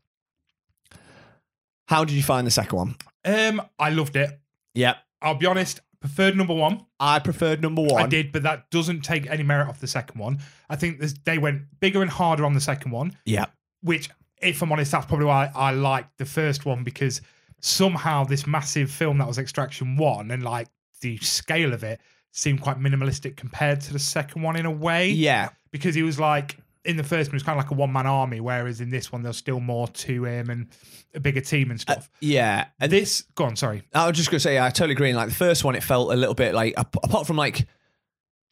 [SPEAKER 2] How did you find the second one?
[SPEAKER 1] Um, I loved it.
[SPEAKER 2] Yep.
[SPEAKER 1] I'll be honest, preferred number one.
[SPEAKER 2] I preferred number one.
[SPEAKER 1] I did, but that doesn't take any merit off the second one. I think this, they went bigger and harder on the second one,
[SPEAKER 2] Yeah.
[SPEAKER 1] which, if I'm honest, that's probably why I liked the first one because somehow this massive film that was Extraction One and like the scale of it seemed quite minimalistic compared to the second one in a way.
[SPEAKER 2] Yeah.
[SPEAKER 1] Because he was like in the first one, it was kind of like a one man army, whereas in this one, there's still more to him and a bigger team and stuff.
[SPEAKER 2] Yeah. Uh, And
[SPEAKER 1] this, go on, sorry.
[SPEAKER 2] I was just gonna say, I totally agree. And like the first one, it felt a little bit like ap- apart from like,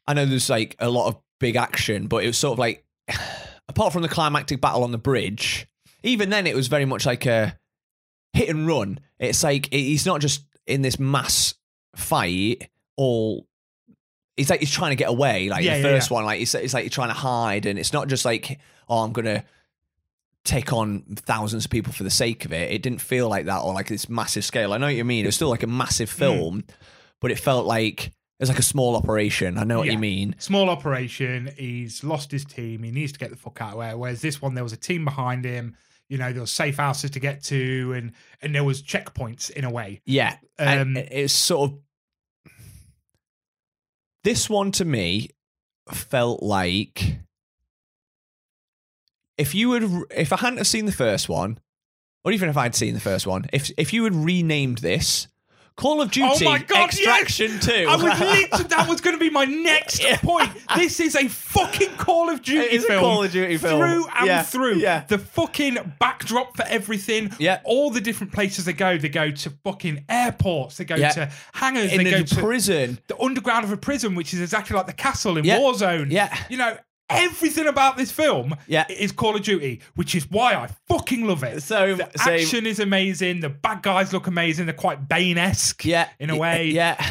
[SPEAKER 2] I know there's like a lot of big action, but it was sort of like (sighs) apart from the climactic battle on the bridge. Even then, it was very much like a hit and run. It's like it- he's not just in this mass fight. All it's like he's trying to get away. Like
[SPEAKER 1] Yeah,
[SPEAKER 2] the
[SPEAKER 1] yeah,
[SPEAKER 2] first one, like it's, it's like you're trying to hide, and it's not just like oh, I'm gonna take on thousands of people for the sake of it. It didn't feel like that or like this massive scale. I know what you mean. It was still like a
[SPEAKER 1] Hmm.
[SPEAKER 2] massive film, but it felt like it was like a small operation. I know what
[SPEAKER 1] Yeah.
[SPEAKER 2] you mean.
[SPEAKER 1] small operation. He's lost his team. He needs to get the fuck out of there. Whereas this one, there was a team behind him. You know, there was safe houses to get to, and and there was checkpoints in a way.
[SPEAKER 2] Yeah.
[SPEAKER 1] Um,
[SPEAKER 2] And it's sort of this one to me felt like if you would if I hadn't have seen the first one, or even if I'd seen the first one, if if you had renamed this Call of
[SPEAKER 1] Oh
[SPEAKER 2] Duty
[SPEAKER 1] my God,
[SPEAKER 2] Extraction 2.
[SPEAKER 1] I
[SPEAKER 2] (laughs)
[SPEAKER 1] was literally that was going to be my next
[SPEAKER 2] Yeah.
[SPEAKER 1] point. This is a fucking Call of Duty
[SPEAKER 2] It is a
[SPEAKER 1] film,
[SPEAKER 2] Call of Duty film.
[SPEAKER 1] through and
[SPEAKER 2] Yeah,
[SPEAKER 1] through.
[SPEAKER 2] yeah.
[SPEAKER 1] The fucking backdrop for everything.
[SPEAKER 2] Yeah.
[SPEAKER 1] all the different places they go. They go to fucking airports. They go
[SPEAKER 2] Yeah.
[SPEAKER 1] to hangars.
[SPEAKER 2] in
[SPEAKER 1] they go
[SPEAKER 2] the
[SPEAKER 1] to
[SPEAKER 2] prison.
[SPEAKER 1] the underground of a prison, which is exactly like the castle in
[SPEAKER 2] Yeah.
[SPEAKER 1] Warzone.
[SPEAKER 2] Yeah.
[SPEAKER 1] You know, everything about this film
[SPEAKER 2] Yeah.
[SPEAKER 1] is Call of Duty, which is why I fucking love it.
[SPEAKER 2] So-
[SPEAKER 1] the
[SPEAKER 2] so-
[SPEAKER 1] action is amazing. The bad guys look amazing. They're quite Bane esque
[SPEAKER 2] Yeah.
[SPEAKER 1] in a way.
[SPEAKER 2] Yeah.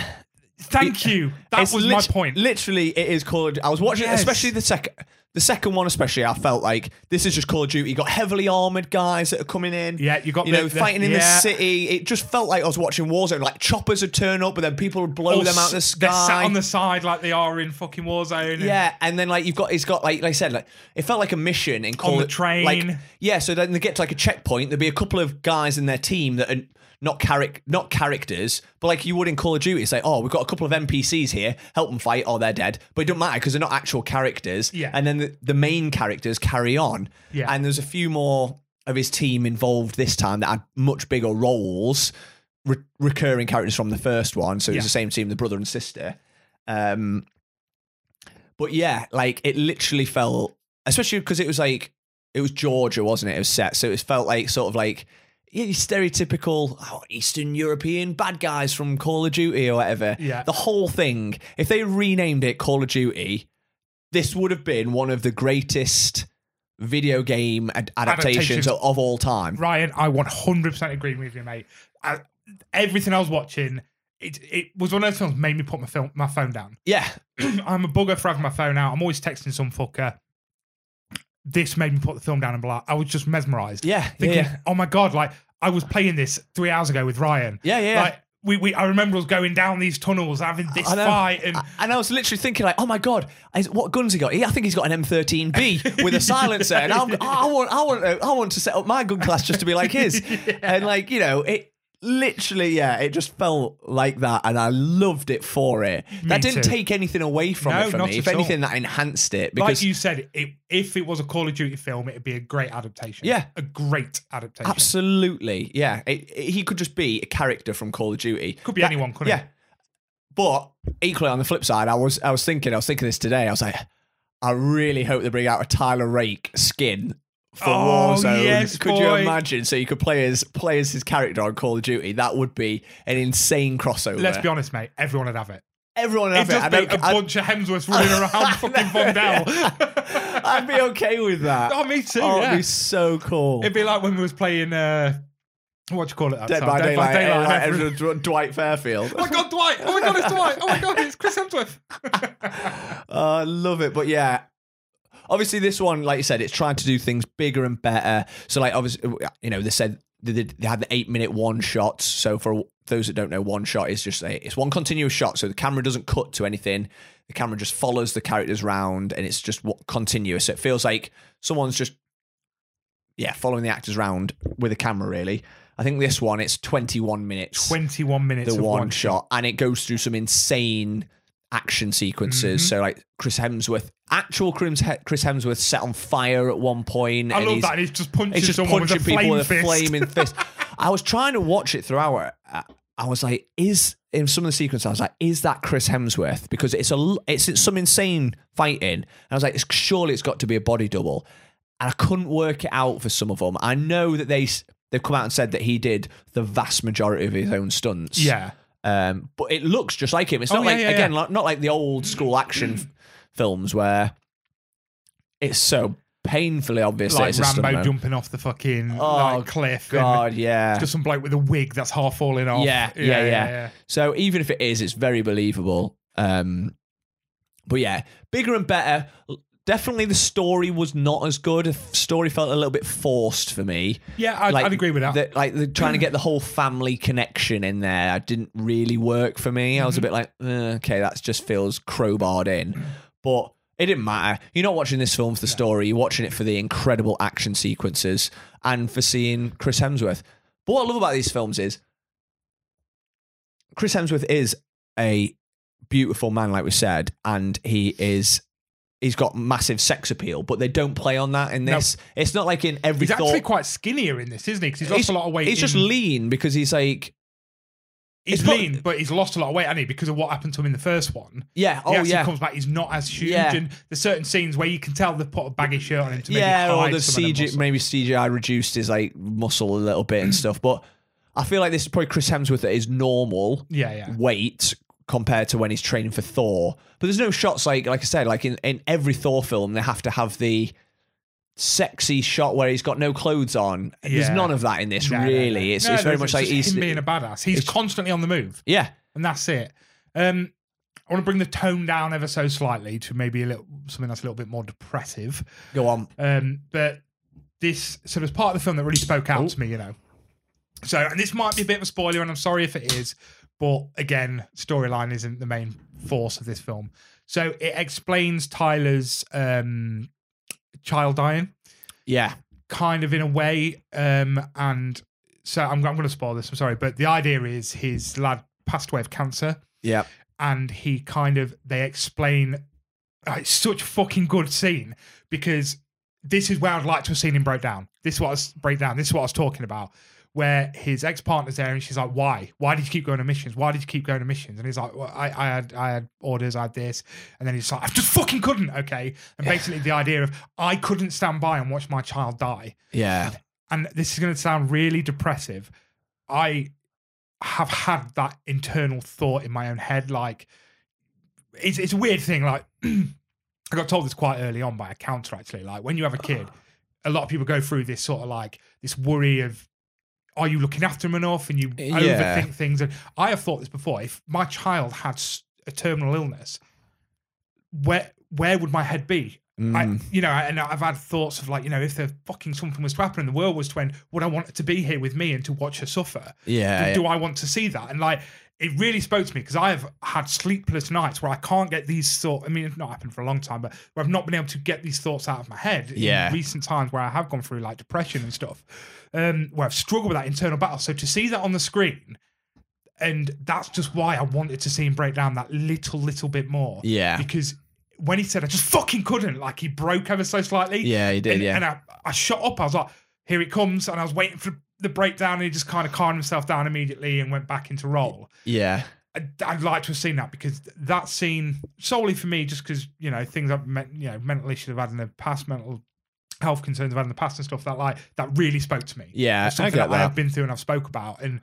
[SPEAKER 1] Thank you. That
[SPEAKER 2] It's
[SPEAKER 1] was my
[SPEAKER 2] lit-
[SPEAKER 1] point.
[SPEAKER 2] Literally, it is Call of Duty. I was watching,
[SPEAKER 1] Yes.
[SPEAKER 2] especially the second, the second one. Especially, I felt like this is just Call of Duty. You got heavily armored guys that are coming in.
[SPEAKER 1] Yeah, you got
[SPEAKER 2] you
[SPEAKER 1] the-
[SPEAKER 2] know
[SPEAKER 1] the-
[SPEAKER 2] fighting in the
[SPEAKER 1] yeah.
[SPEAKER 2] city. It just felt like I was watching Warzone. Like choppers would turn up, but then people would blow
[SPEAKER 1] Or
[SPEAKER 2] them out of the
[SPEAKER 1] s-
[SPEAKER 2] sky.
[SPEAKER 1] They're sat on the side like they are in fucking Warzone. and-
[SPEAKER 2] Yeah, and then like you've got it's got like, like I said, like it felt like a mission in Call
[SPEAKER 1] the
[SPEAKER 2] of-
[SPEAKER 1] train.
[SPEAKER 2] Like, yeah, so then they get to like a checkpoint. There'd be a couple of guys in their team that are not charac not characters, but like you would in Call of Duty, say, oh, we've got a couple of NPCs here, help them fight, or they're dead. But it doesn't matter because they're not actual characters.
[SPEAKER 1] Yeah.
[SPEAKER 2] And then the, the main characters carry on.
[SPEAKER 1] Yeah.
[SPEAKER 2] And there's a few more of his team involved this time that had much bigger roles, re- recurring characters from the first one. So it
[SPEAKER 1] Yeah.
[SPEAKER 2] was the same team, the brother and sister. Um, but yeah, like it literally felt, especially because it was like it was Georgia, wasn't it? It was set, so it felt like sort of like yeah, your stereotypical oh, Eastern European bad guys from Call of Duty or whatever.
[SPEAKER 1] Yeah.
[SPEAKER 2] the whole thing. If they renamed it Call of Duty, this would have been one of the greatest video game ad- adaptations
[SPEAKER 1] Adaptations.
[SPEAKER 2] of, of all time.
[SPEAKER 1] Ryan, I 100% agree with you, mate. I, everything I was watching, it, it was one of those films that made me put my, film, my phone down.
[SPEAKER 2] Yeah,
[SPEAKER 1] I'm a bugger for having my phone out. I'm always texting some fucker. This made me put the film down and be like, I was just mesmerized.
[SPEAKER 2] yeah, yeah,
[SPEAKER 1] Thinking,
[SPEAKER 2] yeah,
[SPEAKER 1] oh my God, like I was playing this three hours ago with Ryan.
[SPEAKER 2] yeah. yeah.
[SPEAKER 1] Like, we, we, I remember us going down these tunnels, having this
[SPEAKER 2] I know.
[SPEAKER 1] fight, and
[SPEAKER 2] I- and I was literally thinking, like, oh my god, is- what guns he got? He, I think he's got
[SPEAKER 1] (laughs)
[SPEAKER 2] an M13B with a silencer, and I'm, I want, I want, to- I want to set up my gun class just to be
[SPEAKER 1] (laughs)
[SPEAKER 2] like his, and like, you know, it literally, yeah, it just felt like that, and I loved it for it. that didn't
[SPEAKER 1] too.
[SPEAKER 2] take anything away from
[SPEAKER 1] No,
[SPEAKER 2] it for
[SPEAKER 1] not
[SPEAKER 2] me.
[SPEAKER 1] at
[SPEAKER 2] If anything, that enhanced it
[SPEAKER 1] like
[SPEAKER 2] because
[SPEAKER 1] you said, it, if it was a Call of Duty film, it'd be a great adaptation.
[SPEAKER 2] Yeah.
[SPEAKER 1] a great adaptation.
[SPEAKER 2] absolutely, yeah, it, it- he could just be a character from Call of Duty.
[SPEAKER 1] Could be
[SPEAKER 2] That-
[SPEAKER 1] anyone, couldn't
[SPEAKER 2] Yeah. But equally on the flip side, I was I was thinking I was thinking this today. I was like, I really hope they bring out a Tyler Rake skin for
[SPEAKER 1] Oh,
[SPEAKER 2] Warzone.
[SPEAKER 1] yes,
[SPEAKER 2] could you
[SPEAKER 1] boy.
[SPEAKER 2] imagine? So you could play as play as his character on Call of Duty. That would be an insane crossover.
[SPEAKER 1] it? Let's be honest, mate. Everyone would have it.
[SPEAKER 2] Everyone would
[SPEAKER 1] It'd
[SPEAKER 2] have it. I
[SPEAKER 1] just be
[SPEAKER 2] don't,
[SPEAKER 1] a
[SPEAKER 2] I'd,
[SPEAKER 1] bunch of Hemsworths
[SPEAKER 2] (laughs)
[SPEAKER 1] running around fucking Von Dell.
[SPEAKER 2] I'd be okay with that.
[SPEAKER 1] (laughs) oh, me too.
[SPEAKER 2] oh,
[SPEAKER 1] yeah.
[SPEAKER 2] it'd be so cool.
[SPEAKER 1] It'd be like when we was playing uh what do you call it? That
[SPEAKER 2] Dead
[SPEAKER 1] time?
[SPEAKER 2] by
[SPEAKER 1] Dead
[SPEAKER 2] Daylight.
[SPEAKER 1] Daylight.
[SPEAKER 2] Daylight, Dw- Dwight Fairfield.
[SPEAKER 1] (laughs) Oh my god, Dwight! Oh my god, it's Dwight! Oh my god, it's Chris Hemsworth. (laughs)
[SPEAKER 2] Oh, I love it. But yeah, obviously this one, like you said, it's trying to do things bigger uh, and better. So like, obviously, you know, they said they, did, they had the eight minute one shots. So for those that don't know, one shot is just a, it's one continuous shot, so the camera doesn't cut to anything. The camera just follows the characters round, and it's just what continuous. So it feels like someone's just yeah following the actors round with a camera. Really, I think this one it's twenty one minutes.
[SPEAKER 1] 21 minutes
[SPEAKER 2] the
[SPEAKER 1] of
[SPEAKER 2] one, shot, and it goes through some insane action sequences.
[SPEAKER 1] Mhm.
[SPEAKER 2] So like Chris Hemsworth, actual Chris He- Chris Hemsworth set on fire at one point.
[SPEAKER 1] I
[SPEAKER 2] and
[SPEAKER 1] love
[SPEAKER 2] he's,
[SPEAKER 1] that. He's just punching
[SPEAKER 2] He's just
[SPEAKER 1] someone
[SPEAKER 2] punching
[SPEAKER 1] with a
[SPEAKER 2] people
[SPEAKER 1] flame
[SPEAKER 2] with a
[SPEAKER 1] fist. (laughs)
[SPEAKER 2] flaming fist. I was trying to watch it throughout. I, I was like, is in some of the sequences, I was like, is that Chris Hemsworth? Because it's a l- it's, it's some insane fighting. And I was like, it's, surely it's got to be a body double. And I couldn't work it out for some of them. I know that they s- they've come out and said that he did the vast majority of his own stunts.
[SPEAKER 1] Yeah.
[SPEAKER 2] Um, but it looks just like him. It's
[SPEAKER 1] Oh,
[SPEAKER 2] not
[SPEAKER 1] yeah,
[SPEAKER 2] like
[SPEAKER 1] yeah,
[SPEAKER 2] again,
[SPEAKER 1] yeah.
[SPEAKER 2] like, not like the old school action f- films where it's so painfully obvious. that
[SPEAKER 1] Like
[SPEAKER 2] it's a
[SPEAKER 1] Rambo (laughs)
[SPEAKER 2] stuntman.
[SPEAKER 1] jumping off the fucking
[SPEAKER 2] Oh,
[SPEAKER 1] like, cliff. and
[SPEAKER 2] God, yeah,
[SPEAKER 1] It's got some bloke with a wig that's half falling off.
[SPEAKER 2] yeah, yeah, yeah, So even if it is, it's very believable. Um, but yeah, bigger and better. Definitely, the story was not as good. The story felt a little bit forced for me.
[SPEAKER 1] Yeah, I'd,
[SPEAKER 2] Like,
[SPEAKER 1] I'd agree with that.
[SPEAKER 2] the- like the, trying to get the whole family connection in there I didn't really work for me. I
[SPEAKER 1] Mm-hmm.
[SPEAKER 2] was a bit like, "Uh, okay, that just feels crowbarred in. But it didn't matter. You're not watching this film for the story. You're watching it for the incredible action sequences and for seeing Chris Hemsworth. But what I love about these films is Chris Hemsworth is a beautiful man, like we said, and he is. He's got massive sex appeal, but they don't play on that in
[SPEAKER 1] No.
[SPEAKER 2] this. It's not like in every
[SPEAKER 1] he's
[SPEAKER 2] thought
[SPEAKER 1] actually quite skinnier in this, isn't he? Because he's lost a lot of weight.
[SPEAKER 2] He's just
[SPEAKER 1] in-
[SPEAKER 2] lean because he's like,
[SPEAKER 1] he's
[SPEAKER 2] it's probably-
[SPEAKER 1] lean, but he's lost a lot of weight, hasn't he? Because of what happened to him in the first one.
[SPEAKER 2] yeah,
[SPEAKER 1] he
[SPEAKER 2] oh
[SPEAKER 1] actually
[SPEAKER 2] yeah,
[SPEAKER 1] comes back. He's not as huge,
[SPEAKER 2] Yeah.
[SPEAKER 1] and there's certain scenes where you can tell they've put a baggy shirt on him to maybe
[SPEAKER 2] yeah, or
[SPEAKER 1] hide
[SPEAKER 2] the
[SPEAKER 1] some of the
[SPEAKER 2] CG
[SPEAKER 1] muscle.
[SPEAKER 2] maybe CGI reduced his like muscle a
[SPEAKER 1] (clears throat)
[SPEAKER 2] little bit and stuff. But I feel like this is probably Chris Hemsworth at his normal
[SPEAKER 1] Yeah, yeah.
[SPEAKER 2] weight compared to when he's training for Thor. But there's no shots like like I said, like in in every Thor film they have to have the sexy shot where he's got no clothes on. There's
[SPEAKER 1] Yeah.
[SPEAKER 2] none of that in this.
[SPEAKER 1] No, no, no.
[SPEAKER 2] really, it's
[SPEAKER 1] No,
[SPEAKER 2] it's very
[SPEAKER 1] no,
[SPEAKER 2] much like
[SPEAKER 1] just
[SPEAKER 2] he's
[SPEAKER 1] him being a badass. He's
[SPEAKER 2] it's-
[SPEAKER 1] constantly on the move,
[SPEAKER 2] yeah.
[SPEAKER 1] and that's it. Um, I want to bring the tone down ever so slightly to maybe a little something that's a little bit more depressive.
[SPEAKER 2] Go on.
[SPEAKER 1] Um, but this so there's part of the film that really spoke out to me, you know. So, and this might be a bit of a spoiler, and I'm sorry if it is, but again, storyline isn't the main force of this film. So it explains Tyler's um, child dying,
[SPEAKER 2] Yeah.
[SPEAKER 1] kind of in a way, um, and so I'm, I'm going to spoil this. I'm sorry, but the idea is his lad passed away of cancer, (laughs)
[SPEAKER 2] Yeah.
[SPEAKER 1] and he kind of they explain oh, it's such a fucking good scene because this is where I'd like to have seen him break down. This is what I was break down. This is what I was talking about. Where his ex partner's there and she's like, "Why? Why did you keep going to missions? Why did you keep going to missions?" And he's like, well, I, "I had I had orders, I had this," and then he's like, "I just fucking couldn't." Okay, and basically the idea of I couldn't stand by and watch my child die
[SPEAKER 2] Yeah.
[SPEAKER 1] and this is going to sound really depressive. I have had that internal thought in my own head. Like, it's, it's a weird thing. Like, (clears throat) I got told this quite early on by a counter, actually. Like, when you have a kid, a lot of people go through this sort of like this worry of, are you looking after them enough? And you
[SPEAKER 2] Yeah.
[SPEAKER 1] overthink things. And I have thought this before. If my child had s- a terminal illness, where where would my head be? I,
[SPEAKER 2] Mm.
[SPEAKER 1] you know, and I've had thoughts of like, you know, if the fucking something was to happen and the world was to end, would I want her to be here with me and to watch her suffer?
[SPEAKER 2] yeah.
[SPEAKER 1] do, do I want to see that? And like, it really spoke to me because I have had sleepless nights where I can't get these sort. I mean, it's not happened for a long time, but where I've not been able to get these thoughts out of my head. in
[SPEAKER 2] Yeah.
[SPEAKER 1] recent times where I have gone through like depression and stuff, um, where I've struggled with that internal battle. So to see that on the screen, and that's just why I wanted to see him break down that little, little bit more. (laughs)
[SPEAKER 2] Yeah.
[SPEAKER 1] Because when he said, I just fucking couldn't, like he broke ever so slightly.
[SPEAKER 2] Yeah, he did,
[SPEAKER 1] And,
[SPEAKER 2] yeah.
[SPEAKER 1] and I, I shot up. I was like, here it comes. And I was waiting for the breakdown. And he just kind of calmed himself down immediately and went back into role.
[SPEAKER 2] yeah.
[SPEAKER 1] I'd, I'd like to have seen that because that scene, solely for me, just because, you know, things I've met, you know, mental issues I've had in the past, mental health concerns I've had in the past and stuff, that like, that really spoke to me
[SPEAKER 2] Yeah.
[SPEAKER 1] it's
[SPEAKER 2] I
[SPEAKER 1] something
[SPEAKER 2] get
[SPEAKER 1] that,
[SPEAKER 2] that.
[SPEAKER 1] I've been through and I've spoke about. And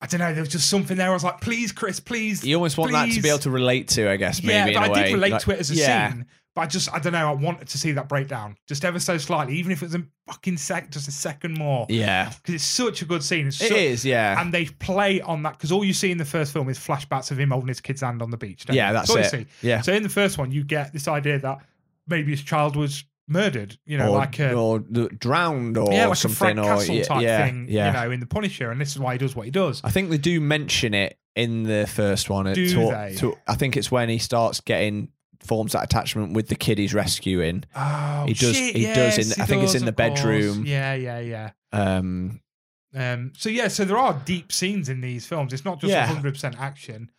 [SPEAKER 1] I don't know, there was just something there. I was like, please, Chris, please.
[SPEAKER 2] You almost want that to be
[SPEAKER 1] please.
[SPEAKER 2] able to relate to, I guess. Maybe
[SPEAKER 1] yeah,
[SPEAKER 2] in
[SPEAKER 1] but
[SPEAKER 2] a
[SPEAKER 1] I
[SPEAKER 2] way.
[SPEAKER 1] did relate
[SPEAKER 2] Like-
[SPEAKER 1] to it as a
[SPEAKER 2] yeah,
[SPEAKER 1] scene. But I just, I don't know, I wanted to see that breakdown just ever so slightly, even if it was a fucking sec, just a second more.
[SPEAKER 2] Yeah,
[SPEAKER 1] Because it's such a good scene. It's
[SPEAKER 2] it
[SPEAKER 1] su-
[SPEAKER 2] is. Yeah,
[SPEAKER 1] And they play on that because all you see in the first film is flashbacks of him holding his kid's hand on the beach. don't
[SPEAKER 2] yeah,
[SPEAKER 1] you?
[SPEAKER 2] that's
[SPEAKER 1] all you
[SPEAKER 2] it.
[SPEAKER 1] see.
[SPEAKER 2] Yeah,
[SPEAKER 1] So in the first one, you get this idea that maybe his child was murdered, you know,
[SPEAKER 2] or,
[SPEAKER 1] like a
[SPEAKER 2] or the- drowned or
[SPEAKER 1] yeah, like a
[SPEAKER 2] something
[SPEAKER 1] Frank
[SPEAKER 2] or
[SPEAKER 1] Castle
[SPEAKER 2] yeah,
[SPEAKER 1] type
[SPEAKER 2] yeah,
[SPEAKER 1] thing,
[SPEAKER 2] yeah.
[SPEAKER 1] you know, in the Punisher, and this is why he does what he does.
[SPEAKER 2] I think they do mention it in the first one. It
[SPEAKER 1] Do
[SPEAKER 2] to-
[SPEAKER 1] they?
[SPEAKER 2] to- I think it's when he starts getting forms that attachment with the kid he's rescuing.
[SPEAKER 1] Oh,
[SPEAKER 2] He does-
[SPEAKER 1] shit,
[SPEAKER 2] he does in-
[SPEAKER 1] yes, he
[SPEAKER 2] I think it's in
[SPEAKER 1] does,
[SPEAKER 2] the
[SPEAKER 1] of course.
[SPEAKER 2] bedroom.
[SPEAKER 1] Yeah, yeah, yeah.
[SPEAKER 2] Um,
[SPEAKER 1] Um, so yeah, so there are deep scenes in these films. It's not just
[SPEAKER 2] Yeah.
[SPEAKER 1] hundred percent action.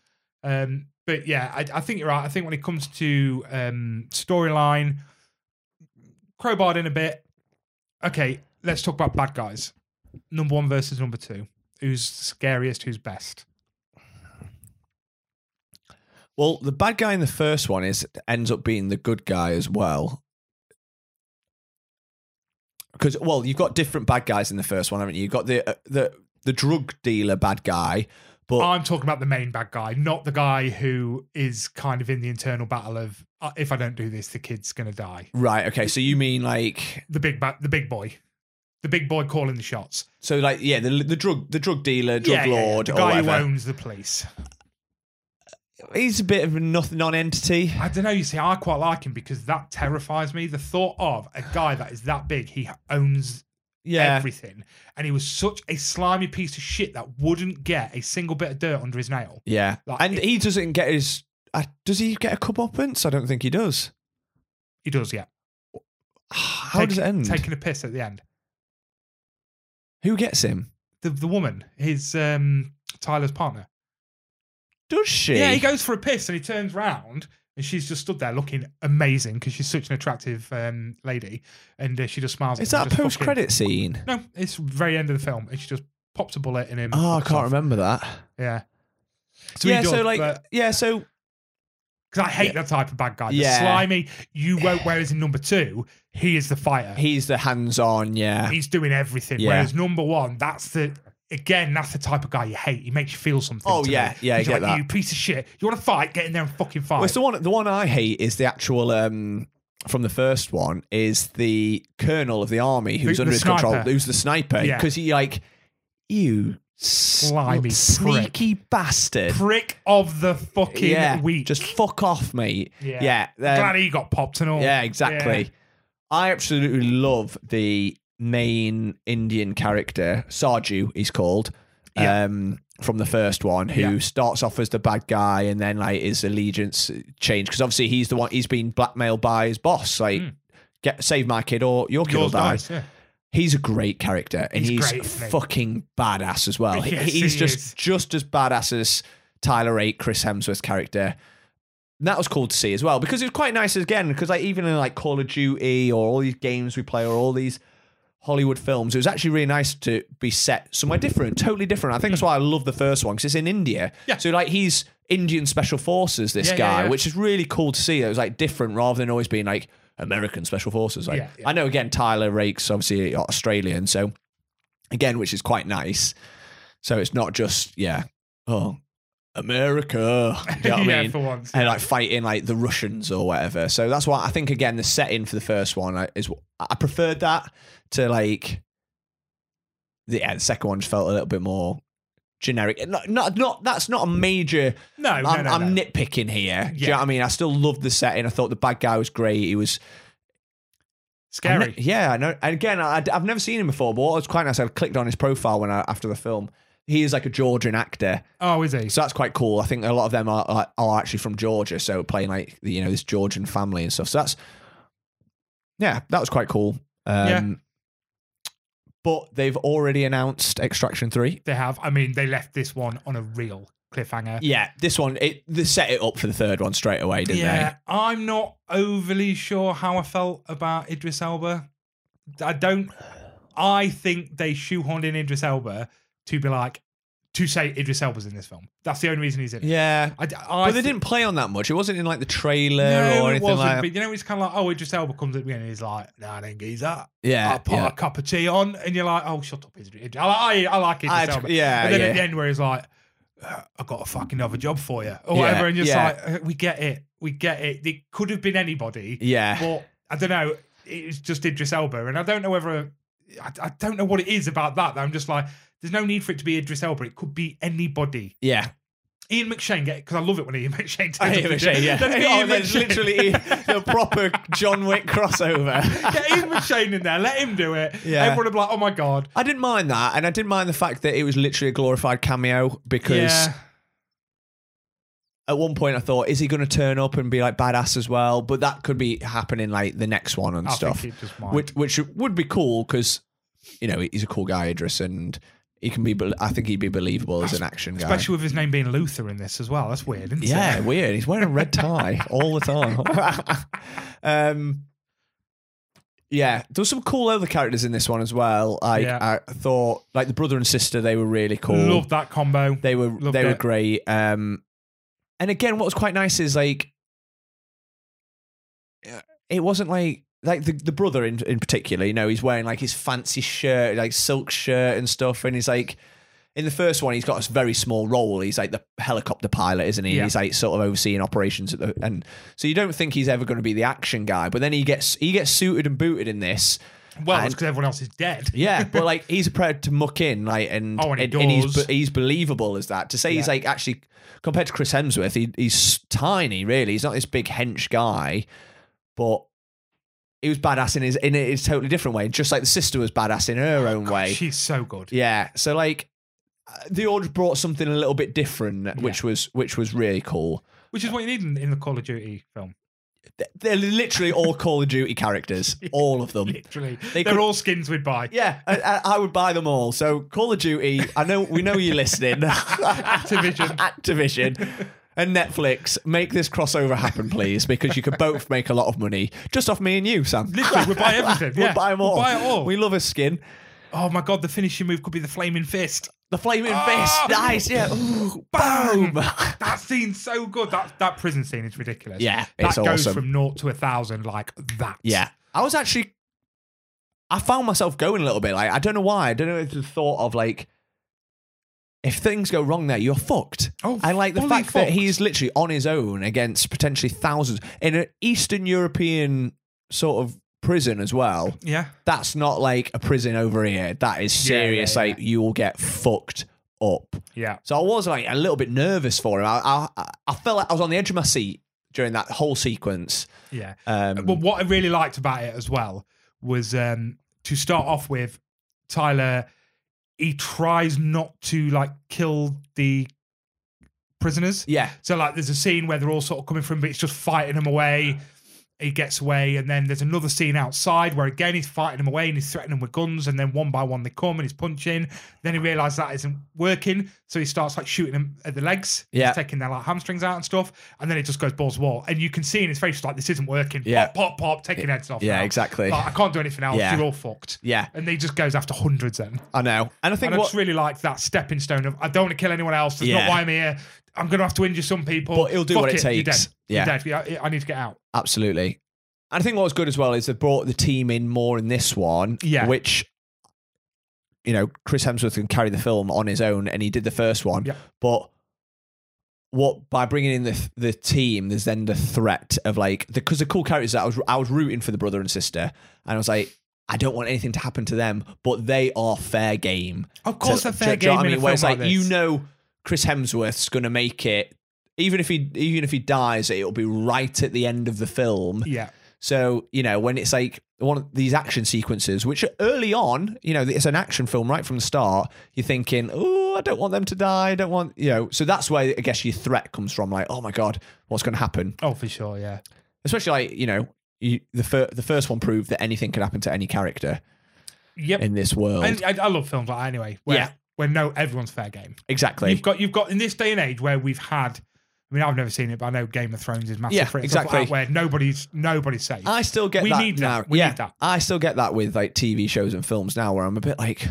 [SPEAKER 1] Um, but yeah, I, I think you're right. I think when it comes to um, storyline, crowbarred in a bit. Okay, let's talk about bad guys. Number one versus number two. Who's scariest? Who's best?
[SPEAKER 2] well, the bad guy in the first one is ends up being the good guy as well. Because well, you've got different bad guys in the first one, haven't you? You've got the uh, the the drug dealer bad guy, but
[SPEAKER 1] I'm talking about the main bad guy, not the guy who is kind of in the internal battle of "Uh, if I don't do this, the kid's gonna die.
[SPEAKER 2] right, okay. So you mean like
[SPEAKER 1] The big ba- the big boy, the big boy calling the shots.
[SPEAKER 2] so like yeah, the the drug the drug dealer, drug lord,
[SPEAKER 1] the
[SPEAKER 2] or
[SPEAKER 1] guy who
[SPEAKER 2] whatever.
[SPEAKER 1] owns the police.
[SPEAKER 2] He's a bit of a noth- non-entity.
[SPEAKER 1] I don't know. You see, I quite like him because that terrifies me. The thought of a guy that is that big, he owns
[SPEAKER 2] Yeah,
[SPEAKER 1] everything, and he was such a slimy piece of shit that wouldn't get a single bit of dirt under his nail.
[SPEAKER 2] Yeah,
[SPEAKER 1] Like,
[SPEAKER 2] and
[SPEAKER 1] it-
[SPEAKER 2] he doesn't get his. Uh, does he get a comeuppance? I don't think he does. (sighs)
[SPEAKER 1] He does, yeah.
[SPEAKER 2] How
[SPEAKER 1] Take-
[SPEAKER 2] does it end?
[SPEAKER 1] Taking a piss at the end.
[SPEAKER 2] Who gets him?
[SPEAKER 1] The the woman, his um Tyler's partner.
[SPEAKER 2] Does she?
[SPEAKER 1] Yeah, he goes for a piss and he turns round and she's just stood there looking amazing because she's such an attractive um, lady, and uh, she just smiles. at
[SPEAKER 2] Is
[SPEAKER 1] him
[SPEAKER 2] that a
[SPEAKER 1] and just fucking- (laughs)
[SPEAKER 2] post-credit scene?
[SPEAKER 1] No, it's very end of the film, and she just pops a bullet in him.
[SPEAKER 2] Oh, I
[SPEAKER 1] fucks
[SPEAKER 2] can't
[SPEAKER 1] off.
[SPEAKER 2] remember that.
[SPEAKER 1] Yeah.
[SPEAKER 2] yeah, so like, yeah, so
[SPEAKER 1] because I hate
[SPEAKER 2] Yeah.
[SPEAKER 1] that type of bad guy. The
[SPEAKER 2] Yeah.
[SPEAKER 1] slimy. You won't. Whereas in number two, he is the fighter.
[SPEAKER 2] he's the hands-on. Yeah,
[SPEAKER 1] He's doing everything.
[SPEAKER 2] Yeah.
[SPEAKER 1] Whereas number one, that's the again, that's the type of guy you hate. He makes you feel something.
[SPEAKER 2] Oh,
[SPEAKER 1] to
[SPEAKER 2] yeah.
[SPEAKER 1] me.
[SPEAKER 2] Yeah, I
[SPEAKER 1] He's
[SPEAKER 2] get
[SPEAKER 1] like,
[SPEAKER 2] that.
[SPEAKER 1] You piece of shit. You want to fight? Get in there and fucking fight.
[SPEAKER 2] well, it's the one. The one I hate is the actual. um from the first one is the colonel of the army who's
[SPEAKER 1] The-
[SPEAKER 2] under
[SPEAKER 1] the
[SPEAKER 2] his control,
[SPEAKER 1] sniper.
[SPEAKER 2] who's the sniper,
[SPEAKER 1] Yeah.
[SPEAKER 2] because he like you slimy
[SPEAKER 1] Slimy
[SPEAKER 2] sneaky
[SPEAKER 1] (laughs)
[SPEAKER 2] bastard,
[SPEAKER 1] Prick of the fucking
[SPEAKER 2] yeah,
[SPEAKER 1] week.
[SPEAKER 2] just fuck off, mate.
[SPEAKER 1] Yeah.
[SPEAKER 2] Yeah, um,
[SPEAKER 1] glad he got popped and all.
[SPEAKER 2] Yeah, exactly. I absolutely love the main Indian character, Sarju, he's called,
[SPEAKER 1] Yeah.
[SPEAKER 2] um, from the first one, who
[SPEAKER 1] Yeah.
[SPEAKER 2] starts off as the bad guy and then like his allegiance changed because obviously he's the one he's been blackmailed by his boss, like
[SPEAKER 1] Mm.
[SPEAKER 2] get save my kid or your kid
[SPEAKER 1] Yours
[SPEAKER 2] will die.
[SPEAKER 1] dies. (laughs) Yeah.
[SPEAKER 2] He's a great character and
[SPEAKER 1] He's
[SPEAKER 2] he's,
[SPEAKER 1] great, isn't he?
[SPEAKER 2] fucking badass as
[SPEAKER 1] (laughs)
[SPEAKER 2] well. He-
[SPEAKER 1] Yes,
[SPEAKER 2] he's
[SPEAKER 1] he
[SPEAKER 2] just
[SPEAKER 1] is.
[SPEAKER 2] just as badass as Tyler Eight, Chris Hemsworth's character. And that was cool to see as well because it was quite nice again because like even in like Call of Duty or all these games we play or all these Hollywood films, it was actually really nice to be set somewhere different, totally different. I think that's why I love the first one because it's in India.
[SPEAKER 1] Hmm. Yeah.
[SPEAKER 2] So like he's Indian Special Forces, this
[SPEAKER 1] Yeah, yeah,
[SPEAKER 2] guy,
[SPEAKER 1] yeah.
[SPEAKER 2] which is really cool to see. It was like different rather than always being like American Special Forces. Like
[SPEAKER 1] Yeah, yeah.
[SPEAKER 2] I know again Tyler Rake's obviously Australian, so again, which is quite nice. So it's not just yeah, oh America, (laughs) you know what I
[SPEAKER 1] yeah,
[SPEAKER 2] mean?
[SPEAKER 1] for once.
[SPEAKER 2] and like fighting like the Russians or whatever. So that's why I think again the setting for the first one I- is I preferred that to like the, yeah, the second one just felt a little bit more generic. Not not, not that's not a major
[SPEAKER 1] No, no,
[SPEAKER 2] I'm,
[SPEAKER 1] Oh, no, no.
[SPEAKER 2] I'm nitpicking here. Do you
[SPEAKER 1] Yeah.
[SPEAKER 2] know what I mean? I still loved the setting. I thought the bad guy was great. He was
[SPEAKER 1] Scary.
[SPEAKER 2] I kn- yeah, I know. And again, I, have never seen him before, but what was quite nice. I clicked on his profile when I, after the film. He is like a Georgian actor,
[SPEAKER 1] oh, is he?
[SPEAKER 2] so that's quite cool. I think a lot of them are are, are actually from Georgia, so playing like the- you know this Georgian family and stuff. So that's yeah, that was quite cool. Um,
[SPEAKER 1] Yeah.
[SPEAKER 2] But they've already announced Extraction Three.
[SPEAKER 1] They have. I mean, they left this one on a real cliffhanger.
[SPEAKER 2] Yeah, this one it they set it up for the third one straight away, didn't
[SPEAKER 1] yeah, I'm not overly sure how I felt about Idris Elba. I don't. I think they shoehorned in Idris Elba to be like to say Idris Elba's in this film. That's the only reason he's in.
[SPEAKER 2] they?
[SPEAKER 1] It.
[SPEAKER 2] Yeah,
[SPEAKER 1] I,
[SPEAKER 2] but they didn't play on that much. It wasn't in like the trailer
[SPEAKER 1] No,
[SPEAKER 2] or
[SPEAKER 1] it
[SPEAKER 2] anything
[SPEAKER 1] wasn't.
[SPEAKER 2] like. that.
[SPEAKER 1] but you know, it's kind of like, oh, Idris Elba comes at me and he's like, "No, I didn't get that."
[SPEAKER 2] Yeah,
[SPEAKER 1] I put
[SPEAKER 2] yeah.
[SPEAKER 1] a cup of tea on, and you're like, "Oh, shut up, Idris." I, I, I like Idris
[SPEAKER 2] I'd-
[SPEAKER 1] Elba.
[SPEAKER 2] yeah,
[SPEAKER 1] And then
[SPEAKER 2] yeah.
[SPEAKER 1] at the end, where he's like, "Uh, "I got a fucking other job for you," or
[SPEAKER 2] Yeah,
[SPEAKER 1] whatever, and you're just
[SPEAKER 2] yeah.
[SPEAKER 1] like, uh, "We get it, we get it." It could have been anybody.
[SPEAKER 2] Yeah.
[SPEAKER 1] but I don't know. It's just Idris Elba, and I don't know whether I, I don't know what it is about that. That I'm just like, there's no need for it to be Idris Elba. It could be anybody.
[SPEAKER 2] Yeah.
[SPEAKER 1] Ian McShane get because (laughs) I love it when Ian (laughs) McShane. takes
[SPEAKER 2] I hate
[SPEAKER 1] up the
[SPEAKER 2] Ian McShane,
[SPEAKER 1] gym. (laughs)
[SPEAKER 2] yeah.
[SPEAKER 1] Then Ian
[SPEAKER 2] (laughs) Oh, there's
[SPEAKER 1] McShane-
[SPEAKER 2] literally the proper John Wick crossover.
[SPEAKER 1] (laughs) Get Ian McShane in there. Let him do it.
[SPEAKER 2] Yeah.
[SPEAKER 1] Everyone will be like, oh my god.
[SPEAKER 2] I didn't mind that, and I didn't mind the fact that it was literally a glorified cameo because
[SPEAKER 1] Yeah.
[SPEAKER 2] at one point I thought, is he going to turn up and be like badass as well? But that could be happening like the next one and
[SPEAKER 1] I
[SPEAKER 2] stuff,
[SPEAKER 1] Think it just might.
[SPEAKER 2] which which would be cool because you know he's a cool guy, Idris, and he can be. bel- I think he'd be believable as an action guy.
[SPEAKER 1] Especially with his name being Luther in this as well. That's weird, isn't it?
[SPEAKER 2] uh, Yeah, weird. He's wearing a (laughs) red tie all the time. (laughs) um, yeah, there was some cool other characters in this one as well. I,
[SPEAKER 1] Yeah.
[SPEAKER 2] I thought like the brother and sister, they were really cool.
[SPEAKER 1] Love that combo.
[SPEAKER 2] They were
[SPEAKER 1] Mm. Loved
[SPEAKER 2] they were
[SPEAKER 1] it.
[SPEAKER 2] great. Um, and again, what was quite nice is like uh, it wasn't like like the, the brother in in particular. You know, he's wearing like his fancy shirt, like silk shirt and stuff, and he's like. In the first one, he's got a very small role. He's like the helicopter pilot, isn't he? And
[SPEAKER 1] Yeah.
[SPEAKER 2] He's like sort of overseeing operations at the and so you don't think he's ever going to be the action guy. But then he gets he gets suited and booted in this,
[SPEAKER 1] well, it's
[SPEAKER 2] and-
[SPEAKER 1] because everyone else is dead.
[SPEAKER 2] yeah, but like he's prepared to muck in, like, and
[SPEAKER 1] Oh, and he
[SPEAKER 2] he's
[SPEAKER 1] does.
[SPEAKER 2] be- he's believable as that. To say he's
[SPEAKER 1] Yeah.
[SPEAKER 2] like actually compared to Chris Hemsworth, he, he's tiny. Really, he's not this big hench guy, but he was badass in his in his totally different way. Just like the sister was badass in her
[SPEAKER 1] Oh,
[SPEAKER 2] own way.
[SPEAKER 1] She's so good.
[SPEAKER 2] Yeah, so like uh, the order brought something a little bit different, which was which was really cool.
[SPEAKER 1] Which is what you need in, in the Call of Duty film.
[SPEAKER 2] Th- They're literally all Call of
[SPEAKER 1] (laughs)
[SPEAKER 2] Duty characters, all of them.
[SPEAKER 1] Literally.
[SPEAKER 2] They
[SPEAKER 1] They are
[SPEAKER 2] could-
[SPEAKER 1] all skins we'd buy.
[SPEAKER 2] Yeah, I- I, I would buy them all. So Call of Duty, I know we know you're listening.
[SPEAKER 1] Activision.
[SPEAKER 2] Activision. And Netflix, make this crossover happen, please, because you could both make a lot of money just off me and you, Sam.
[SPEAKER 1] Literally, we'll buy everything,
[SPEAKER 2] we'll
[SPEAKER 1] yeah.
[SPEAKER 2] buy them all.
[SPEAKER 1] We'll buy it all.
[SPEAKER 2] We love a skin.
[SPEAKER 1] Oh my god, the finishing move could be the flaming fist.
[SPEAKER 2] The flaming
[SPEAKER 1] Oh!
[SPEAKER 2] fist, nice, yeah. Ooh, boom. (laughs)
[SPEAKER 1] That scene's so good. That that prison scene is ridiculous.
[SPEAKER 2] Yeah,
[SPEAKER 1] That
[SPEAKER 2] it's
[SPEAKER 1] goes
[SPEAKER 2] awesome.
[SPEAKER 1] from naught to a thousand like that.
[SPEAKER 2] Yeah. I was actually I found myself going a little bit like I don't know why. I don't know if it's the thought of like if things go wrong there, you're fucked.
[SPEAKER 1] Oh,
[SPEAKER 2] and like the
[SPEAKER 1] fully
[SPEAKER 2] fact that
[SPEAKER 1] fucked.
[SPEAKER 2] he's literally on his own against potentially thousands in an Eastern European sort of prison as well.
[SPEAKER 1] Yeah.
[SPEAKER 2] That's not like a prison over here. That is
[SPEAKER 1] Yeah, yeah,
[SPEAKER 2] serious.
[SPEAKER 1] yeah.
[SPEAKER 2] Like you will get fucked up.
[SPEAKER 1] Yeah.
[SPEAKER 2] So I was like a little bit nervous for him. I I, I felt like I was on the edge of my seat during that whole sequence.
[SPEAKER 1] Yeah.
[SPEAKER 2] Um,
[SPEAKER 1] Well, what I really liked about it as well was um, to start off with Tyler. He tries not to like kill the prisoners.
[SPEAKER 2] yeah,
[SPEAKER 1] So like, there's a scene where they're all sort of coming from, but it's just fighting them away. He gets away, and then there's another scene outside where again he's fighting them away and he's threatening them with guns, and then one by one they come and he's punching. Then he realizes that isn't working, so he starts like shooting them at the legs, He's
[SPEAKER 2] Yeah.
[SPEAKER 1] taking their like hamstrings out and stuff, and then it just goes balls to the wall, and you can see in his face just, like this isn't working.
[SPEAKER 2] Yeah.
[SPEAKER 1] Pop, pop, pop, taking heads off.
[SPEAKER 2] yeah,
[SPEAKER 1] now.
[SPEAKER 2] exactly.
[SPEAKER 1] Like, I can't do anything else.
[SPEAKER 2] Yeah.
[SPEAKER 1] You're all fucked.
[SPEAKER 2] Yeah,
[SPEAKER 1] And he just goes after hundreds then.
[SPEAKER 2] I know. And I think
[SPEAKER 1] And I
[SPEAKER 2] what,
[SPEAKER 1] just really like that stepping stone of I don't want to kill anyone else. That's
[SPEAKER 2] Yeah.
[SPEAKER 1] not why I'm here. I'm going to have to injure some people.
[SPEAKER 2] But he'll do
[SPEAKER 1] Fuck
[SPEAKER 2] what it
[SPEAKER 1] You're dead.
[SPEAKER 2] takes.
[SPEAKER 1] You're dead. Yeah. I, I need to get out.
[SPEAKER 2] absolutely. And I think what was good as well is they brought the team in more in this one,
[SPEAKER 1] Yeah.
[SPEAKER 2] which, you know, Chris Hemsworth can carry the film on his own, and he did the first one.
[SPEAKER 1] Yeah.
[SPEAKER 2] But what by bringing in the the team, there's then the threat of like because the, cool characters that I was I was rooting for the brother and sister, and I was like. I don't want anything to happen to them, but they are fair game.
[SPEAKER 1] Of course,
[SPEAKER 2] to-
[SPEAKER 1] a fair
[SPEAKER 2] do you know
[SPEAKER 1] game in
[SPEAKER 2] what I mean?
[SPEAKER 1] a
[SPEAKER 2] Where
[SPEAKER 1] film
[SPEAKER 2] it's
[SPEAKER 1] like,
[SPEAKER 2] like
[SPEAKER 1] this.
[SPEAKER 2] you know Chris Hemsworth's gonna make it. Even if he even if he dies, it'll be right at the end of the film.
[SPEAKER 1] Yeah.
[SPEAKER 2] So you know when it's like one of these action sequences, which early on, you know, it's an action film right from the start. You're thinking, oh, I don't want them to die. I don't want you know. So that's where I guess your threat comes from. Like, oh my god, what's gonna happen?
[SPEAKER 1] Oh, for sure. Yeah.
[SPEAKER 2] Especially like you know. You, the fir- the first one proved that anything could happen to any character
[SPEAKER 1] Yep.
[SPEAKER 2] in this world.
[SPEAKER 1] And I, I love films like that anyway. Where,
[SPEAKER 2] Yeah.
[SPEAKER 1] Where no, everyone's fair game.
[SPEAKER 2] exactly.
[SPEAKER 1] You've got you've got in this day and age where we've had. I mean, I've never seen it, but I know Game of Thrones is massive
[SPEAKER 2] Yeah,
[SPEAKER 1] for it. and stuff like that,
[SPEAKER 2] exactly.
[SPEAKER 1] where nobody's nobody's safe.
[SPEAKER 2] I still get
[SPEAKER 1] We
[SPEAKER 2] that
[SPEAKER 1] need that.
[SPEAKER 2] now.
[SPEAKER 1] We
[SPEAKER 2] yeah,
[SPEAKER 1] need that.
[SPEAKER 2] I still get that with like TV shows and films now, where I'm a bit like,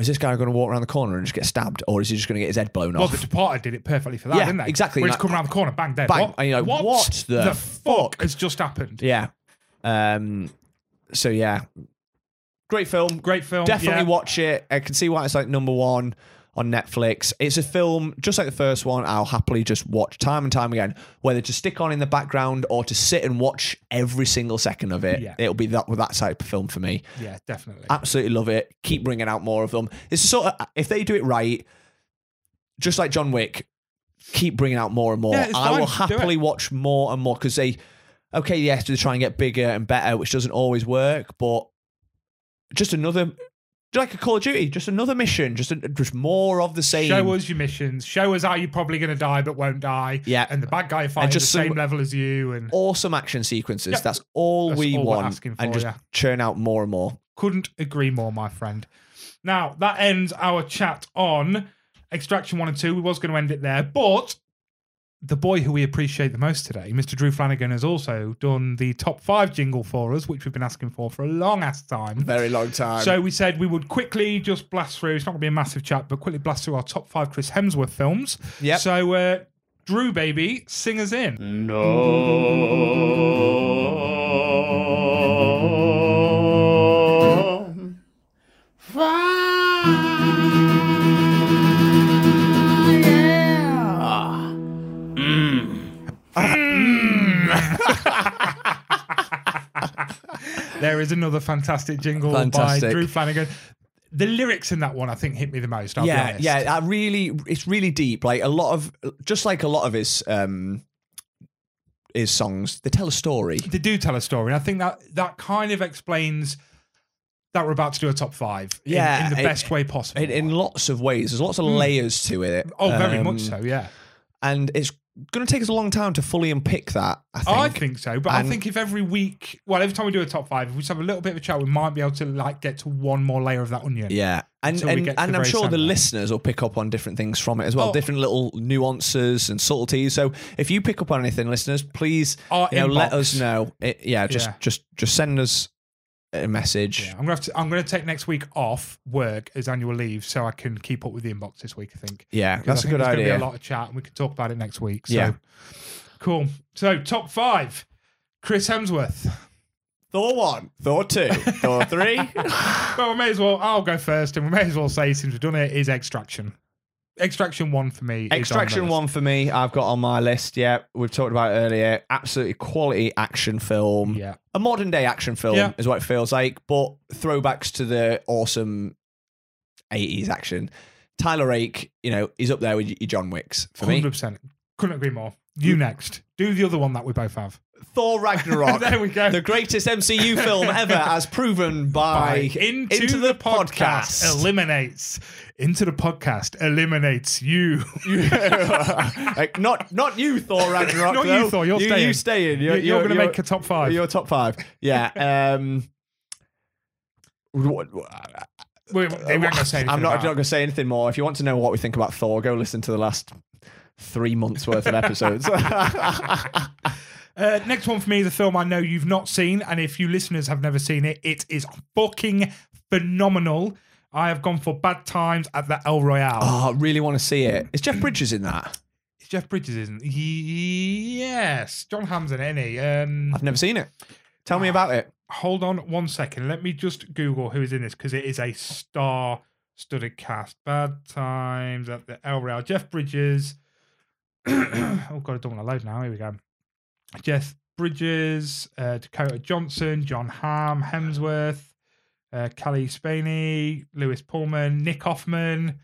[SPEAKER 2] is this guy going to walk around the corner and just get stabbed, or is he just going to get his head blown
[SPEAKER 1] well,
[SPEAKER 2] off?
[SPEAKER 1] The Departed did it perfectly for that,
[SPEAKER 2] Oh. Yeah,
[SPEAKER 1] didn't they?
[SPEAKER 2] exactly.
[SPEAKER 1] Where he's
[SPEAKER 2] Like-
[SPEAKER 1] come around the corner, bang, dead.
[SPEAKER 2] Bang.
[SPEAKER 1] What?
[SPEAKER 2] And you're like, what the fuck?
[SPEAKER 1] fuck has just happened?
[SPEAKER 2] yeah. Um. So yeah, great film.
[SPEAKER 1] Great film.
[SPEAKER 2] Definitely
[SPEAKER 1] yeah.
[SPEAKER 2] watch it. I can see why it's like number one on Netflix. It's a film just like the first one. I'll happily just watch time and time again, whether to stick on in the background or to sit and watch every single second of it.
[SPEAKER 1] Yeah.
[SPEAKER 2] It'll be that that type of film for me.
[SPEAKER 1] Yeah, definitely.
[SPEAKER 2] absolutely love it. Keep bringing out more of them. It's the sort of if they do it right, just like John Wick, keep bringing out more and more.
[SPEAKER 1] Yeah, it's
[SPEAKER 2] I
[SPEAKER 1] fine.
[SPEAKER 2] will
[SPEAKER 1] Do
[SPEAKER 2] happily watch more and more because they, okay, yes, they try and get bigger and better, which doesn't always work, but just another, like a Call of Duty, just another mission, just an just more of the same.
[SPEAKER 1] Show us your missions. Show us how you're probably going to die but won't die.
[SPEAKER 2] Yeah.
[SPEAKER 1] And the bad guy fights the
[SPEAKER 2] just some-
[SPEAKER 1] same level as you. And
[SPEAKER 2] awesome action sequences.
[SPEAKER 1] Yep.
[SPEAKER 2] That's all
[SPEAKER 1] That's
[SPEAKER 2] we
[SPEAKER 1] all we're
[SPEAKER 2] want,
[SPEAKER 1] asking
[SPEAKER 2] and
[SPEAKER 1] for,
[SPEAKER 2] just
[SPEAKER 1] yeah.
[SPEAKER 2] churn out more and more.
[SPEAKER 1] couldn't agree more, my friend. Now that ends our chat on Extraction One and Two. We was going to end it there, but the boy who we appreciate the most today, Mr. Drew Flanagan, has also done the top five jingle for us, which we've been asking for for a long ass time.
[SPEAKER 2] Very
[SPEAKER 1] (laughs)
[SPEAKER 2] long time.
[SPEAKER 1] So we said we would quickly just blast through. It's not going to be a massive chat, but quickly blast through our top five Chris Hemsworth films.
[SPEAKER 2] Yep. Mm.
[SPEAKER 1] So, uh, Drew, baby, sing us in. There is another fantastic jingle by
[SPEAKER 2] Fantastic.
[SPEAKER 1] Drew Flanagan. The lyrics in that one, I think, hit me the most. I'll be
[SPEAKER 2] yeah,
[SPEAKER 1] honest.
[SPEAKER 2] yeah. I really, it's really deep. Like a lot of, just like a lot of his, um, his songs, they tell a story.
[SPEAKER 1] they do tell a story, and I think that that kind of explains that we're about to do a top five. in-
[SPEAKER 2] Yeah,
[SPEAKER 1] in, the
[SPEAKER 2] it-
[SPEAKER 1] best way possible.
[SPEAKER 2] In, in lots of ways, there's lots of layers to it.
[SPEAKER 1] Hmm. oh, very
[SPEAKER 2] Um,
[SPEAKER 1] much so. Yeah,
[SPEAKER 2] And it's going to take us a long time to fully unpick that. I think.
[SPEAKER 1] Oh, I think so. But I
[SPEAKER 2] and-
[SPEAKER 1] think if every week, well, every time we do a top five, if we just have a little bit of a chat, we might be able to like get to one more layer of that onion.
[SPEAKER 2] Yeah. And,
[SPEAKER 1] Until we
[SPEAKER 2] and,
[SPEAKER 1] get to
[SPEAKER 2] and
[SPEAKER 1] the
[SPEAKER 2] I'm
[SPEAKER 1] very
[SPEAKER 2] sure the
[SPEAKER 1] centre.
[SPEAKER 2] listeners will pick up on different things from it as well,
[SPEAKER 1] Oh.
[SPEAKER 2] different little nuances and subtleties. So if you pick up on anything, listeners, please
[SPEAKER 1] Our
[SPEAKER 2] you know, let
[SPEAKER 1] inbox.
[SPEAKER 2] us know. It, yeah, just
[SPEAKER 1] Yeah.
[SPEAKER 2] just just send us a message.
[SPEAKER 1] Yeah, I'm gonna have to, I'm gonna take next week off work as annual leave so I can keep up with the inbox this week. I think
[SPEAKER 2] Yeah,
[SPEAKER 1] 'Cause
[SPEAKER 2] that's
[SPEAKER 1] I
[SPEAKER 2] a
[SPEAKER 1] think
[SPEAKER 2] good
[SPEAKER 1] there's Gonna be a
[SPEAKER 2] idea.
[SPEAKER 1] lot of chat, and we can talk about it next week. So.
[SPEAKER 2] Yeah.
[SPEAKER 1] cool. So top five, Chris Hemsworth.
[SPEAKER 2] Thor one, Thor two,
[SPEAKER 1] (laughs)
[SPEAKER 2] Thor three.
[SPEAKER 1] Well, we may as well. I'll go first, and we may as well say since we've done it is Extraction. Extraction one for me. is on the
[SPEAKER 2] Extraction
[SPEAKER 1] list.
[SPEAKER 2] one for me. I've got on my list. Yeah, we've talked about it earlier. Absolutely quality action film.
[SPEAKER 1] Yeah.
[SPEAKER 2] a modern day action film
[SPEAKER 1] Yeah.
[SPEAKER 2] is what it feels like, but throwbacks to the awesome 80s action. Tyler Rake, you know, he's up there with your John Wicks for me. Mm.
[SPEAKER 1] Hundred percent. Couldn't agree more. You next. Do the other one that we both have.
[SPEAKER 2] Thor
[SPEAKER 1] (laughs)
[SPEAKER 2] Ragnarok.
[SPEAKER 1] There we go.
[SPEAKER 2] The greatest MCU film ever, as proven by,
[SPEAKER 1] Into, the, podcast. eliminates. Into the podcast eliminates you.
[SPEAKER 2] (laughs) like, not not you, Thor Ragnarok.
[SPEAKER 1] Not you,
[SPEAKER 2] though.
[SPEAKER 1] Thor, you're
[SPEAKER 2] you,
[SPEAKER 1] staying.
[SPEAKER 2] You staying. You're,
[SPEAKER 1] You're, going to make a top five.
[SPEAKER 2] Your top five.
[SPEAKER 1] (laughs)
[SPEAKER 2] Yeah. Um, what- what-
[SPEAKER 1] We're, we're not going to say anything
[SPEAKER 2] I'm not,
[SPEAKER 1] about it.
[SPEAKER 2] going to say anything more. If you want to know what we think about Thor, go listen to the last three months worth
[SPEAKER 1] (laughs)
[SPEAKER 2] of episodes.
[SPEAKER 1] Uh, next one for me is a film I know you've not seen, and if you listeners have never seen it, it is fucking phenomenal. I have gone for Bad Times at the El Royale.
[SPEAKER 2] oh, I really want to see it. Is Jeff Bridges in that?
[SPEAKER 1] Jeff Bridges isn't. He, yes, John Hamm's in it, isn't he? Um,
[SPEAKER 2] I've never seen it. Tell me about it.
[SPEAKER 1] hold on one second. Let me just Google who is in this because it is a star-studded cast. Bad Times at the El Royale. Jeff Bridges. (clears throat) oh god, I don't want to load now. Here we go. Jeff Bridges, uh, Dakota Johnson, John Hamm, Hemsworth, uh, Kelly Spaney, Lewis Pullman, Nick Hoffman.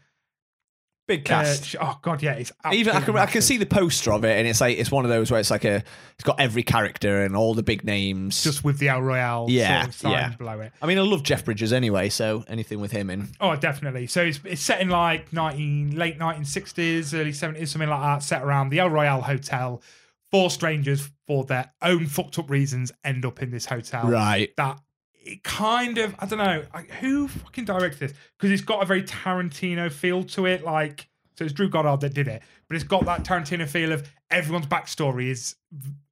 [SPEAKER 2] Big
[SPEAKER 1] Uh,
[SPEAKER 2] cast.
[SPEAKER 1] sh- oh god, yeah, it's
[SPEAKER 2] Even I
[SPEAKER 1] absolutely
[SPEAKER 2] can I can
[SPEAKER 1] massive.
[SPEAKER 2] see the poster of it, and it's like it's one of those where it's like a it's got every character and all the big names.
[SPEAKER 1] just with the El Royale
[SPEAKER 2] Yeah,
[SPEAKER 1] sort of sign
[SPEAKER 2] yeah.
[SPEAKER 1] below it.
[SPEAKER 2] I mean, I love Jeff Bridges anyway, so anything with him in.
[SPEAKER 1] Oh, definitely. So it's, it's set in like 19, late 1960s, early 70s, something like that, set around the El Royale Hotel. Four strangers, for their own fucked up reasons, end up in this hotel.
[SPEAKER 2] Right.
[SPEAKER 1] That it kind of, I don't know, like, who fucking directed this? Because it's got a very Tarantino feel to it. Like, so it's Drew Goddard that did it, but it's got that Tarantino feel of everyone's backstory is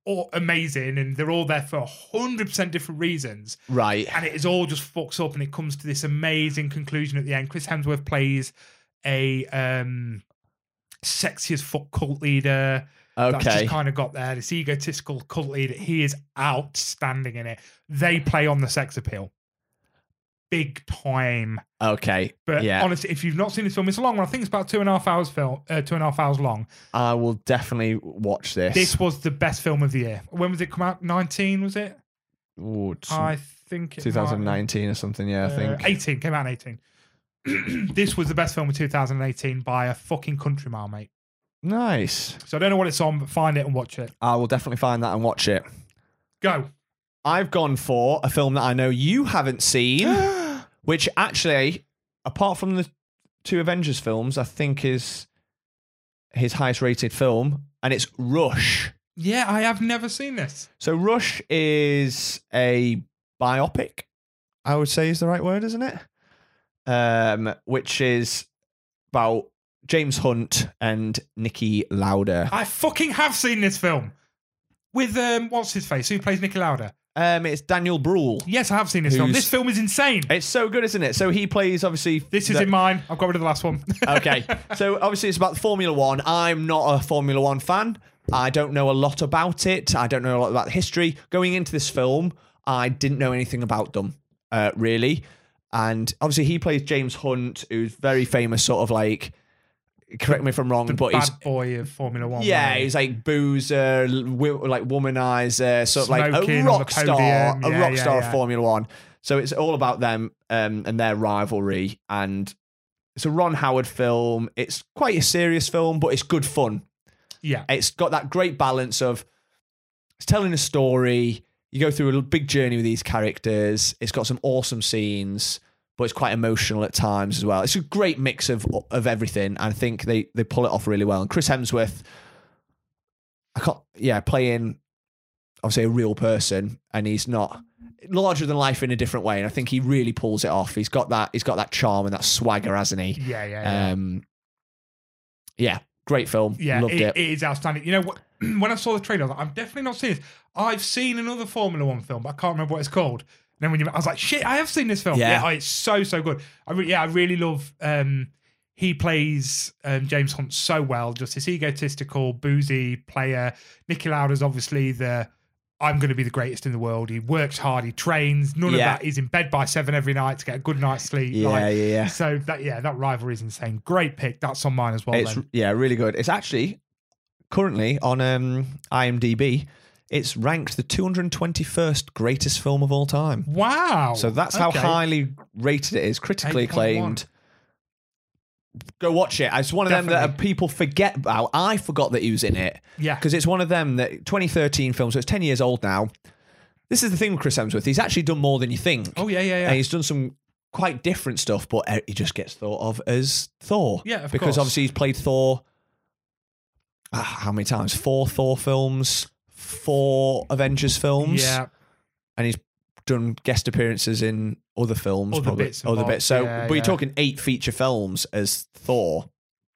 [SPEAKER 1] all amazing and they're all there for 100% different reasons
[SPEAKER 2] Right.
[SPEAKER 1] and it is all just fucks up and it comes to this amazing conclusion at the end chris hemsworth plays a um sexy as fuck cult leader that's
[SPEAKER 2] Okay.
[SPEAKER 1] just kind of got there this egotistical cult leader he is outstanding in it they play on the sex appeal big time
[SPEAKER 2] Okay.
[SPEAKER 1] but
[SPEAKER 2] yeah.
[SPEAKER 1] honestly if you've not seen this film it's a long one i think it's about two and a half hours film uh, two and a half hours long
[SPEAKER 2] I will definitely watch this.
[SPEAKER 1] this was the best film of the year when was it come out 19 was it
[SPEAKER 2] Ooh, it's
[SPEAKER 1] i think it might have been-
[SPEAKER 2] 2019 or something. Yeah, I
[SPEAKER 1] Uh,
[SPEAKER 2] think.
[SPEAKER 1] 18 came (clears throat) out in 18. this was the best film of 2018 by a fucking country mile, mate.
[SPEAKER 2] Nice.
[SPEAKER 1] So I don't know what it's on, but find it and watch it.
[SPEAKER 2] I will definitely find that and watch it.
[SPEAKER 1] Go.
[SPEAKER 2] I've gone for a film that I know you
[SPEAKER 1] (gasps)
[SPEAKER 2] haven't seen, which actually, apart from the two Avengers films, I think is his highest rated film, and it's Rush.
[SPEAKER 1] yeah, I have never seen this.
[SPEAKER 2] So Rush is a biopic, I would say is the right word, isn't it? Um, which is about James Hunt and Nikki Lauder.
[SPEAKER 1] I fucking have seen this film with um, what's his face? Who plays Nicky Lauder?
[SPEAKER 2] Um, it's Daniel Bruhl.
[SPEAKER 1] Yes, I have seen this film.
[SPEAKER 2] Who's-
[SPEAKER 1] This film is insane.
[SPEAKER 2] It's so good, isn't it? So he plays obviously.
[SPEAKER 1] This is
[SPEAKER 2] the-
[SPEAKER 1] in mine. I've got rid of the last
[SPEAKER 2] (laughs)
[SPEAKER 1] one.
[SPEAKER 2] okay. So obviously it's about Formula One. I'm not a Formula One fan. I don't know a lot about it. I don't know a lot about the history. Going into this film, I didn't know anything about them, uh, really. And obviously he plays James Hunt, who's very famous, sort of like correct me if I'm wrong, but
[SPEAKER 1] Bad
[SPEAKER 2] he's
[SPEAKER 1] boy of Formula One.
[SPEAKER 2] yeah,
[SPEAKER 1] wasn't he?
[SPEAKER 2] he's like boozer, l- wi- like womanizer, sort of like
[SPEAKER 1] Smoking
[SPEAKER 2] a
[SPEAKER 1] on
[SPEAKER 2] rock
[SPEAKER 1] the
[SPEAKER 2] star,
[SPEAKER 1] podium.
[SPEAKER 2] a
[SPEAKER 1] Yeah,
[SPEAKER 2] rock
[SPEAKER 1] yeah,
[SPEAKER 2] star
[SPEAKER 1] yeah.
[SPEAKER 2] of Formula One. So it's all about them um, and their rivalry. And it's a Ron Howard film. It's quite a serious film, but it's good fun.
[SPEAKER 1] yeah.
[SPEAKER 2] It's got that great balance of it's telling a story. You go through a l- big journey with these characters. It's got some awesome scenes, but it's quite emotional at times as well. It's a great mix of of everything. I think they they pull it off really well. And Chris Hemsworth, I can't, yeah, playing obviously a real person, and he's not larger than life in a different way. And I think he really pulls it off. He's got that he's got that charm and that swagger, hasn't he?
[SPEAKER 1] Yeah, yeah, yeah.
[SPEAKER 2] Um, yeah, great film.
[SPEAKER 1] yeah,
[SPEAKER 2] loved it.
[SPEAKER 1] it is outstanding. You know what? (clears throat) when I saw the trailer, I was like, I'm definitely not seeing this. I've seen another Formula One film, but I can't remember what it's called. And then when you, I was like, shit, I have seen this film.
[SPEAKER 2] Yeah.
[SPEAKER 1] Yeah, oh, it's so so good. I re- yeah, I really love. um He plays um, James Hunt so well. Just this egotistical, boozy player. Nicky Lauder's obviously the. I'm going to be the greatest in the world. He works hard. He trains. None
[SPEAKER 2] Yeah.
[SPEAKER 1] of that. He's in bed by seven every night to get a good night's sleep.
[SPEAKER 2] Yeah,
[SPEAKER 1] Like,
[SPEAKER 2] yeah, yeah.
[SPEAKER 1] So that yeah, that rivalry is insane. Great pick. That's on mine as well.
[SPEAKER 2] It's
[SPEAKER 1] then.
[SPEAKER 2] yeah, really good. It's actually currently on um, IMDb. It's ranked the 221st greatest film of all time.
[SPEAKER 1] Wow.
[SPEAKER 2] So that's how
[SPEAKER 1] Okay.
[SPEAKER 2] highly rated it is, critically
[SPEAKER 1] 8.1.
[SPEAKER 2] acclaimed. Go watch it. It's one of them that
[SPEAKER 1] Definitely.
[SPEAKER 2] people forget about. I forgot that he was in it
[SPEAKER 1] Yeah.
[SPEAKER 2] because it's one of them that 2013 film, so it's 10 years old now. This is the thing with Chris Hemsworth. He's actually done more than you think.
[SPEAKER 1] Oh yeah, yeah, yeah.
[SPEAKER 2] and he's done some quite different stuff, but uh, he just gets thought of as Thor.
[SPEAKER 1] Yeah, of
[SPEAKER 2] because
[SPEAKER 1] course.
[SPEAKER 2] obviously he's played Thor. ah, how many times? Four Thor films, four Avengers films,
[SPEAKER 1] yeah,
[SPEAKER 2] and he's done guest appearances in other films,
[SPEAKER 1] Other
[SPEAKER 2] probably
[SPEAKER 1] bits and
[SPEAKER 2] other
[SPEAKER 1] bobs,
[SPEAKER 2] bits. So,
[SPEAKER 1] yeah,
[SPEAKER 2] but
[SPEAKER 1] yeah.
[SPEAKER 2] you're talking eight feature films as Thor,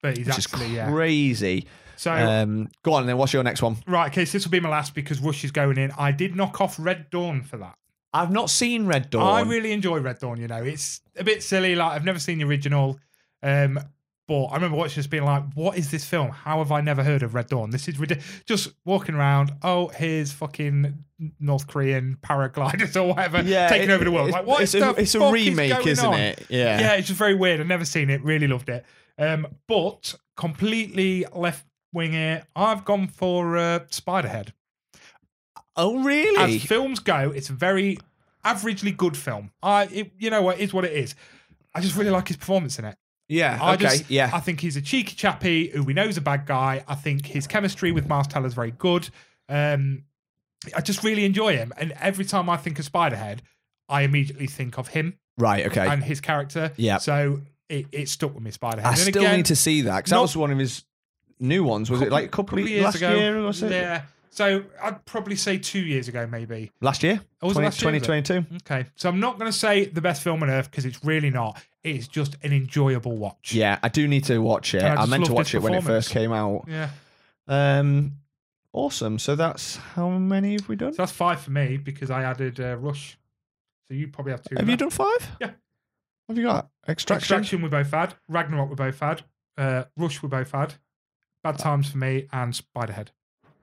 [SPEAKER 1] but he's
[SPEAKER 2] which
[SPEAKER 1] actually
[SPEAKER 2] is
[SPEAKER 1] yeah.
[SPEAKER 2] crazy.
[SPEAKER 1] So
[SPEAKER 2] Um, go on, then. What's your next one?
[SPEAKER 1] right, okay, so this will be my last because Rush is going in. I did knock off Red Dawn for that.
[SPEAKER 2] I've not seen Red Dawn.
[SPEAKER 1] I really enjoy Red Dawn. You know, it's a bit silly. Like I've never seen the original, um, but I remember watching this, being like, "What is this film? How have I never heard of Red Dawn? This is ridiculous." Just walking around. Oh, here's fucking North Korean paragliders or whatever taking
[SPEAKER 2] it-
[SPEAKER 1] over the world.
[SPEAKER 2] it's-
[SPEAKER 1] Like, what
[SPEAKER 2] It's,
[SPEAKER 1] is
[SPEAKER 2] a,
[SPEAKER 1] the
[SPEAKER 2] it's a
[SPEAKER 1] fuck is
[SPEAKER 2] remake,
[SPEAKER 1] going
[SPEAKER 2] isn't
[SPEAKER 1] on?
[SPEAKER 2] it? Yeah.
[SPEAKER 1] yeah, it's just very weird. I've never seen it. Really loved it. Um, but completely left wing it. I've gone for uh, Spiderhead.
[SPEAKER 2] Oh, really?
[SPEAKER 1] As films go, it's a very averagely good film. I, it, you know what, it is what it is. I just really like his performance in it.
[SPEAKER 2] yeah.
[SPEAKER 1] I
[SPEAKER 2] okay.
[SPEAKER 1] just,
[SPEAKER 2] yeah.
[SPEAKER 1] I think he's a cheeky chappy who we know is a bad guy. I think his chemistry with Miles Teller is very good. Um, I just really enjoy him, and every time I think of Spiderhead, I immediately think of him
[SPEAKER 2] Right. Okay.
[SPEAKER 1] and his character.
[SPEAKER 2] Yeah.
[SPEAKER 1] So it, it stuck with me, Spiderhead.
[SPEAKER 2] I
[SPEAKER 1] and
[SPEAKER 2] still
[SPEAKER 1] again,
[SPEAKER 2] need to see that because that
[SPEAKER 1] not-
[SPEAKER 2] was one of his new ones. Was it like a couple,
[SPEAKER 1] couple
[SPEAKER 2] of
[SPEAKER 1] of years
[SPEAKER 2] last
[SPEAKER 1] ago.
[SPEAKER 2] year or so?
[SPEAKER 1] Yeah. So I'd probably say two years ago, maybe.
[SPEAKER 2] Last year,
[SPEAKER 1] Or was it last year, was it?
[SPEAKER 2] 2022.
[SPEAKER 1] Okay. So I'm not going to say the best film on earth because it's really not. It's just an enjoyable watch.
[SPEAKER 2] Yeah, I do need to watch it.
[SPEAKER 1] And I
[SPEAKER 2] I,
[SPEAKER 1] just
[SPEAKER 2] meant to
[SPEAKER 1] loved
[SPEAKER 2] watch
[SPEAKER 1] his
[SPEAKER 2] it when it
[SPEAKER 1] performance.
[SPEAKER 2] first came out.
[SPEAKER 1] Yeah.
[SPEAKER 2] Um, awesome. So that's how many have we done?
[SPEAKER 1] So that's five for me because I added uh, Rush. So you probably have two.
[SPEAKER 2] Have
[SPEAKER 1] now.
[SPEAKER 2] you done five?
[SPEAKER 1] Yeah.
[SPEAKER 2] Have you got extraction?
[SPEAKER 1] Extraction we both had. Ragnarok we both had. Uh, Rush we both had.
[SPEAKER 2] Ah.
[SPEAKER 1] Bad Times for me and Spiderhead.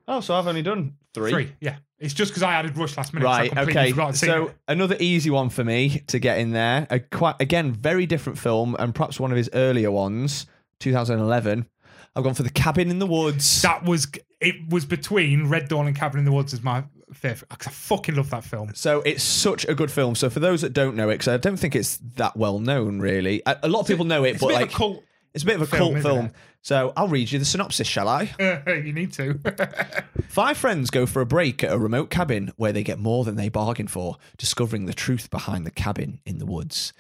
[SPEAKER 2] Oh, so I've only done three.
[SPEAKER 1] Yeah. It's just because I added Rush last minute. so I
[SPEAKER 2] Right.
[SPEAKER 1] completely
[SPEAKER 2] Okay.
[SPEAKER 1] forgot to see
[SPEAKER 2] So
[SPEAKER 1] it.
[SPEAKER 2] another easy one for me to get in there. A quite again very different film and perhaps one of his earlier ones, 2011. I've gone for the Cabin in the Woods.
[SPEAKER 1] that was it was between Red Dawn and Cabin in the Woods as my fifth. 'cause I fucking love that film.
[SPEAKER 2] So it's such a good film. So for those that don't know it, because I don't think it's that well known, really. A, a lot of people know it,
[SPEAKER 1] It's a
[SPEAKER 2] but
[SPEAKER 1] bit
[SPEAKER 2] like
[SPEAKER 1] of a cult
[SPEAKER 2] It's a bit of a
[SPEAKER 1] Film,
[SPEAKER 2] cult
[SPEAKER 1] isn't
[SPEAKER 2] film.
[SPEAKER 1] it?
[SPEAKER 2] So I'll read you the synopsis, shall I?
[SPEAKER 1] uh, you need to.
[SPEAKER 2] Five friends go for a break at a remote cabin where they get more than they bargain for, discovering the truth behind the cabin in the woods.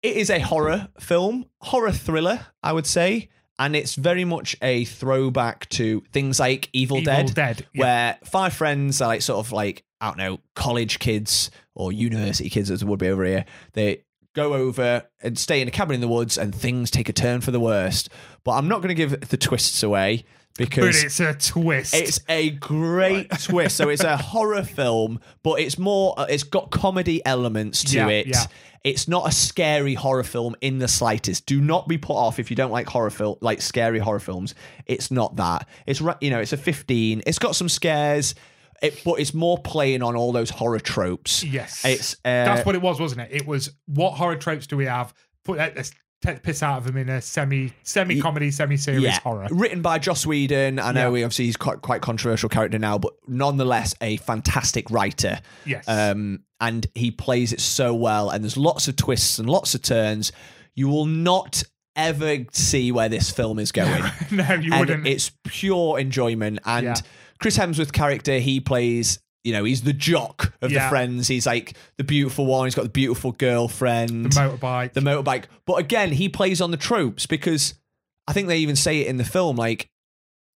[SPEAKER 2] It is a horror film, horror thriller, I would say, and it's very much a throwback to things like
[SPEAKER 1] (laughs)
[SPEAKER 2] Evil,
[SPEAKER 1] Evil
[SPEAKER 2] Dead,
[SPEAKER 1] Dead, yeah.
[SPEAKER 2] where five friends are like sort of like, I don't know, college kids or university kids as it would be over here. They go over and stay in a cabin in the woods and things take a turn for the worst. But I'm not going to give the twists away
[SPEAKER 1] but
[SPEAKER 2] because
[SPEAKER 1] it's a twist.
[SPEAKER 2] it's a great twist. So
[SPEAKER 1] (laughs)
[SPEAKER 2] it's a horror film, but it's more. uh, It's got comedy elements to
[SPEAKER 1] Yeah,
[SPEAKER 2] it.
[SPEAKER 1] yeah.
[SPEAKER 2] It's not a scary horror film in the slightest. Do not be put off if you don't like horror film, like scary horror films. It's not that. It's ri- you know, it's a fifteen. It's got some scares, it, but it's more playing on all those horror tropes.
[SPEAKER 1] yes.
[SPEAKER 2] It's uh,
[SPEAKER 1] That's what it was, wasn't it? It was what horror tropes do we have? Put that let's take the piss out of them in a semi semi comedy, semi serious horror.
[SPEAKER 2] Written by Joss Whedon. I know
[SPEAKER 1] Yeah.
[SPEAKER 2] he obviously he's quite quite controversial character now, but nonetheless a fantastic writer.
[SPEAKER 1] Yes.
[SPEAKER 2] Um, and he plays it so well, and there's lots of twists and lots of turns. You will not ever see where this film is going.
[SPEAKER 1] (laughs) no, (laughs) you
[SPEAKER 2] and
[SPEAKER 1] wouldn't.
[SPEAKER 2] it's pure enjoyment. And
[SPEAKER 1] Yeah.
[SPEAKER 2] Chris Hemsworth character, he plays. You know, he's the jock of
[SPEAKER 1] Yeah.
[SPEAKER 2] the friends. He's like the beautiful one. He's got the beautiful girlfriend
[SPEAKER 1] motorbike.
[SPEAKER 2] the motorbike. But again, he plays on the tropes because I think they even say it in the film, like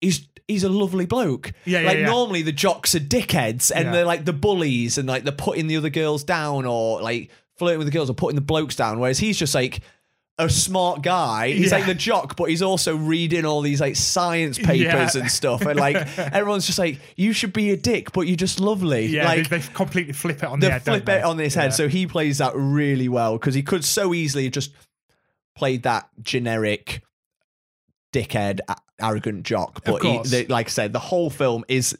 [SPEAKER 2] he's he's a lovely bloke.
[SPEAKER 1] Yeah, yeah,
[SPEAKER 2] like
[SPEAKER 1] yeah.
[SPEAKER 2] normally the jocks are dickheads and
[SPEAKER 1] Yeah.
[SPEAKER 2] they're like the bullies and like they're putting the other girls down or like flirting with the girls or putting the blokes down. Whereas he's just like a smart guy. He's
[SPEAKER 1] Yeah.
[SPEAKER 2] like the jock, but he's also reading all these like science papers
[SPEAKER 1] Yeah.
[SPEAKER 2] and stuff. And
[SPEAKER 1] (laughs)
[SPEAKER 2] like everyone's just like, you should be a dick, but you're just lovely.
[SPEAKER 1] yeah,
[SPEAKER 2] like
[SPEAKER 1] they, they completely flip it on
[SPEAKER 2] the
[SPEAKER 1] the head. don't
[SPEAKER 2] flip
[SPEAKER 1] they?
[SPEAKER 2] it on his head.
[SPEAKER 1] Yeah.
[SPEAKER 2] So he plays that really well because he could so easily have just played that generic dickhead, a- arrogant jock. But he,
[SPEAKER 1] course.
[SPEAKER 2] the, like I said, the whole film is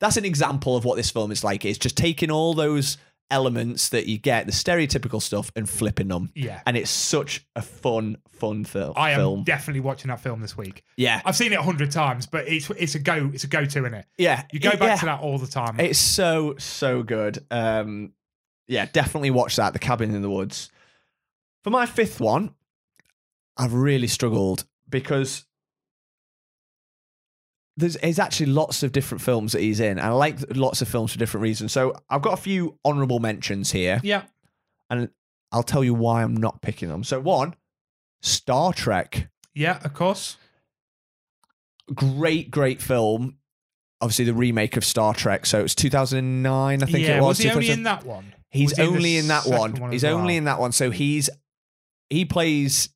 [SPEAKER 2] that's an example of what this film is like. It's just taking all those elements that you get, the stereotypical stuff, and flipping them.
[SPEAKER 1] yeah.
[SPEAKER 2] And it's such a fun, fun fil-
[SPEAKER 1] I am
[SPEAKER 2] film.
[SPEAKER 1] definitely watching that film this week.
[SPEAKER 2] yeah,
[SPEAKER 1] I've seen it a hundred times, but it's it's a go it's a go to in it.
[SPEAKER 2] yeah.
[SPEAKER 1] You go
[SPEAKER 2] It-
[SPEAKER 1] back
[SPEAKER 2] yeah.
[SPEAKER 1] to that all the time.
[SPEAKER 2] It's so so good. Um, yeah, definitely watch that. The Cabin in the Woods. For my fifth one, I've really struggled because there's, there's actually lots of different films that he's in. and I like lots of films for different reasons. So I've got a few honourable mentions here,
[SPEAKER 1] yeah.
[SPEAKER 2] and I'll tell you why I'm not picking them. So one, Star Trek
[SPEAKER 1] Yeah, of course.
[SPEAKER 2] great, great film. Obviously, the remake of Star Trek. So it's 2009, I think
[SPEAKER 1] yeah,
[SPEAKER 2] it was.
[SPEAKER 1] he only
[SPEAKER 2] 2000
[SPEAKER 1] in that one?
[SPEAKER 2] He's
[SPEAKER 1] Was he in the
[SPEAKER 2] only in that
[SPEAKER 1] second
[SPEAKER 2] one.
[SPEAKER 1] one
[SPEAKER 2] He's
[SPEAKER 1] as
[SPEAKER 2] only
[SPEAKER 1] well?
[SPEAKER 2] in that one. So he's he plays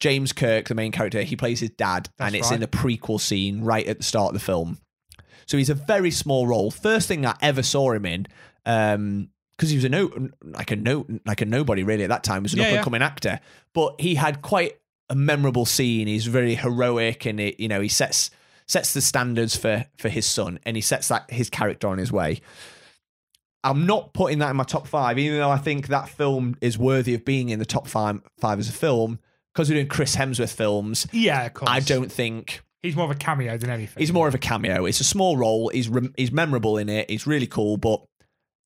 [SPEAKER 2] James Kirk, the main character. He plays his dad,
[SPEAKER 1] That's
[SPEAKER 2] and it's in
[SPEAKER 1] right.
[SPEAKER 2] the prequel scene right at the start of the film. So he's a very small role. First thing I ever saw him in, um, because he was a no, like a no, like a nobody really at that time. He was an
[SPEAKER 1] Yeah,
[SPEAKER 2] up
[SPEAKER 1] yeah.
[SPEAKER 2] and coming actor, but he had quite a memorable scene. He's very heroic, and it, you know he sets sets the standards for for his son, and he sets that his character on his way. I'm not putting that in my top five, even though I think that film is worthy of being in the top five five as a film because we're doing Chris Hemsworth films.
[SPEAKER 1] Yeah, of course.
[SPEAKER 2] I don't think
[SPEAKER 1] He's more of a cameo than anything.
[SPEAKER 2] he's more of a cameo. It's a small role. He's rem- he's memorable in it. He's really cool, but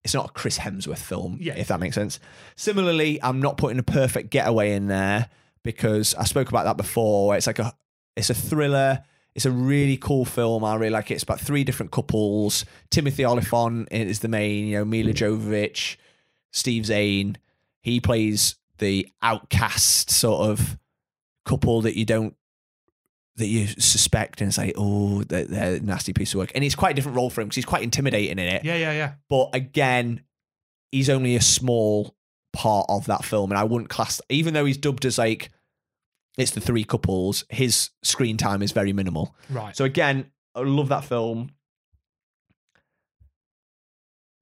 [SPEAKER 2] it's not a Chris Hemsworth film,
[SPEAKER 1] Yeah.
[SPEAKER 2] if that makes sense. Similarly, I'm not putting a perfect getaway in there because I spoke about that before. Where it's like a it's a thriller. It's a really cool film. I really like it. It's about three different couples. Timothy Oliphant is the main. You know, Mila Jovovich, Steve Zane. He plays the outcast sort of couple that you don't that you suspect and it's like oh they're, they're a nasty piece of work and it's quite a different role for him because he's quite intimidating in it
[SPEAKER 1] Yeah, yeah, yeah.
[SPEAKER 2] but again he's only a small part of that film and i wouldn't class even though he's dubbed as like it's the three couples his screen time is very minimal
[SPEAKER 1] Right.
[SPEAKER 2] so again i love that film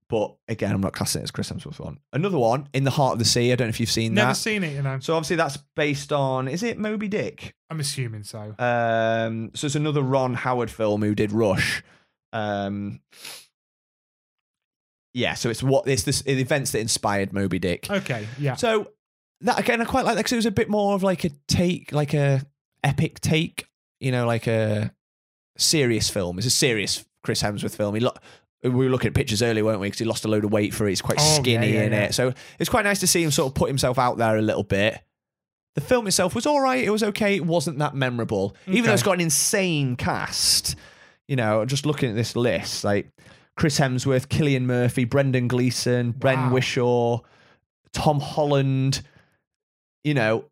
[SPEAKER 2] but again i'm not classing it as chris hemsworth one another one in the heart of the sea i don't know if you've seen
[SPEAKER 1] Never
[SPEAKER 2] that
[SPEAKER 1] seen it, you know.
[SPEAKER 2] so obviously that's based on is it moby dick
[SPEAKER 1] I'm assuming so.
[SPEAKER 2] um, so it's another Ron Howard film who did Rush. Um, yeah, so it's what it's this the events that inspired Moby Dick.
[SPEAKER 1] Okay, yeah.
[SPEAKER 2] So that again, I quite like that because it was a bit more of like a take, like a epic take, you know, like a serious film. It's a serious Chris Hemsworth film. He lo- we were looking at pictures earlier, weren't we? Because he lost a load of weight for it. He's quite
[SPEAKER 1] Oh, yeah,
[SPEAKER 2] skinny
[SPEAKER 1] yeah,
[SPEAKER 2] in
[SPEAKER 1] yeah.
[SPEAKER 2] it, so it's quite nice to see him sort of put himself out there a little bit. The film itself was all right. It was okay. It wasn't that memorable, even
[SPEAKER 1] Okay.
[SPEAKER 2] though it's got an insane cast. You know, just looking at this list, like Chris Hemsworth, Killian Murphy, Brendan Gleeson, Bren
[SPEAKER 1] Wow.
[SPEAKER 2] Wishaw, Tom Holland. You know,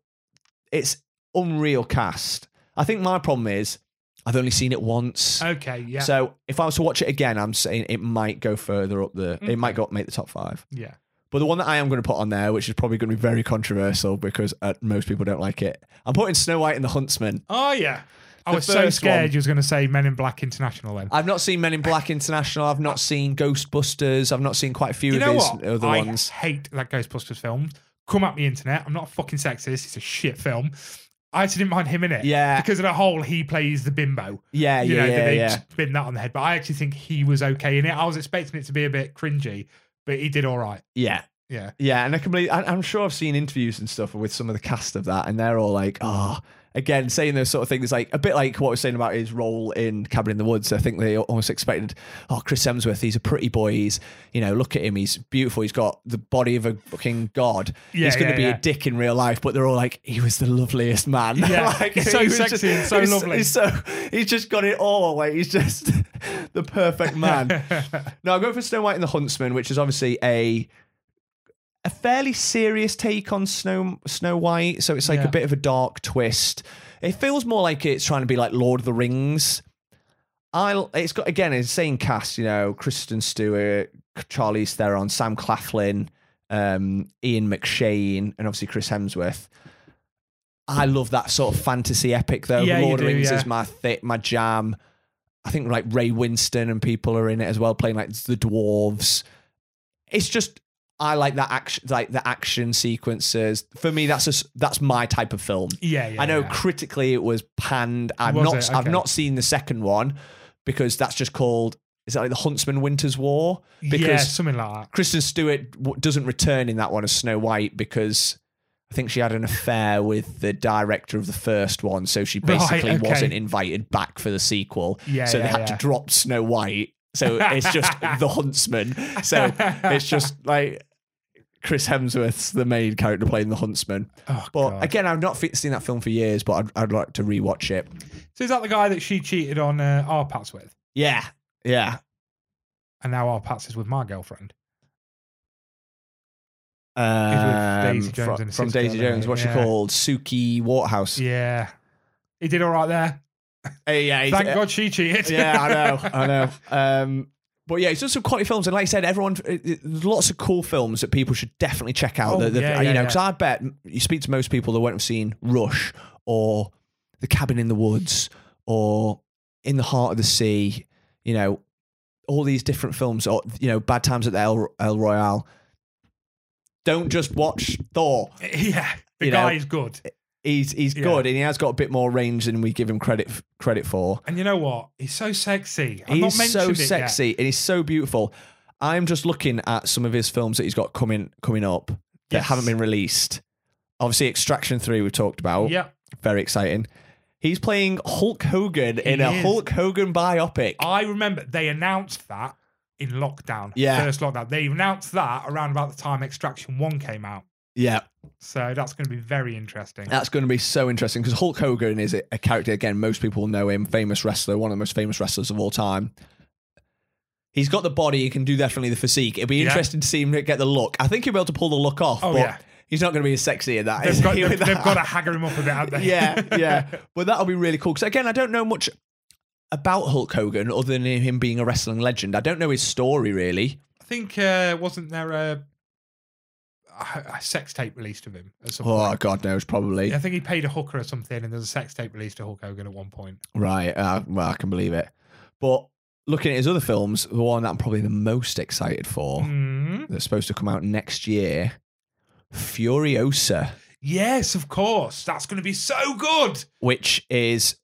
[SPEAKER 2] it's unreal cast. I think my problem is I've only seen it once.
[SPEAKER 1] Okay, Oh, yeah,
[SPEAKER 2] So if I was to watch it again, I'm saying it might go further up the. It might go up, make the top five.
[SPEAKER 1] yeah.
[SPEAKER 2] But the one that I am going to put on there, which is probably going to be very controversial because uh, most people don't like it, I'm putting Snow White and the Huntsman.
[SPEAKER 1] Oh yeah. I
[SPEAKER 2] The
[SPEAKER 1] was so
[SPEAKER 2] first
[SPEAKER 1] scared
[SPEAKER 2] one.
[SPEAKER 1] you was going to say Men in Black International then.
[SPEAKER 2] I've not seen Men in Black International. I've not seen Ghostbusters. I've not seen quite a few
[SPEAKER 1] you
[SPEAKER 2] of
[SPEAKER 1] know
[SPEAKER 2] his
[SPEAKER 1] what?
[SPEAKER 2] other
[SPEAKER 1] I
[SPEAKER 2] ones.
[SPEAKER 1] hate that Ghostbusters film. Come at me, internet. I'm not a fucking sexist. It's a shit film. I actually didn't mind him in it. (laughs)
[SPEAKER 2] Yeah.
[SPEAKER 1] Because of the whole he plays the bimbo.
[SPEAKER 2] Yeah,
[SPEAKER 1] you
[SPEAKER 2] yeah,
[SPEAKER 1] know, that
[SPEAKER 2] Uh, yeah,
[SPEAKER 1] they
[SPEAKER 2] yeah.
[SPEAKER 1] just spin that on the head. But I actually think he was okay in it. I was expecting it to be a bit cringy, but he did all right.
[SPEAKER 2] yeah.
[SPEAKER 1] Yeah. (laughs)
[SPEAKER 2] Yeah, and I can believe, I, I'm sure I've seen interviews and stuff with some of the cast of that, and they're all like, oh, again, saying those sort of things, like a bit like what we are saying about his role in Cabin in the Woods. I think they almost expected, oh, Chris Hemsworth, he's a pretty boy. He's, you know, look at him, he's beautiful. He's got the body of a fucking god.
[SPEAKER 1] Yeah,
[SPEAKER 2] he's going to
[SPEAKER 1] yeah,
[SPEAKER 2] be
[SPEAKER 1] yeah.
[SPEAKER 2] a dick in real life, but they're all like, he was the loveliest man.
[SPEAKER 1] Yeah,
[SPEAKER 2] (laughs) like,
[SPEAKER 1] he's so
[SPEAKER 2] he was
[SPEAKER 1] sexy and so
[SPEAKER 2] he's-
[SPEAKER 1] lovely.
[SPEAKER 2] He's so, he's just got it all. Like, he's just (laughs) the
[SPEAKER 1] (laughs)
[SPEAKER 2] perfect man. No, I'm going for Snow White and the Huntsman, which is obviously a a fairly serious take on Snow Snow White. So it's like
[SPEAKER 1] Yeah.
[SPEAKER 2] a bit of a dark twist. It feels more like it's trying to be like Lord of the Rings. I it's got again insane cast. You know, Kristen Stewart, Charlize Theron, Sam Claflin, um, Ian McShane, and obviously Chris Hemsworth. I love that sort of fantasy epic though.
[SPEAKER 1] Yeah,
[SPEAKER 2] the
[SPEAKER 1] you
[SPEAKER 2] Lord of the
[SPEAKER 1] do,
[SPEAKER 2] Rings
[SPEAKER 1] yeah.
[SPEAKER 2] is my thick, my jam. I think like Ray Winston and people are in it as well, playing like the dwarves. It's just I like that action, like the action sequences. For me, that's just that's my type of film.
[SPEAKER 1] yeah, yeah.
[SPEAKER 2] I know
[SPEAKER 1] yeah.
[SPEAKER 2] critically it was panned. I've
[SPEAKER 1] Was
[SPEAKER 2] not
[SPEAKER 1] it?
[SPEAKER 2] I've
[SPEAKER 1] Okay.
[SPEAKER 2] not seen the second one because that's just called is that like the Huntsman Winter's War because
[SPEAKER 1] yeah, something like that.
[SPEAKER 2] Kristen Stewart w- doesn't return in that one as Snow White because I think she had an affair with the director of the first one, so she
[SPEAKER 1] Right,
[SPEAKER 2] basically
[SPEAKER 1] okay.
[SPEAKER 2] wasn't invited back for the sequel.
[SPEAKER 1] Yeah,
[SPEAKER 2] so they
[SPEAKER 1] yeah,
[SPEAKER 2] had to
[SPEAKER 1] yeah.
[SPEAKER 2] drop Snow White.
[SPEAKER 1] (laughs)
[SPEAKER 2] So it's just the Huntsman. (laughs) So it's just like Chris Hemsworth's the main character playing the Huntsman.
[SPEAKER 1] Oh,
[SPEAKER 2] But
[SPEAKER 1] God.
[SPEAKER 2] again, I've not fe- seen that film for years, but I'd, I'd like to rewatch it.
[SPEAKER 1] so is that the guy that she cheated on uh, our Pats with?
[SPEAKER 2] Yeah, yeah.
[SPEAKER 1] And now our Pats is with my girlfriend.
[SPEAKER 2] Um,
[SPEAKER 1] Daisy Jones
[SPEAKER 2] from,
[SPEAKER 1] and
[SPEAKER 2] from
[SPEAKER 1] Sister
[SPEAKER 2] Daisy
[SPEAKER 1] Girl,
[SPEAKER 2] Jones, what's
[SPEAKER 1] yeah.
[SPEAKER 2] she called? Suki Waterhouse.
[SPEAKER 1] Yeah. He did all right there.
[SPEAKER 2] Hey, yeah, he's- uh,
[SPEAKER 1] Thank God she cheated.
[SPEAKER 2] yeah,
[SPEAKER 1] (laughs)
[SPEAKER 2] I know, I know. Um, but yeah, he's done some quality films, and like I said, everyone, it- it- there's lots of cool films that people should definitely check out.
[SPEAKER 1] Oh,
[SPEAKER 2] that, that-
[SPEAKER 1] yeah,
[SPEAKER 2] you
[SPEAKER 1] yeah,
[SPEAKER 2] know,
[SPEAKER 1] yeah.
[SPEAKER 2] because I bet you speak to most people that won't have seen Rush or The Cabin in the Woods or In the Heart of the Sea. You know, all these different films, or you know, Bad Times at the El, El Royale. Don't just watch Thor.
[SPEAKER 1] yeah. The
[SPEAKER 2] You know.
[SPEAKER 1] guy is good.
[SPEAKER 2] He's he's
[SPEAKER 1] Yeah.
[SPEAKER 2] good, and he has got a bit more range than we give him credit f- credit for.
[SPEAKER 1] And you know what? He's so sexy. I've not
[SPEAKER 2] he's
[SPEAKER 1] mentioned
[SPEAKER 2] so
[SPEAKER 1] it yet.
[SPEAKER 2] sexy and he's so beautiful. I'm just looking at some of his films that he's got coming coming up that
[SPEAKER 1] Yes.
[SPEAKER 2] haven't been released. Obviously, Extraction Three we talked about.
[SPEAKER 1] Yep.
[SPEAKER 2] very exciting. He's playing Hulk Hogan in
[SPEAKER 1] He
[SPEAKER 2] a
[SPEAKER 1] is. Oh.
[SPEAKER 2] Hulk Hogan biopic.
[SPEAKER 1] I remember they announced that in lockdown.
[SPEAKER 2] Yeah.
[SPEAKER 1] First lockdown. They announced that around about the time Extraction 1 came out.
[SPEAKER 2] yeah,
[SPEAKER 1] So that's going to be very interesting.
[SPEAKER 2] that's going to be so interesting because Hulk Hogan is a a character again. Most people know him, famous wrestler, one of the most famous wrestlers of all time. He's got the body; he can do definitely the physique. It'd be
[SPEAKER 1] Yeah.
[SPEAKER 2] interesting to see him get the look. I think he'll be able to pull the look off,
[SPEAKER 1] Oh,
[SPEAKER 2] but
[SPEAKER 1] yeah.
[SPEAKER 2] he's not going to be as sexy in that. is
[SPEAKER 1] They've
[SPEAKER 2] (laughs)
[SPEAKER 1] got,
[SPEAKER 2] he,
[SPEAKER 1] they've,
[SPEAKER 2] with that?
[SPEAKER 1] they've got to haggle him up a bit, haven't they?
[SPEAKER 2] yeah, yeah. But that'll be really cool. Because again, I don't know much about Hulk Hogan other than him being a wrestling legend. I don't know his story really.
[SPEAKER 1] (laughs) I think, uh, wasn't there a, a a sex tape released of him at some
[SPEAKER 2] Oh,
[SPEAKER 1] point?
[SPEAKER 2] God knows, probably.
[SPEAKER 1] I think he paid a hooker or something, and there's a sex tape released to Hulk Hogan at one point.
[SPEAKER 2] Right. Uh, well, I can believe it. But looking at his other films, the one that I'm probably the most excited for
[SPEAKER 1] Hmm.
[SPEAKER 2] that's supposed to come out next year, Furiosa,
[SPEAKER 1] Yes, of course. That's going to be so good.
[SPEAKER 2] which is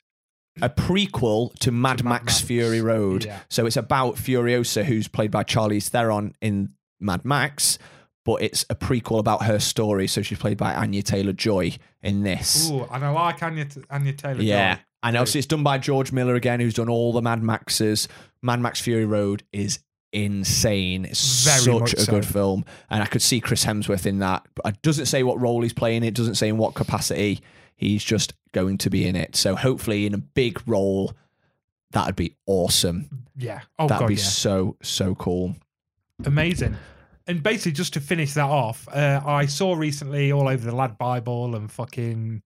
[SPEAKER 2] a prequel to
[SPEAKER 1] Mad
[SPEAKER 2] Mad, Max,
[SPEAKER 1] Max.
[SPEAKER 2] Fury Road.
[SPEAKER 1] Yeah.
[SPEAKER 2] So it's about Furiosa, who's played by Charlize Theron in Mad Max, but it's a prequel about her story. So she's played by Anya Taylor Joy in this.
[SPEAKER 1] Ooh, and I like Anya, Anya Taylor.
[SPEAKER 2] yeah. And
[SPEAKER 1] Dude.
[SPEAKER 2] obviously, it's done by George Miller again, who's done all the Mad Maxes. Mad Max Fury Road is insane. It's
[SPEAKER 1] Very
[SPEAKER 2] such
[SPEAKER 1] much
[SPEAKER 2] a
[SPEAKER 1] so.
[SPEAKER 2] good film, and I could see Chris Hemsworth in that. But it doesn't say what role he's playing. It doesn't say in what capacity. He's just going to be in it. So hopefully, in a big role, that'd be awesome.
[SPEAKER 1] Yeah. Oh
[SPEAKER 2] that'd
[SPEAKER 1] god,
[SPEAKER 2] be
[SPEAKER 1] yeah.
[SPEAKER 2] so so cool.
[SPEAKER 1] Amazing. And basically, just to finish that off, uh, I saw recently all over the Lad Bible and fucking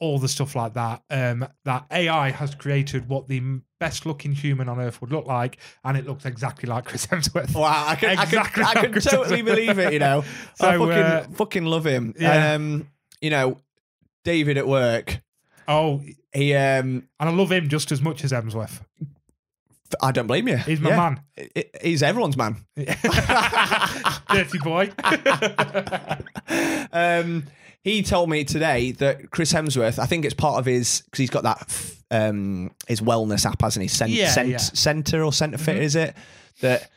[SPEAKER 1] all the stuff like that um, that AI has created what the m- best looking human on Earth would look like, and it looks exactly like Chris Hemsworth.
[SPEAKER 2] Wow, I can,
[SPEAKER 1] Exactly
[SPEAKER 2] I can, I
[SPEAKER 1] how
[SPEAKER 2] can
[SPEAKER 1] good that
[SPEAKER 2] totally
[SPEAKER 1] is.
[SPEAKER 2] believe it. You know,
[SPEAKER 1] (laughs) So,
[SPEAKER 2] I fucking,
[SPEAKER 1] uh,
[SPEAKER 2] fucking love him.
[SPEAKER 1] yeah.
[SPEAKER 2] Um, you know, David at work.
[SPEAKER 1] Oh, and
[SPEAKER 2] He, um,
[SPEAKER 1] I love him just as much as Hemsworth.
[SPEAKER 2] I don't blame you.
[SPEAKER 1] He's my
[SPEAKER 2] Yeah.
[SPEAKER 1] man.
[SPEAKER 2] I- I- He's
[SPEAKER 1] (laughs)
[SPEAKER 2] everyone's man.
[SPEAKER 1] Dirty boy.
[SPEAKER 2] um, he told me today that Chris Hemsworth, I think it's part of his because he's got that f- um, his wellness app, hasn't he? Cent-
[SPEAKER 1] Yeah,
[SPEAKER 2] Cent-
[SPEAKER 1] yeah. Mm-hmm.
[SPEAKER 2] Center or Center Fit, is it? That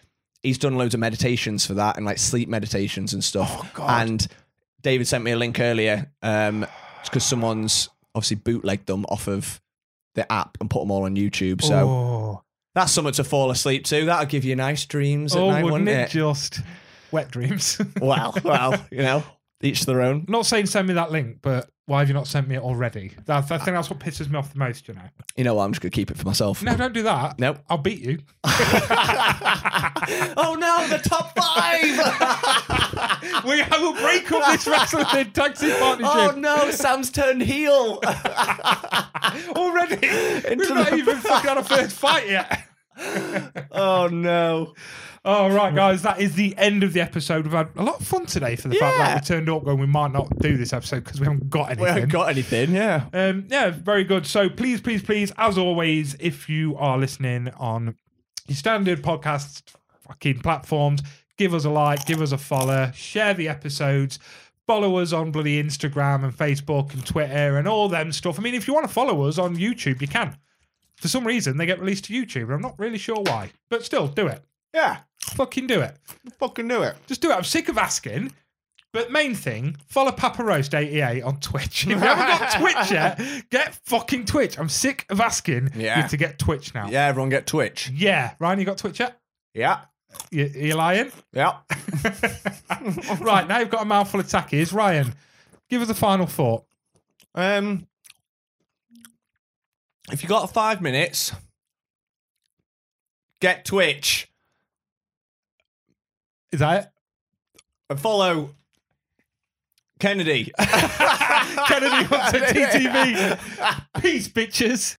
[SPEAKER 2] he's done loads of meditations for that and like sleep meditations and stuff.
[SPEAKER 1] Oh, God.
[SPEAKER 2] And David sent me a link earlier because someone's obviously bootlegged them off of the app and put them all on YouTube. (laughs) So
[SPEAKER 1] oh,
[SPEAKER 2] that's something to fall asleep to. That'll give you nice dreams at
[SPEAKER 1] oh
[SPEAKER 2] night,
[SPEAKER 1] wouldn't it
[SPEAKER 2] wouldn't
[SPEAKER 1] just wet
[SPEAKER 2] (laughs)
[SPEAKER 1] dreams?
[SPEAKER 2] well, well, you know, each their own.
[SPEAKER 1] I'm not saying send me that link, but why have you not sent me it already? That, I think that's what pisses me off the most, you know.
[SPEAKER 2] You know what? I'm just gonna keep it for myself.
[SPEAKER 1] No, don't do that.
[SPEAKER 2] Nope.
[SPEAKER 1] I'll beat you. (laughs)
[SPEAKER 2] oh no, the top
[SPEAKER 1] (laughs)
[SPEAKER 2] five.
[SPEAKER 1] We I will break up this wrestling and tag team
[SPEAKER 2] oh
[SPEAKER 1] partnership
[SPEAKER 2] no, Sam's
[SPEAKER 1] (laughs)
[SPEAKER 2] turned heel.
[SPEAKER 1] already. We've
[SPEAKER 2] (laughs) Into
[SPEAKER 1] not
[SPEAKER 2] the-
[SPEAKER 1] even
[SPEAKER 2] (laughs)
[SPEAKER 1] fucking had a first fight yet.
[SPEAKER 2] oh no.
[SPEAKER 1] All right, guys, that is the end of the episode. We've had a lot of fun today for the fact
[SPEAKER 2] Yeah.
[SPEAKER 1] that we turned up when we might not do this episode because we haven't got anything.
[SPEAKER 2] We haven't got anything, yeah.
[SPEAKER 1] Um, yeah, very good. So please, please, please, as always, if you are listening on your standard podcast fucking platforms, give us a like, give us a follow, share the episodes, follow us on bloody Instagram and Facebook and Twitter and all them stuff. I mean, if you want to follow us on YouTube, you can. For some reason, they get released to YouTube, and I'm not really sure why. But still, do it.
[SPEAKER 2] Yeah.
[SPEAKER 1] Fucking do it.
[SPEAKER 2] Fucking knew it.
[SPEAKER 1] Just do it. I'm sick of asking. But main thing, follow Papa Roast 88 on Twitch. (laughs) If you haven't got Twitch yet, get fucking Twitch. I'm sick of asking
[SPEAKER 2] Yeah.
[SPEAKER 1] you to get Twitch now.
[SPEAKER 2] Yeah, everyone get Twitch.
[SPEAKER 1] Yeah. Ryan, you got Twitch yet?
[SPEAKER 2] Yeah.
[SPEAKER 1] You, you lying? (laughs)
[SPEAKER 2] Yeah.
[SPEAKER 1] right, now you've got a mouthful of tackies. Ryan, give us a final thought.
[SPEAKER 2] Um if you got five minutes, get Twitch
[SPEAKER 1] Is that it?
[SPEAKER 2] and follow Kennedy. (laughs)
[SPEAKER 1] Kennedy Hudson TTV. Peace, bitches.